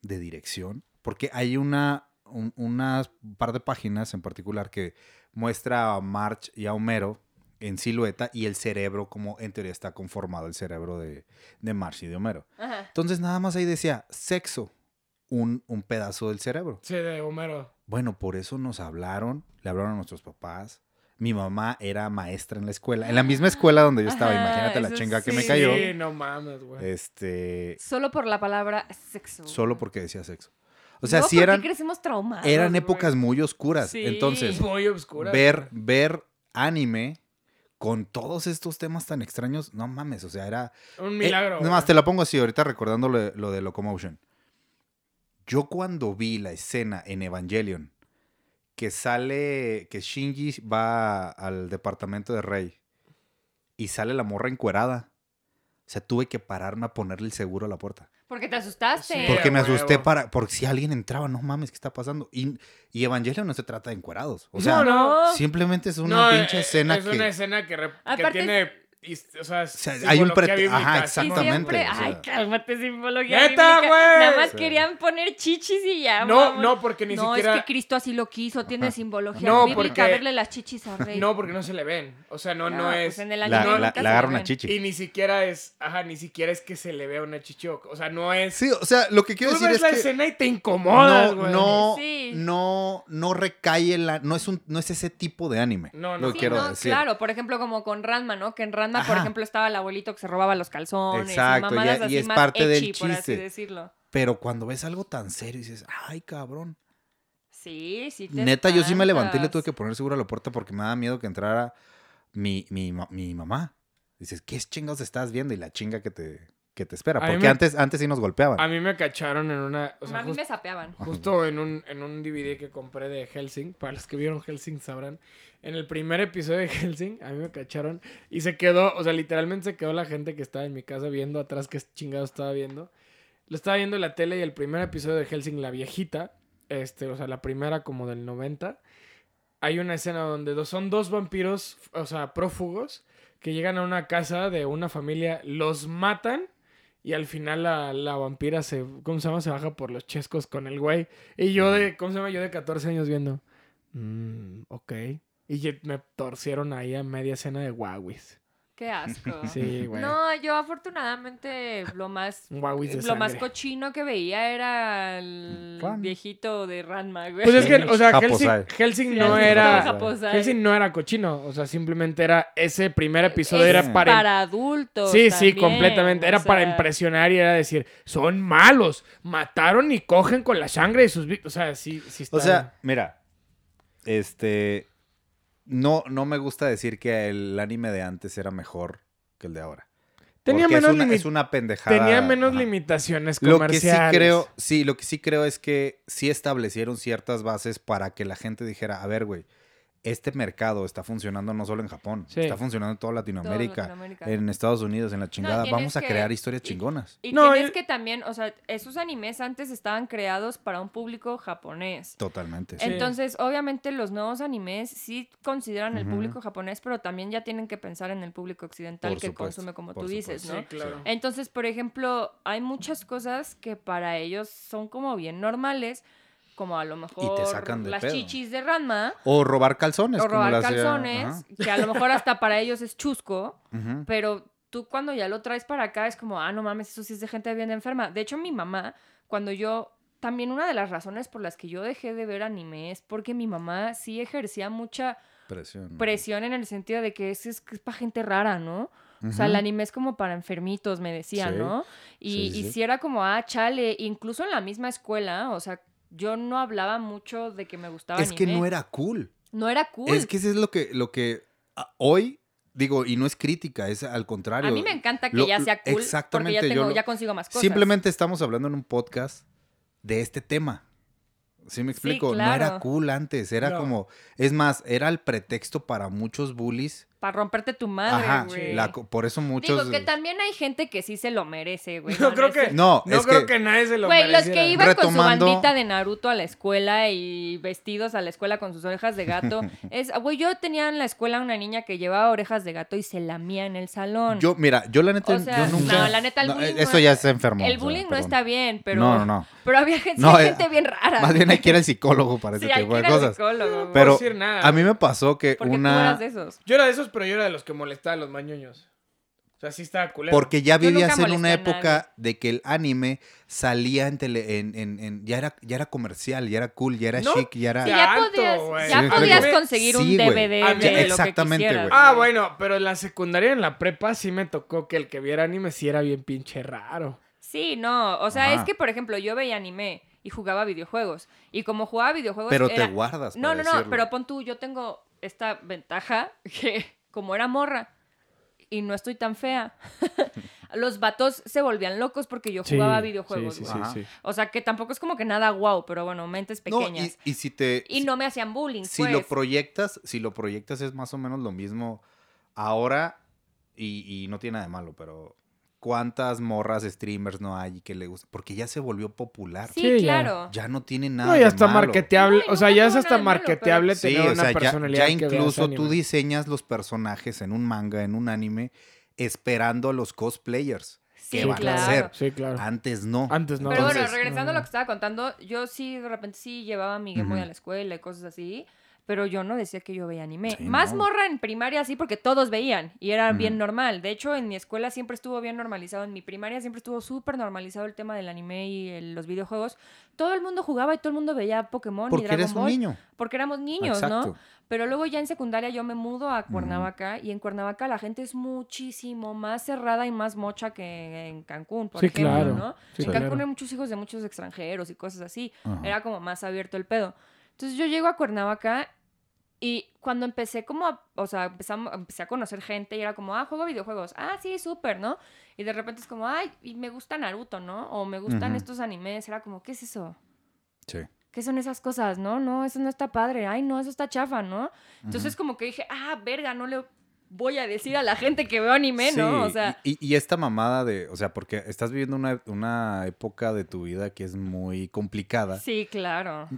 Speaker 2: de dirección porque hay una un, unas par de páginas en particular que muestra a March y a Homero en silueta y el cerebro como en teoría está conformado el cerebro de, de March y de Homero.
Speaker 5: Ajá.
Speaker 2: Entonces nada más ahí decía sexo, un, un pedazo del cerebro.
Speaker 3: Sí, de Homero.
Speaker 2: Bueno, por eso nos hablaron, le hablaron a nuestros papás. Mi mamá era maestra en la escuela, en la misma escuela donde yo estaba,
Speaker 5: Ajá,
Speaker 2: imagínate la
Speaker 5: eso
Speaker 2: chinga que
Speaker 5: sí.
Speaker 2: me cayó.
Speaker 3: Sí, no mames, güey.
Speaker 2: Este,
Speaker 5: Solo por la palabra sexo.
Speaker 2: solo porque decía sexo. O sea,
Speaker 5: No,
Speaker 2: sí
Speaker 5: ¿por qué
Speaker 2: eran
Speaker 5: crecemos traumados.
Speaker 2: eran
Speaker 3: güey?
Speaker 2: épocas muy oscuras.
Speaker 5: Sí.
Speaker 2: Entonces,
Speaker 3: Muy obscura.
Speaker 2: ver ver anime con todos estos temas tan extraños, no mames, o sea, era
Speaker 3: Un
Speaker 2: Eh,
Speaker 3: milagro.
Speaker 2: nada más,
Speaker 3: güey.
Speaker 2: te la pongo así, ahorita recordando lo, lo de Locomotion. Yo cuando vi la escena en Evangelion que sale, que Shinji va al departamento de Rey y sale la morra encuerada, o sea, tuve que pararme a ponerle el seguro a la puerta.
Speaker 5: Porque te asustaste.
Speaker 3: Sí.
Speaker 2: Porque me
Speaker 3: a huevo.
Speaker 2: asusté para, porque si alguien entraba, no mames, ¿qué está pasando? Y, y Evangelion no se trata de encuerados, o sea,
Speaker 3: No,
Speaker 5: no.
Speaker 2: simplemente es una
Speaker 3: No,
Speaker 2: pinche
Speaker 3: eh,
Speaker 2: escena
Speaker 3: es
Speaker 2: que...
Speaker 3: una escena que, re- que
Speaker 5: Aparte-
Speaker 3: tiene. his- O sea,
Speaker 2: hay un prete-
Speaker 3: simbología bíblica,
Speaker 2: ajá,
Speaker 5: Y
Speaker 3: Simón.
Speaker 2: exactamente.
Speaker 5: siempre,
Speaker 2: o sea.
Speaker 5: ay, cálmate, simbología.
Speaker 3: ¡Neta,
Speaker 5: bíblica.
Speaker 3: güey!
Speaker 5: Nada más
Speaker 2: Sí.
Speaker 5: querían poner chichis y ya.
Speaker 3: No,
Speaker 5: vamos.
Speaker 3: no, porque ni
Speaker 5: no,
Speaker 3: siquiera.
Speaker 5: es que Cristo así lo quiso, tiene simbología
Speaker 3: No,
Speaker 5: bíblica,
Speaker 3: porque-
Speaker 5: verle las chichis a rey.
Speaker 3: No, porque no se le ven. O sea, no, no, es.
Speaker 5: pues en el
Speaker 2: La,
Speaker 5: anime
Speaker 2: la,
Speaker 5: nunca se le
Speaker 2: la agarra una
Speaker 5: ven.
Speaker 2: chichi.
Speaker 3: Y ni siquiera es. Ajá, ni siquiera es que se le vea una chichoc. O sea, no es.
Speaker 2: Sí, o sea, lo que
Speaker 3: Tú
Speaker 2: quiero decir
Speaker 3: ves
Speaker 2: es
Speaker 3: la
Speaker 2: que...
Speaker 3: escena y te
Speaker 2: no,
Speaker 3: incomodas, güey.
Speaker 2: no,
Speaker 5: Sí.
Speaker 2: no, no recae la, no es un, no es ese tipo de anime.
Speaker 3: No,
Speaker 2: lo
Speaker 3: no.
Speaker 5: Sí,
Speaker 2: quiero
Speaker 5: no,
Speaker 2: decir.
Speaker 5: claro, por ejemplo, como con Ranma, ¿no? Que en Ranma, por
Speaker 2: Ajá.
Speaker 5: ejemplo, estaba el abuelito que se robaba los calzones.
Speaker 2: Exacto,
Speaker 5: y, mamadas
Speaker 2: ya- y
Speaker 5: así
Speaker 2: es
Speaker 5: más
Speaker 2: parte del
Speaker 5: ecchi, por así
Speaker 2: chiste.
Speaker 5: decirlo.
Speaker 2: Pero cuando ves algo tan serio dices, ay, cabrón.
Speaker 5: Sí, sí. te
Speaker 2: Neta, yo sí me levanté y le tuve
Speaker 5: espantas.
Speaker 2: que poner seguro a la puerta porque me daba miedo que entrara mi, mi, ma- mi mamá. Dices, ¿qué chingados estás viendo? Y la chinga que te, que te espera.
Speaker 3: A mí
Speaker 2: Porque
Speaker 3: me-
Speaker 2: antes, antes sí nos golpeaban.
Speaker 3: A mí me cacharon en una. O sea,
Speaker 5: A mí
Speaker 3: justo-
Speaker 5: me sapeaban.
Speaker 3: Justo en un, en un DVD que compré de Helsing, para los que vieron Helsing sabrán, en el primer episodio de Helsing, a mí me cacharon y se quedó, o sea, literalmente se quedó la gente que estaba en mi casa viendo atrás qué chingado estaba viendo. Lo estaba viendo en la tele y el primer episodio de Helsing, la viejita, este, o sea, la primera como del 90, hay una escena donde dos, son dos vampiros, o sea, prófugos, que llegan a una casa de una familia, los matan y al final la, la vampira se, ¿cómo se llama? Se baja por los chescos con el güey. Y yo de, ¿cómo se llama? Yo de 14 años viendo. Mm, ok. Y ye- me torcieron ahí a media escena de guawis.
Speaker 5: Qué asco.
Speaker 3: Sí, güey.
Speaker 5: No, yo afortunadamente lo más
Speaker 3: Un guawis de
Speaker 5: lo más
Speaker 3: sangre.
Speaker 5: cochino que veía era el
Speaker 2: Ranma.
Speaker 5: viejito de Ranma, güey.
Speaker 3: Pues es que, o sea,
Speaker 2: Japosai.
Speaker 3: Helsing, Helsing
Speaker 5: Sí,
Speaker 3: no
Speaker 5: así
Speaker 3: era...
Speaker 5: todo japosai.
Speaker 3: Helsing no era cochino. O sea, simplemente era... Ese primer episodio
Speaker 5: Es
Speaker 3: era para... em
Speaker 5: para adultos.
Speaker 3: Sí, sí,
Speaker 5: también,
Speaker 3: completamente.
Speaker 5: o
Speaker 3: Era para
Speaker 5: sea,
Speaker 3: impresionar y era decir, son malos, mataron y cogen con la sangre de sus víctimas. O sea, sí, sí está.
Speaker 2: O sea, mira, este, no, no me gusta decir que el anime de antes era mejor que el de ahora.
Speaker 3: tenía
Speaker 2: Porque
Speaker 3: menos,
Speaker 2: es una,
Speaker 3: limi-
Speaker 2: es una pendejada.
Speaker 3: tenía menos
Speaker 2: ajá.
Speaker 3: limitaciones
Speaker 2: Lo que sí
Speaker 3: comerciales.
Speaker 2: creo, sí, lo que sí creo es que sí establecieron ciertas bases para que la gente dijera, a ver, güey, este mercado está funcionando no solo en Japón,
Speaker 3: Sí.
Speaker 2: está funcionando en toda
Speaker 5: todo
Speaker 2: Latinoamérica,
Speaker 5: Latinoamérica.
Speaker 2: en Estados Unidos, en la chingada.
Speaker 5: tienes
Speaker 2: Vamos a
Speaker 5: que-
Speaker 2: crear historias chingonas.
Speaker 5: Y
Speaker 3: No,
Speaker 5: tienes
Speaker 3: y-
Speaker 5: que también, o sea, esos animes antes estaban creados para un público japonés.
Speaker 2: Totalmente.
Speaker 3: Sí.
Speaker 5: Entonces, obviamente los nuevos animes sí consideran el
Speaker 2: Ujú.
Speaker 5: público japonés, pero también ya tienen que pensar en el público occidental
Speaker 2: Por
Speaker 5: que
Speaker 2: supuesto,
Speaker 5: consume, como
Speaker 2: por
Speaker 5: tú dices,
Speaker 2: supuesto.
Speaker 5: ¿no?
Speaker 3: Sí, claro.
Speaker 5: Entonces, por ejemplo, hay muchas cosas que para ellos son como bien normales, como a lo mejor
Speaker 2: sacan de
Speaker 5: las
Speaker 2: pedo.
Speaker 5: chichis de Ranma
Speaker 2: O robar calzones.
Speaker 5: o
Speaker 2: como
Speaker 5: robar
Speaker 2: lo hacía-
Speaker 5: calzones,
Speaker 2: ajá,
Speaker 5: que a lo mejor hasta para ellos es chusco,
Speaker 2: ujú.
Speaker 5: pero tú cuando ya lo traes para acá es como, ah, no mames, eso sí es de gente bien enferma. De hecho, mi mamá, cuando yo... También una de las razones por las que yo dejé de ver anime es porque mi mamá sí ejercía mucha
Speaker 2: Presión.
Speaker 5: presión en el sentido de que es, es, que es para gente rara, ¿no? O sea,
Speaker 2: Ujú.
Speaker 5: el anime es como para enfermitos, me decían,
Speaker 2: Sí,
Speaker 5: ¿no? Y,
Speaker 2: sí, sí,
Speaker 5: y
Speaker 2: sí.
Speaker 5: si era como, ah, chale, incluso en la misma escuela, o sea, yo no hablaba mucho de que me gustaba
Speaker 2: Es que
Speaker 5: anime.
Speaker 2: no era cool.
Speaker 5: No era cool.
Speaker 2: Es que eso es lo que, lo que ah, hoy digo, y no es crítica, es al contrario.
Speaker 5: a mí me encanta que
Speaker 2: lo-
Speaker 5: ya sea cool porque ya,
Speaker 2: exactamente, yo
Speaker 5: tengo,
Speaker 2: lo-
Speaker 5: ya consigo más cosas.
Speaker 2: Simplemente estamos hablando en un podcast de este tema. ¿Sí me
Speaker 5: Sí,
Speaker 2: explico? No
Speaker 5: claro.
Speaker 2: era cool antes, era
Speaker 3: No.
Speaker 2: como, es más, era el pretexto para muchos bullies
Speaker 5: Para romperte tu madre,
Speaker 2: Ajá,
Speaker 5: güey.
Speaker 2: la co- por eso muchos...
Speaker 5: Digo que también hay gente que sí se lo merece, güey.
Speaker 3: No
Speaker 5: la
Speaker 3: creo
Speaker 5: neta.
Speaker 3: que.
Speaker 2: No,
Speaker 3: No
Speaker 2: es
Speaker 3: creo que,
Speaker 2: que-
Speaker 3: nadie se lo
Speaker 5: Güey, los
Speaker 3: mereciera.
Speaker 5: que iban
Speaker 2: Retomando-
Speaker 5: con su bandita de Naruto a la escuela y vestidos a la escuela con sus orejas de gato. es Güey, yo tenía en la escuela una niña que llevaba orejas de gato y se lamía en el salón.
Speaker 2: Yo, mira, yo la neta,
Speaker 5: O sea,
Speaker 2: yo nunca... eh,
Speaker 5: no, la neta, el bullying
Speaker 2: Eso
Speaker 5: no-
Speaker 2: ya se enfermó. o
Speaker 5: el
Speaker 2: sea,
Speaker 5: bullying no
Speaker 2: perdón.
Speaker 5: está bien, pero.
Speaker 2: No, no, no.
Speaker 5: Pero había gente,
Speaker 2: No,
Speaker 5: sí hay
Speaker 2: eh,
Speaker 5: gente bien rara.
Speaker 2: Más bien hay que ir al psicólogo para
Speaker 5: Sí,
Speaker 2: ese
Speaker 5: hay
Speaker 2: tipo
Speaker 5: que ir
Speaker 2: de
Speaker 5: al
Speaker 2: cosas.
Speaker 5: psicólogo, güey,
Speaker 2: Pero
Speaker 3: decir nada.
Speaker 2: a mí me pasó que
Speaker 5: Porque tú
Speaker 2: una...
Speaker 5: eras de esos.
Speaker 3: Yo era de esos, pero yo era de los que molestaba a los mañoños. O sea, sí estaba culero.
Speaker 2: Porque ya
Speaker 5: Yo
Speaker 2: vivías
Speaker 5: nunca
Speaker 2: en una
Speaker 5: molesté a
Speaker 2: época de que el anime salía en tele, en, en- en- ya era, ya era comercial, ya era cool, ya era
Speaker 3: No,
Speaker 2: chic, ya era.
Speaker 5: Sí,
Speaker 3: sea,
Speaker 5: ya
Speaker 3: alto,
Speaker 5: podías,
Speaker 3: güey.
Speaker 5: ya
Speaker 2: Sí,
Speaker 5: podías
Speaker 3: claro.
Speaker 5: conseguir un
Speaker 2: Sí, güey.
Speaker 5: DVD
Speaker 3: Ah,
Speaker 5: de
Speaker 2: exactamente,
Speaker 5: lo que quisieras.
Speaker 2: güey.
Speaker 3: Ah, bueno, pero en la secundaria, en la prepa, sí me tocó que el que viera anime sí era bien pinche raro.
Speaker 5: Sí, no, o sea,
Speaker 2: Ajá.
Speaker 5: es que por ejemplo yo veía anime y jugaba videojuegos y como jugaba videojuegos
Speaker 2: Pero te
Speaker 5: pues, era-
Speaker 2: guardas
Speaker 5: No,
Speaker 2: para
Speaker 5: no, no,
Speaker 2: decirlo.
Speaker 5: pero pon tú, yo tengo esta ventaja que como era morra y no estoy tan fea, los vatos se volvían locos porque yo jugaba videojuegos.
Speaker 3: Sí, sí,
Speaker 5: güey.
Speaker 3: sí,
Speaker 2: güey.
Speaker 3: sí.
Speaker 5: O sea, que tampoco es como que nada guau, pero bueno, mentes
Speaker 2: No,
Speaker 5: pequeñas.
Speaker 2: y, y si te.
Speaker 5: y, no me hacían bullying,
Speaker 2: si
Speaker 5: pues.
Speaker 2: lo proyectas, si lo proyectas es más o menos lo mismo ahora y, y no tiene nada de malo, pero cuántas morras streamers no hay que le gusta porque ya se volvió popular.
Speaker 5: Sí,
Speaker 3: Sí, ya.
Speaker 5: claro.
Speaker 2: Ya no tiene nada.
Speaker 3: No, ya
Speaker 2: de
Speaker 3: está
Speaker 2: malo.
Speaker 3: marqueteable.
Speaker 5: No,
Speaker 3: o sea,
Speaker 5: no
Speaker 3: ya
Speaker 5: tengo
Speaker 3: es
Speaker 5: nada
Speaker 3: hasta
Speaker 5: de malo,
Speaker 3: marqueteable
Speaker 2: Sí,
Speaker 3: tener
Speaker 2: o
Speaker 3: una
Speaker 2: sea, ya-
Speaker 3: personalidad.
Speaker 2: ya,
Speaker 3: que veas
Speaker 2: incluso
Speaker 3: anime.
Speaker 2: tú diseñas los personajes en un manga, en un anime, esperando a los cosplayers
Speaker 5: Sí,
Speaker 2: que van
Speaker 5: claro.
Speaker 2: a Ah, hacer.
Speaker 3: Sí, claro.
Speaker 2: Antes no.
Speaker 3: Antes no.
Speaker 5: Pero bueno,
Speaker 2: Entonces,
Speaker 5: regresando a lo
Speaker 3: no.
Speaker 5: que estaba contando, yo sí, de repente sí llevaba mi Game Boy
Speaker 2: Ujú.
Speaker 5: a la escuela y cosas así, pero yo no decía que yo veía anime.
Speaker 2: Sí,
Speaker 5: Más
Speaker 2: no.
Speaker 5: morra en primaria sí, porque todos veían y era
Speaker 2: Ujú.
Speaker 5: bien normal. De hecho, en mi escuela siempre estuvo bien normalizado, en mi primaria siempre estuvo súper normalizado el tema del anime y el- los videojuegos. Todo el mundo jugaba y todo el mundo veía Pokémon y
Speaker 2: Porque
Speaker 5: Dragon
Speaker 2: eres un
Speaker 5: Ball.
Speaker 2: niño.
Speaker 5: Porque éramos niños,
Speaker 2: Exacto.
Speaker 5: ¿no? Pero luego ya en secundaria yo me mudo a Cuernavaca y en Cuernavaca la gente es muchísimo más cerrada y más mocha que en Cancún, por
Speaker 3: Sí,
Speaker 5: ejemplo,
Speaker 3: claro.
Speaker 5: ¿no?
Speaker 3: Sí,
Speaker 5: en
Speaker 3: claro.
Speaker 5: Cancún hay muchos hijos de muchos extranjeros y cosas así.
Speaker 2: Ajá.
Speaker 5: Era como más abierto el pedo. Entonces yo llego a Cuernavaca y cuando empecé como a, o sea, empezamos, empecé a conocer gente y era como, ah, juego videojuegos. Ah, sí, súper, ¿no? Y de repente es como, ay, y me gusta Naruto, ¿no? O me gustan
Speaker 2: Ujú.
Speaker 5: estos animes. Era como, ¿qué es eso?
Speaker 2: Sí.
Speaker 5: ¿Qué son esas cosas? No, no, eso no está padre. Ay, no, eso está chafa, ¿no? Entonces como que dije, ah, verga, no le voy a decir a la gente que veo anime, ¿no?
Speaker 2: Sí,
Speaker 5: O sea,
Speaker 2: y, y- y esta mamada de, o sea, porque estás viviendo una, una época de tu vida que es muy complicada.
Speaker 5: sí, claro.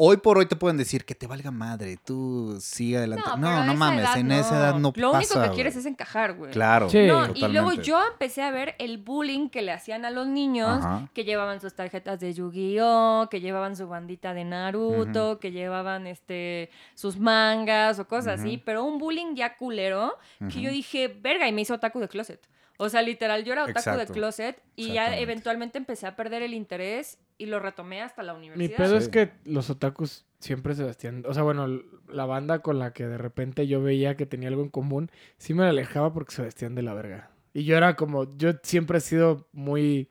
Speaker 2: Hoy por hoy te pueden decir que te valga madre, tú sigue adelante. No,
Speaker 5: pero a
Speaker 2: no,
Speaker 5: esa
Speaker 2: mames,
Speaker 5: edad
Speaker 2: en esa edad no
Speaker 5: Lo
Speaker 2: pasa.
Speaker 5: único que
Speaker 2: güey.
Speaker 5: quieres es encajar, güey.
Speaker 2: Claro,
Speaker 3: Sí.
Speaker 5: No, y
Speaker 2: totalmente.
Speaker 5: luego yo empecé a ver el bullying que le hacían a los niños,
Speaker 2: Ajá.
Speaker 5: que llevaban sus tarjetas de Yu-Gi-Oh, que llevaban su bandita de Naruto, que llevaban este sus mangas o cosas así,
Speaker 2: Ujú.
Speaker 5: pero un bullying ya culero que yo
Speaker 2: Ujú.
Speaker 5: dije, "Verga", y me hizo otaku de closet. O sea, literal yo era otaku de
Speaker 2: Exacto.
Speaker 5: closet y ya
Speaker 2: Exactamente.
Speaker 5: eventualmente empecé a perder el interés y lo retomé hasta la
Speaker 3: Mi
Speaker 5: universidad.
Speaker 3: pedo
Speaker 2: Sí.
Speaker 3: es que los otakus siempre se vestían. O sea, bueno, l- la banda con la que de repente yo veía que tenía algo en común, sí me la alejaba porque se vestían de la verga. Y yo era como, yo siempre he sido muy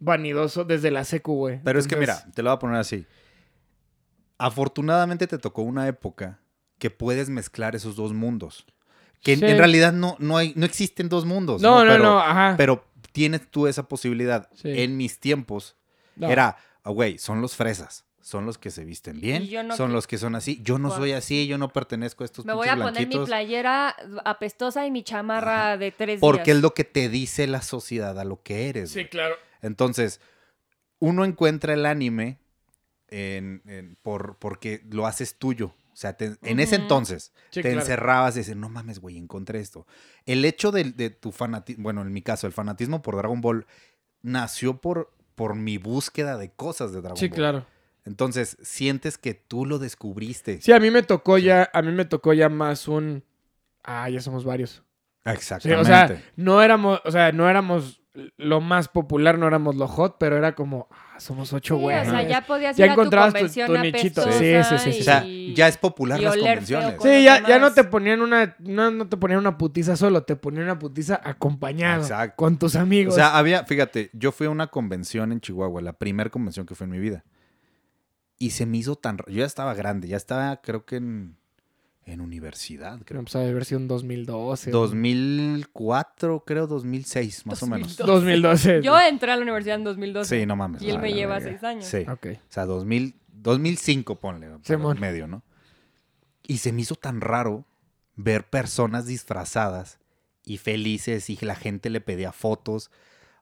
Speaker 3: vanidoso desde la secu, güey.
Speaker 2: Pero es que mira,
Speaker 3: Entonces,
Speaker 2: te lo voy a poner así. Afortunadamente te tocó una época que puedes mezclar esos dos mundos. Que en-
Speaker 3: Sí.
Speaker 2: en realidad no, no, hay, no existen dos mundos.
Speaker 3: No, no,
Speaker 2: Pero-
Speaker 3: no, ajá.
Speaker 2: Pero tienes tú esa posibilidad.
Speaker 3: Sí.
Speaker 2: En mis tiempos
Speaker 3: No.
Speaker 2: era, "Ah, güey, son los fresas. Son los que se visten bien,
Speaker 5: Y yo no
Speaker 2: son
Speaker 5: qui-
Speaker 2: los que son así. Yo no soy así, yo no pertenezco a estos
Speaker 5: me voy a
Speaker 2: pinches
Speaker 5: poner mi
Speaker 2: blanquitos",
Speaker 5: playera apestosa y mi chamarra de tres
Speaker 2: Porque
Speaker 5: días.
Speaker 2: es lo que te dice la sociedad a lo que eres.
Speaker 3: Sí,
Speaker 2: güey.
Speaker 3: claro.
Speaker 2: Entonces, uno encuentra el anime en- en- por, porque lo haces tuyo. O sea, te- en ese
Speaker 5: Ujú.
Speaker 2: entonces te
Speaker 3: Sí, claro.
Speaker 2: encerrabas y decías, no mames, güey, encontré esto. El hecho de, de tu fanatismo, bueno, en mi caso, el fanatismo por Dragon Ball nació por, por mi búsqueda de cosas de Dragon
Speaker 3: Sí,
Speaker 2: Ball.
Speaker 3: claro.
Speaker 2: Entonces, sientes que tú lo descubriste.
Speaker 3: Sí, a mí me tocó ya, a mí me tocó ya más un, ah, ya somos varios. Sí,
Speaker 2: Ah, Exactamente.
Speaker 3: o sea, no éramos, o sea, no éramos lo más popular, no éramos lo hot, pero era como, ah, somos ocho
Speaker 5: Sí,
Speaker 3: güeyes.
Speaker 5: O sea, ya podías
Speaker 3: Ya
Speaker 5: ir a tu
Speaker 3: encontrabas tu-
Speaker 5: convención
Speaker 3: tu nichito.
Speaker 5: apestosa
Speaker 3: Sí, sí, sí, sí.
Speaker 5: y-
Speaker 2: O sea, ya es popular
Speaker 5: y
Speaker 2: las
Speaker 5: oler feo
Speaker 2: convenciones.
Speaker 5: con-
Speaker 3: Sí,
Speaker 5: los
Speaker 3: ya, ya no
Speaker 5: demás.
Speaker 3: te ponían una, no, no te ponían una putiza solo, te ponían una putiza acompañado
Speaker 2: Exacto.
Speaker 3: con tus amigos.
Speaker 2: O sea, había, fíjate, yo fui a una convención en Chihuahua, la primera convención que fue en mi vida. Y se me hizo tan... ra- Yo ya estaba grande, ya estaba creo que en, en universidad,
Speaker 3: creo
Speaker 2: creo.
Speaker 3: que debe haber sido un 2012.
Speaker 2: 2004, creo, 2006, más o
Speaker 5: 2002.
Speaker 2: menos.
Speaker 3: 2012.
Speaker 5: Yo entré a la universidad en 2012
Speaker 2: Sí, no mames.
Speaker 5: y él
Speaker 2: a
Speaker 5: me
Speaker 2: la
Speaker 5: lleva
Speaker 2: verga.
Speaker 5: seis años.
Speaker 2: Sí.
Speaker 3: Ok.
Speaker 2: O sea, 2000, 2005, ponle, por
Speaker 3: Simón.
Speaker 2: medio, ¿no? Y se me hizo tan raro ver personas disfrazadas y felices y la gente le pedía fotos.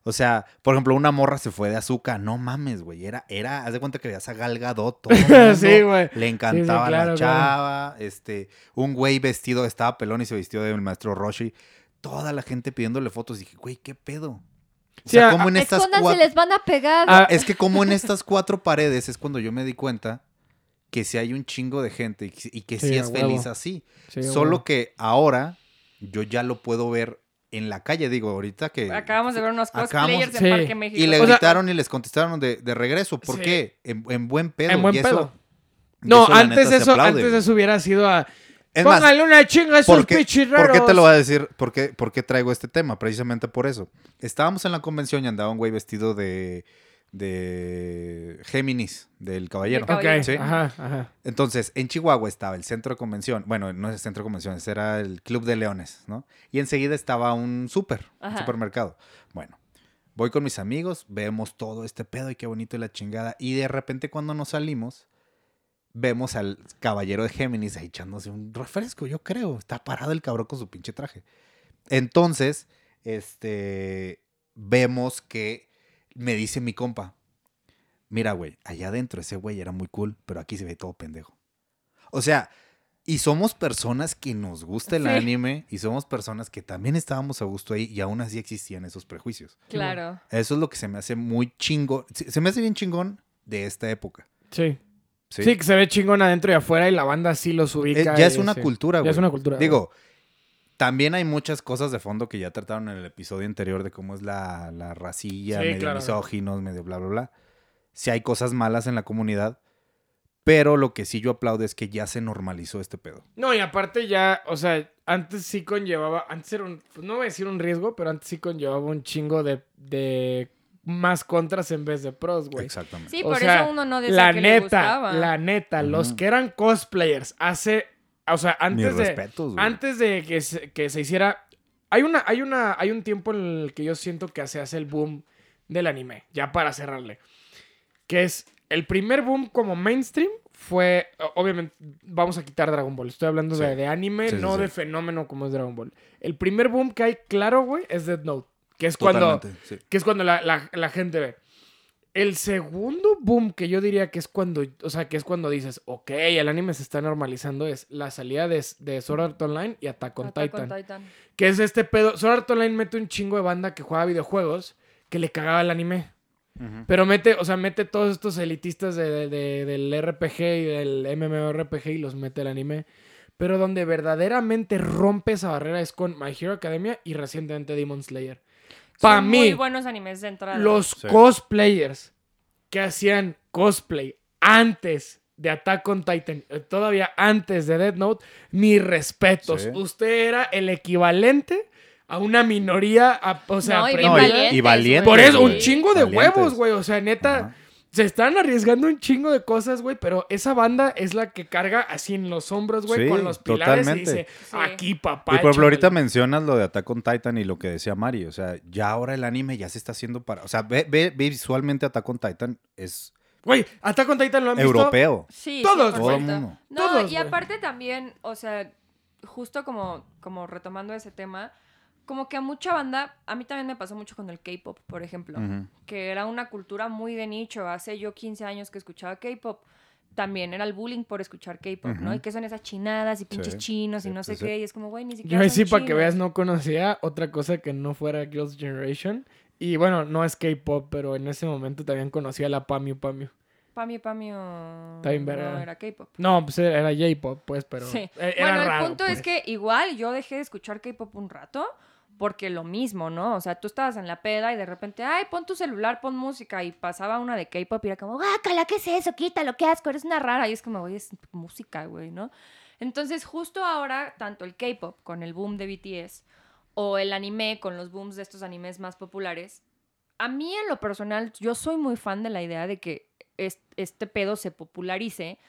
Speaker 2: O sea, por ejemplo, una morra se fue de azúcar. No mames, güey. Era, era, haz de cuenta que veías a Gal Gadot. todo el mundo
Speaker 3: Sí, güey.
Speaker 2: Le encantaba
Speaker 3: claro,
Speaker 2: la
Speaker 3: claro.
Speaker 2: chava. Este, un güey vestido, estaba pelón y se vistió del maestro Roshi. Toda la gente pidiéndole fotos. Dije, güey, ¿qué pedo? O
Speaker 3: Sí,
Speaker 2: sea,
Speaker 3: a-
Speaker 2: como en estas
Speaker 1: Escóndanse,
Speaker 2: cuatro...
Speaker 1: les van a pegar.
Speaker 3: Ah,
Speaker 2: Es que como en estas cuatro paredes es cuando yo me di cuenta que si hay un chingo de gente y que- y que
Speaker 3: Sí,
Speaker 2: sí,
Speaker 3: a
Speaker 2: es feliz
Speaker 3: huevo.
Speaker 2: así.
Speaker 3: Sí,
Speaker 2: Solo
Speaker 3: güey.
Speaker 2: que ahora yo ya lo puedo ver en la calle. Digo, ahorita que...
Speaker 5: Acabamos de ver unos
Speaker 2: Acabamos-
Speaker 5: cosplayers en
Speaker 3: Sí.
Speaker 5: Parque México.
Speaker 2: Y le
Speaker 3: O sea-
Speaker 2: gritaron y les contestaron de, de regreso. ¿Por
Speaker 3: Sí.
Speaker 2: qué? En, en buen pedo.
Speaker 3: En buen
Speaker 2: y eso-
Speaker 3: pedo.
Speaker 2: y
Speaker 3: No,
Speaker 2: la
Speaker 3: antes
Speaker 2: neta se
Speaker 3: eso,
Speaker 2: aplaude,
Speaker 3: antes
Speaker 2: güey.
Speaker 3: eso hubiera sido a.
Speaker 2: Es más,
Speaker 3: Póngale una chinga a esos
Speaker 2: ¿por qué,
Speaker 3: pichirreros.
Speaker 2: por qué te lo voy a decir? ¿Por qué, por qué traigo este tema? Precisamente por eso. Estábamos en la convención y andaba un güey vestido de, de Géminis, del caballero.
Speaker 5: De caballero.
Speaker 3: Ok,
Speaker 2: Sí.
Speaker 3: ajá, ajá.
Speaker 2: Entonces, en Chihuahua estaba el centro de convención. Bueno, no es el centro de convenciones, era el Club de Leones, ¿no? Y enseguida estaba un súper, un
Speaker 5: Ajá.
Speaker 2: supermercado. Bueno, voy con mis amigos, vemos todo este pedo y qué bonito y la chingada. Y de repente cuando nos salimos, vemos al caballero de Géminis ahí echándose un refresco, yo creo. Está parado el cabrón con su pinche traje. Entonces, este, vemos que me dice mi compa, mira, güey, allá adentro ese güey era muy cool, pero aquí se ve todo pendejo. O sea, y somos personas que nos gusta el
Speaker 5: Sí.
Speaker 2: anime y somos personas que también estábamos a gusto ahí y aún así existían esos prejuicios.
Speaker 5: Claro.
Speaker 2: Eso es lo que se me hace muy chingón, se se me hace bien chingón de esta época.
Speaker 3: Sí. sí. que se ve chingón adentro y afuera y la banda sí los ubica.
Speaker 2: Eh, ya es
Speaker 3: y
Speaker 2: una
Speaker 3: sí.
Speaker 2: cultura, güey.
Speaker 3: Ya es una cultura.
Speaker 2: Digo, también hay muchas cosas de fondo que ya trataron en el episodio anterior de cómo es la, la racilla,
Speaker 3: Sí,
Speaker 2: medio
Speaker 3: claro.
Speaker 2: misóginos, medio bla, bla, bla. Si hay cosas malas en la comunidad, pero lo que sí yo aplaudo es que ya se normalizó este pedo.
Speaker 3: No, y aparte ya, o sea, antes sí conllevaba, antes era un, pues no voy a decir un riesgo, pero antes sí conllevaba un chingo de, de más contras en vez de pros, güey.
Speaker 2: Exactamente.
Speaker 5: Sí,
Speaker 3: O
Speaker 5: por
Speaker 3: sea,
Speaker 5: eso uno no decía
Speaker 3: La
Speaker 5: que le
Speaker 3: neta,
Speaker 5: gustaba.
Speaker 3: la neta, los
Speaker 2: Ujú.
Speaker 3: que eran cosplayers hace, o sea,
Speaker 2: Mis
Speaker 3: antes de,
Speaker 2: respetos, güey.
Speaker 3: antes de que se, que se hiciera, hay una, hay una, hay un tiempo en el que yo siento que se hace el boom del anime, ya para cerrarle, que es el primer boom como mainstream fue, o- obviamente, vamos a quitar Dragon Ball, estoy hablando
Speaker 2: Sí.
Speaker 3: de, de anime,
Speaker 2: Sí, sí,
Speaker 3: no
Speaker 2: sí.
Speaker 3: de fenómeno como es Dragon Ball. El primer boom que hay, claro, güey, es Death Note, que es cuando,
Speaker 2: Totalmente, sí.
Speaker 3: que es cuando la, la- la gente ve. El segundo boom que yo diría que es cuando, o sea, que es cuando dices, ok, el anime se está normalizando, es la salida de, de Sword Art Online y Attack on
Speaker 5: Attack
Speaker 3: Titan.
Speaker 5: on Titan.
Speaker 3: Que es este pedo. Sword Art Online mete un chingo de banda que juega videojuegos que le cagaba el anime.
Speaker 2: Ujú.
Speaker 3: Pero mete, o sea, mete todos estos elitistas de- de- de- del RPG y del MMORPG y los mete el anime. Pero donde verdaderamente rompe esa barrera es con My Hero Academia y recientemente Demon Slayer. Para
Speaker 5: Son
Speaker 3: mí,
Speaker 5: Muy buenos animes de entrada.
Speaker 3: los
Speaker 2: Sí.
Speaker 3: cosplayers que hacían cosplay antes de Attack on Titan, eh, todavía antes de Death Note, mis respetos.
Speaker 2: Sí.
Speaker 3: Usted era el equivalente a una minoría, a- o sea,
Speaker 5: No, y bien
Speaker 2: No, y-
Speaker 3: aprendida.
Speaker 5: valientes,
Speaker 2: y valientes,
Speaker 3: por eso, un
Speaker 2: güey.
Speaker 3: chingo de
Speaker 2: Valientes.
Speaker 3: huevos, güey. O sea, neta,
Speaker 2: Ajá.
Speaker 3: se están arriesgando un chingo de cosas, güey, pero esa banda es la que carga así en los hombros, güey,
Speaker 2: Sí,
Speaker 3: con los pilares
Speaker 2: totalmente.
Speaker 3: y dice,
Speaker 5: Sí.
Speaker 3: aquí, papá.
Speaker 2: Y por ejemplo, ahorita
Speaker 3: échamela".
Speaker 2: mencionas lo de Attack on Titan y lo que decía Mari. O sea, ya ahora el anime ya se está haciendo para. O sea, ve, ve- ve visualmente Attack on Titan es
Speaker 3: Güey, Attack on Titan lo han visto.
Speaker 2: europeo.
Speaker 5: Sí,
Speaker 3: Todos,
Speaker 5: sí, por
Speaker 2: Todo el
Speaker 5: supuesto.
Speaker 2: mundo.
Speaker 5: No,
Speaker 3: Todos,
Speaker 5: y
Speaker 3: güey.
Speaker 5: aparte también, o sea, justo como, como retomando ese tema, como que a mucha banda, a mí también me pasó mucho con el K-pop, por ejemplo,
Speaker 2: Ujú.
Speaker 5: que era una cultura muy de nicho. Hace yo 15 años que escuchaba K-pop. También era el bullying por escuchar K-pop, ¿no?
Speaker 2: Ujú.
Speaker 5: Y que son esas chinadas y pinches
Speaker 2: Sí,
Speaker 5: chinos y
Speaker 2: sí,
Speaker 5: no sé
Speaker 2: sí, sí.
Speaker 5: qué. Y es como, güey, ni siquiera.
Speaker 3: Yo ahí
Speaker 5: son
Speaker 3: sí, para que
Speaker 5: chinos.
Speaker 3: veas, no conocía otra cosa que no fuera Girls' Generation. Y bueno, no es K-pop, pero en ese momento también conocía la Pamio Pamio.
Speaker 5: Pamio, Pamio.
Speaker 3: Está bien verga.
Speaker 5: oh, No era K-pop.
Speaker 3: No, pues era era J-pop, pues, pero.
Speaker 5: Sí.
Speaker 3: e- era
Speaker 5: Bueno, el
Speaker 3: raro,
Speaker 5: punto es
Speaker 3: pues.
Speaker 5: que igual yo dejé de escuchar K-pop un rato porque lo mismo, ¿no? O sea, tú estabas en la peda y de repente, ay, pon tu celular, pon música y pasaba una de K-pop y era como, guácala, ¿qué es eso? Quítalo, qué asco, eres una rara. Y es como, oye, es música, güey, ¿no? Entonces, justo ahora, tanto el K-pop con el boom de BTS o el anime con los booms de estos animes más populares, a mí en lo personal, yo soy muy fan de la idea de que es- este pedo se popularice,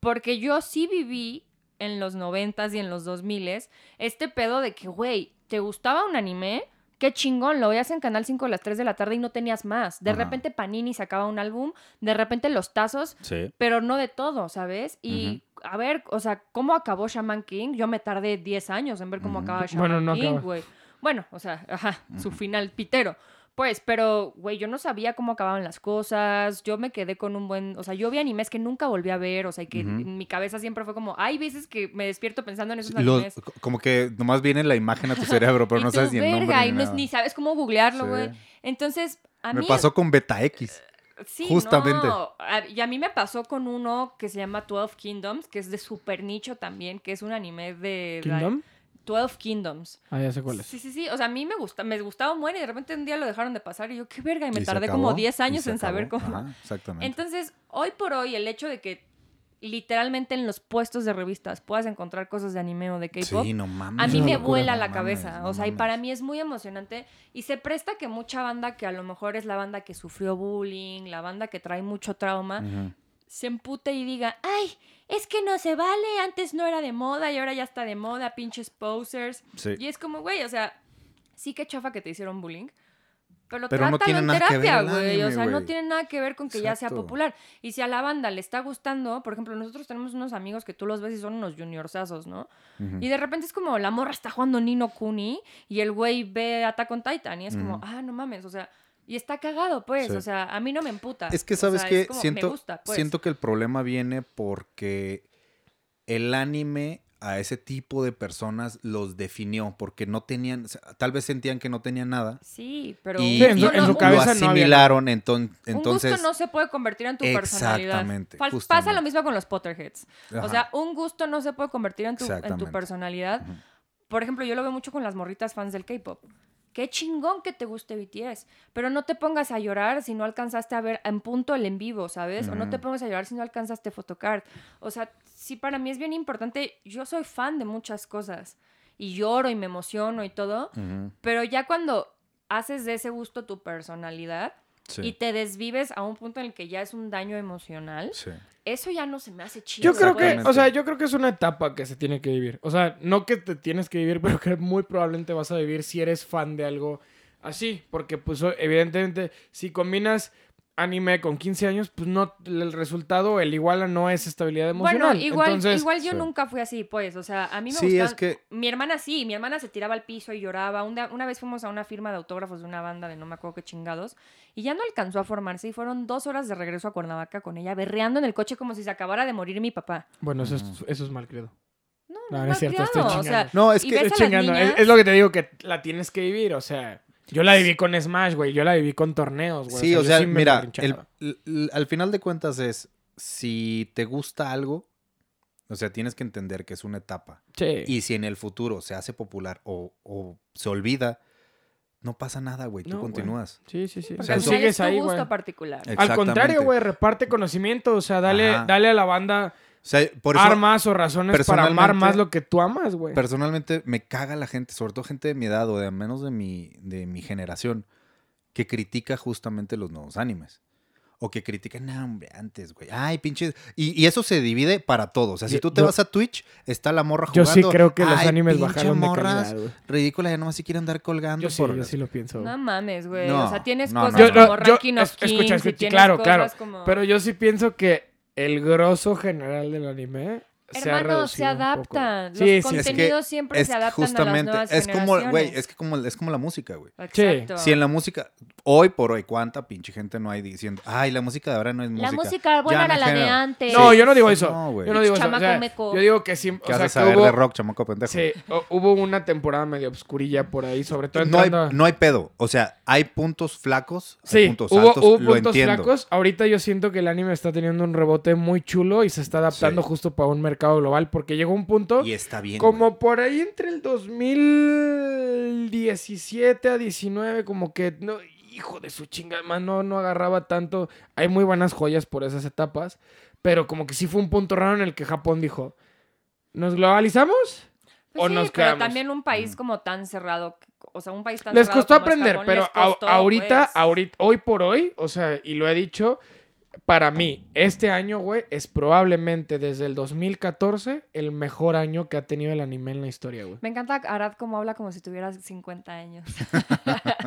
Speaker 5: porque yo sí viví en los 90s y en los 2000s este pedo de que, güey, ¿te gustaba un anime? Qué chingón, lo veías en Canal 5 a las 3 de la tarde y no tenías más. De
Speaker 2: Ajá.
Speaker 5: repente Panini sacaba un álbum, de repente Los Tazos,
Speaker 2: Sí.
Speaker 5: pero no de todo, ¿sabes? Y a ver, o sea, ¿cómo acabó Shaman King? Yo me tardé 10 años en ver cómo
Speaker 2: Ujú.
Speaker 5: acaba
Speaker 3: Bueno,
Speaker 5: Shaman
Speaker 3: no
Speaker 5: King,
Speaker 3: acaba.
Speaker 5: güey. Bueno, o sea, ajá, su final pitero. Pues, pero, güey, yo no sabía cómo acababan las cosas. Yo me quedé con un buen. O sea, yo vi animes que nunca volví a ver. O sea, que
Speaker 2: Ujú.
Speaker 5: en mi cabeza siempre fue como. Hay veces que me despierto pensando en esos
Speaker 2: Los-
Speaker 5: animes.
Speaker 2: co- como que nomás viene la imagen a tu cerebro, pero
Speaker 5: Y
Speaker 2: no
Speaker 5: tú,
Speaker 2: sabes ni el
Speaker 5: verga,
Speaker 2: nombre.
Speaker 5: y
Speaker 2: ni
Speaker 5: no-
Speaker 2: nada.
Speaker 5: ni sabes cómo googlearlo,
Speaker 2: Sí.
Speaker 5: güey. Entonces, a
Speaker 2: Me
Speaker 5: mí.
Speaker 2: pasó con Beta X.
Speaker 5: Sí,
Speaker 2: Justamente.
Speaker 5: no. A- Y a mí me pasó con uno que se llama 12 Kingdoms, que es de super nicho también, que es un anime de...
Speaker 3: ¿Kingdom?
Speaker 5: 12 Kingdoms.
Speaker 3: Ah, ya sé cuál es.
Speaker 5: Sí, sí, sí. O sea, a mí me gusta, me gustaba muere y de repente un día lo dejaron de pasar y yo, qué verga, y me
Speaker 2: Y se
Speaker 5: tardé
Speaker 2: acabó,
Speaker 5: como 10
Speaker 2: y
Speaker 5: años
Speaker 2: se
Speaker 5: en saber
Speaker 2: acabó.
Speaker 5: cómo.
Speaker 2: Ajá, exactamente.
Speaker 5: Entonces, hoy por hoy, el hecho de que literalmente en los puestos de revistas puedas encontrar cosas de anime o de K-pop,
Speaker 2: sí, no mames.
Speaker 5: a mí
Speaker 3: una
Speaker 5: me
Speaker 2: locura,
Speaker 5: vuela
Speaker 2: no
Speaker 5: la
Speaker 2: mames,
Speaker 5: cabeza,
Speaker 2: no
Speaker 5: o sea, y
Speaker 2: mames.
Speaker 5: para mí es muy emocionante y se presta que mucha banda que a lo mejor es la banda que sufrió bullying, la banda que trae mucho trauma,
Speaker 2: Ujú.
Speaker 5: se empute y diga, ay, es que no se vale, antes no era de moda y ahora ya está de moda, pinches posers.
Speaker 2: Sí.
Speaker 5: Y es como, güey, o sea, sí que chafa que te hicieron bullying. Pero,
Speaker 2: Pero
Speaker 5: trátalo
Speaker 2: no tiene
Speaker 5: en
Speaker 2: nada que ver
Speaker 5: terapia,
Speaker 2: el
Speaker 5: güey. O
Speaker 2: anime,
Speaker 5: sea, no
Speaker 2: güey.
Speaker 5: tiene nada que ver con que ya sea
Speaker 2: Exacto.
Speaker 5: popular. Y si a la banda le está gustando, por ejemplo, nosotros tenemos unos amigos que tú los ves y son unos juniorsazos, ¿no?
Speaker 2: Ujú.
Speaker 5: Y de repente es como, la morra está jugando Nino Kuni y el güey ve Attack on Titan y es como,
Speaker 2: Ujú.
Speaker 5: ah, no mames, o sea, y está cagado, pues,
Speaker 2: Sí.
Speaker 5: o sea, a mí no me emputa.
Speaker 2: Es que
Speaker 5: O
Speaker 2: sabes
Speaker 5: sea,
Speaker 2: que
Speaker 5: es como, me
Speaker 2: siento,
Speaker 5: gusta, pues.
Speaker 2: siento que el problema viene porque el anime a ese tipo de personas los definió porque no tenían, o sea, tal vez sentían que no tenían nada
Speaker 5: Sí, pero...
Speaker 2: y
Speaker 3: Sí, en su-
Speaker 5: uno-
Speaker 3: en su
Speaker 5: un-
Speaker 3: cabeza no
Speaker 2: lo
Speaker 3: había
Speaker 2: asimilaron enton-
Speaker 5: un
Speaker 2: entonces
Speaker 5: gusto no se puede convertir en tu personalidad.
Speaker 2: Exactamente,
Speaker 5: Fal- Pasa
Speaker 2: justamente.
Speaker 5: lo mismo con los Potterheads.
Speaker 2: Ajá.
Speaker 5: O sea, un gusto no se puede convertir en tu, en tu
Speaker 2: Exactamente.
Speaker 5: personalidad.
Speaker 2: Ujú.
Speaker 5: Por ejemplo, yo lo veo mucho con las morritas fans del K-pop. Qué chingón que te guste BTS, pero no te pongas a llorar si no alcanzaste a ver en punto el en vivo, ¿sabes? O no te
Speaker 2: Ujú.
Speaker 5: pongas a llorar si no alcanzaste Photocard. O sea, sí para mí es bien importante, yo soy fan de muchas cosas y lloro y me emociono y todo,
Speaker 2: Ujú,
Speaker 5: pero ya cuando haces de ese gusto tu personalidad,
Speaker 2: sí,
Speaker 5: y te desvives a un punto en el que ya es un daño emocional,
Speaker 2: sí.
Speaker 5: eso ya no se me hace chido.
Speaker 3: Yo creo que,
Speaker 5: güey.
Speaker 3: o sea, yo creo que es una etapa que se tiene que vivir. O sea, no que te tienes que vivir, pero que muy probablemente vas a vivir si eres fan de algo así. Porque, pues, o- evidentemente, si combinas anime con 15 años, pues no, el resultado, el iguala no es estabilidad emocional.
Speaker 5: Bueno, igual,
Speaker 3: Entonces,
Speaker 5: igual yo
Speaker 2: sí.
Speaker 5: nunca fui así, pues. O sea, a mí me
Speaker 2: Sí,
Speaker 5: gustan-
Speaker 2: es que-
Speaker 5: Mi hermana sí, mi hermana se tiraba al piso y lloraba. Un día- una vez fuimos a una firma de autógrafos de una banda de no me acuerdo qué chingados. Y ya no alcanzó a formarse y fueron dos horas de regreso a Cuernavaca con ella, berreando en el coche como si se acabara de morir mi papá.
Speaker 3: Bueno, eso es, eso es mal, creo.
Speaker 5: No,
Speaker 3: No,
Speaker 5: no,
Speaker 3: no
Speaker 5: no,
Speaker 3: es cierto, estoy
Speaker 5: O sea,
Speaker 3: chingando.
Speaker 2: No, es
Speaker 5: y
Speaker 2: que-
Speaker 5: ves
Speaker 3: Estoy
Speaker 5: a las
Speaker 3: Eh, chingando.
Speaker 5: niñas-
Speaker 3: Es, es lo que te digo, que la tienes que vivir, o sea. Yo la viví con Smash, güey. Yo la viví con torneos, güey.
Speaker 2: Sí, o
Speaker 3: yo
Speaker 2: sea,
Speaker 3: sí me
Speaker 2: mira,
Speaker 3: berrinchaba.
Speaker 2: el- l- al final de cuentas es, si te gusta algo, o sea, tienes que entender que es una etapa.
Speaker 3: Sí.
Speaker 2: Y si en el futuro se hace popular o, o se olvida, no pasa nada, güey. Tú
Speaker 3: No, güey.
Speaker 2: continúas.
Speaker 3: sí, sí, sí. O
Speaker 5: porque
Speaker 3: sea,
Speaker 5: al final es
Speaker 3: sigues
Speaker 5: tu
Speaker 3: ahí,
Speaker 5: gusto
Speaker 3: güey.
Speaker 5: particular.
Speaker 2: Eh,
Speaker 3: Al contrario,
Speaker 2: Exactamente.
Speaker 3: güey, reparte conocimiento. O sea, dale,
Speaker 2: Ajá.
Speaker 3: dale a la banda
Speaker 2: O sea, por eso,
Speaker 3: armas o razones para amar
Speaker 2: personalmente-
Speaker 3: más lo que tú amas, güey.
Speaker 2: personalmente me caga la gente, sobre todo gente de mi edad o de al menos de mi, de mi generación, que critica justamente los nuevos animes. O que critican, no, hombre, antes, güey. Ay, pinches. Y, y eso se divide para todos. O sea, si
Speaker 3: Yo-
Speaker 2: tú te
Speaker 3: yo-
Speaker 2: vas a Twitch, está la morra
Speaker 3: Yo
Speaker 2: jugando.
Speaker 3: sí creo que los
Speaker 2: "Ay,
Speaker 3: animes
Speaker 2: pinche
Speaker 3: bajaron de
Speaker 2: morras
Speaker 3: calidad, güey.
Speaker 2: Ridícula, ya nomás se quiere andar colgando.
Speaker 3: Yo sí,
Speaker 2: por-
Speaker 3: yo sí lo pienso. güey.
Speaker 5: No mames, güey.
Speaker 2: No,
Speaker 5: o sea, tienes
Speaker 2: no,
Speaker 5: cosas
Speaker 2: no, no.
Speaker 5: como
Speaker 3: yo-
Speaker 5: Ranking of
Speaker 3: es-
Speaker 5: Kings
Speaker 3: escucha,
Speaker 5: y
Speaker 3: escucha,
Speaker 5: tienes
Speaker 3: claro,
Speaker 5: cosas
Speaker 3: claro.
Speaker 5: como-
Speaker 3: Pero yo sí pienso que el grosso general del anime se ha
Speaker 5: Hermano, se,
Speaker 3: reducido un poco.
Speaker 5: adaptan.
Speaker 3: Sí,
Speaker 5: Los
Speaker 3: sí,
Speaker 2: Es que-
Speaker 5: contenidos siempre
Speaker 2: es
Speaker 5: se
Speaker 2: que
Speaker 5: adaptan
Speaker 2: justamente,
Speaker 5: a las nuevas
Speaker 2: es como, güey,
Speaker 5: generaciones.
Speaker 2: es que como, es como la música, güey.
Speaker 5: Exacto.
Speaker 2: Si en la música, hoy por hoy, ¿cuánta pinche gente no hay diciendo, ay, la música de ahora no es música?
Speaker 5: La música buena
Speaker 2: Ya
Speaker 5: era
Speaker 2: no
Speaker 5: la de
Speaker 2: genera".
Speaker 5: antes.
Speaker 3: No,
Speaker 2: Sí.
Speaker 3: yo no digo eso.
Speaker 2: No, güey.
Speaker 3: yo no digo eso. o
Speaker 5: Chamaco
Speaker 3: sea,
Speaker 5: meco.
Speaker 3: yo digo que sí. O
Speaker 2: ¿Qué
Speaker 3: sea,
Speaker 2: haces
Speaker 3: que
Speaker 2: saber
Speaker 3: hubo,
Speaker 2: de rock, chamaco pendejo?
Speaker 3: sí, o- hubo una temporada medio obscurilla por ahí, sobre todo
Speaker 2: No hay,
Speaker 3: entrando a-
Speaker 2: no hay pedo. O sea, hay puntos flacos, hay
Speaker 3: Sí,
Speaker 2: puntos
Speaker 3: hubo,
Speaker 2: altos,
Speaker 3: hubo
Speaker 2: lo
Speaker 3: puntos
Speaker 2: entiendo.
Speaker 3: flacos. Ahorita yo siento que el anime está teniendo un rebote muy chulo y se está adaptando
Speaker 2: Sí.
Speaker 3: justo para un mercado global porque llegó un punto
Speaker 2: Y está bien.
Speaker 3: como
Speaker 2: güey.
Speaker 3: por ahí entre el 2017 a 19 como que no hijo de su chingada, man, no no agarraba tanto. Hay muy buenas joyas por esas etapas, pero como que sí fue un punto raro en el que Japón dijo, ¿nos globalizamos?
Speaker 5: Pues
Speaker 3: o
Speaker 5: sí,
Speaker 3: nos
Speaker 5: pero
Speaker 3: quedamos.
Speaker 5: también un
Speaker 2: Mm.
Speaker 5: país como tan cerrado, o sea, un país tan
Speaker 3: Les
Speaker 5: cerrado
Speaker 3: costó
Speaker 5: como es
Speaker 3: aprender,
Speaker 5: Japón,
Speaker 3: pero
Speaker 5: les
Speaker 3: au-
Speaker 5: costó,
Speaker 3: ahorita,
Speaker 5: pues.
Speaker 3: ahorita, hoy por hoy, o sea, y lo he dicho, para mí, este año, güey, es probablemente desde el 2014 el mejor año que ha tenido el anime en la historia, güey.
Speaker 5: Me encanta Arad como habla como si tuviera 50 años.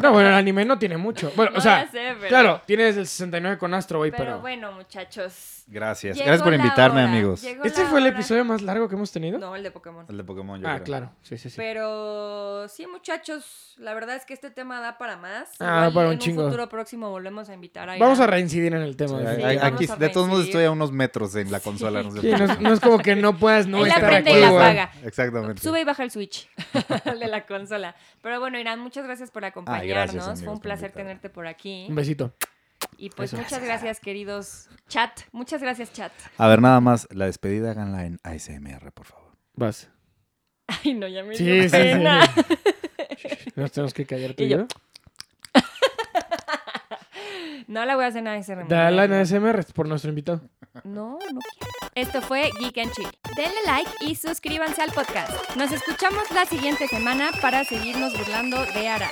Speaker 3: No, bueno, el anime no tiene mucho. Bueno,
Speaker 5: No,
Speaker 3: o sea,
Speaker 5: ya sé, pero-
Speaker 3: claro, tiene desde el 69 con Astro, güey,
Speaker 5: Pero,
Speaker 3: pero...
Speaker 5: bueno, muchachos.
Speaker 2: Gracias.
Speaker 5: llegó
Speaker 2: Gracias por
Speaker 5: la
Speaker 2: invitarme,
Speaker 5: hora,
Speaker 2: amigos.
Speaker 5: llegó
Speaker 3: ¿Este
Speaker 5: la
Speaker 3: fue el
Speaker 5: hora.
Speaker 3: episodio más largo que hemos tenido?
Speaker 5: No, el de Pokémon.
Speaker 2: El de Pokémon, yo
Speaker 3: ah,
Speaker 2: creo.
Speaker 3: claro, sí, sí, sí.
Speaker 5: Pero sí, muchachos, la verdad es que este tema da para más.
Speaker 3: Ah,
Speaker 5: Igual
Speaker 3: para un
Speaker 5: en
Speaker 3: chingo.
Speaker 5: un futuro próximo volvemos a invitar a
Speaker 3: Vamos a
Speaker 5: Irán.
Speaker 3: reincidir en el tema.
Speaker 2: Sí,
Speaker 5: Sí,
Speaker 2: a- a-
Speaker 5: vamos
Speaker 2: aquí,
Speaker 5: a
Speaker 2: de todos modos
Speaker 5: reincidir.
Speaker 2: estoy a unos metros en la consola. no se
Speaker 3: Sí, no, es-
Speaker 2: preocupen.
Speaker 3: no es como que no puedas no
Speaker 5: Él
Speaker 3: estar
Speaker 5: aprende
Speaker 3: aquí,
Speaker 5: y la
Speaker 3: güey.
Speaker 5: apaga.
Speaker 2: Exactamente.
Speaker 5: Sube y baja el Switch el de la consola. Pero bueno, Irán, muchas gracias por acompañarnos. Fue
Speaker 2: amigos,
Speaker 5: un
Speaker 2: por
Speaker 5: placer
Speaker 2: invitarme.
Speaker 5: tenerte por aquí.
Speaker 3: Un besito.
Speaker 5: Y pues muchas gracias, queridos chat. Muchas gracias, chat.
Speaker 2: A ver, nada más, la despedida háganla en ASMR, por favor.
Speaker 3: Vas.
Speaker 5: Ay, no, ya me
Speaker 3: Sí,
Speaker 5: dio
Speaker 3: sí, sí.
Speaker 5: pena.
Speaker 3: Nos tenemos que callar tú
Speaker 5: Y
Speaker 3: y
Speaker 5: yo,
Speaker 3: yo.
Speaker 5: No la voy a hacer nada de ese remoto.
Speaker 3: Dale en ASMR por nuestro invitado.
Speaker 5: No, no quiero. Esto fue Geek and Chill. Denle like y suscríbanse al podcast. Nos escuchamos la siguiente semana para seguirnos burlando de Ara.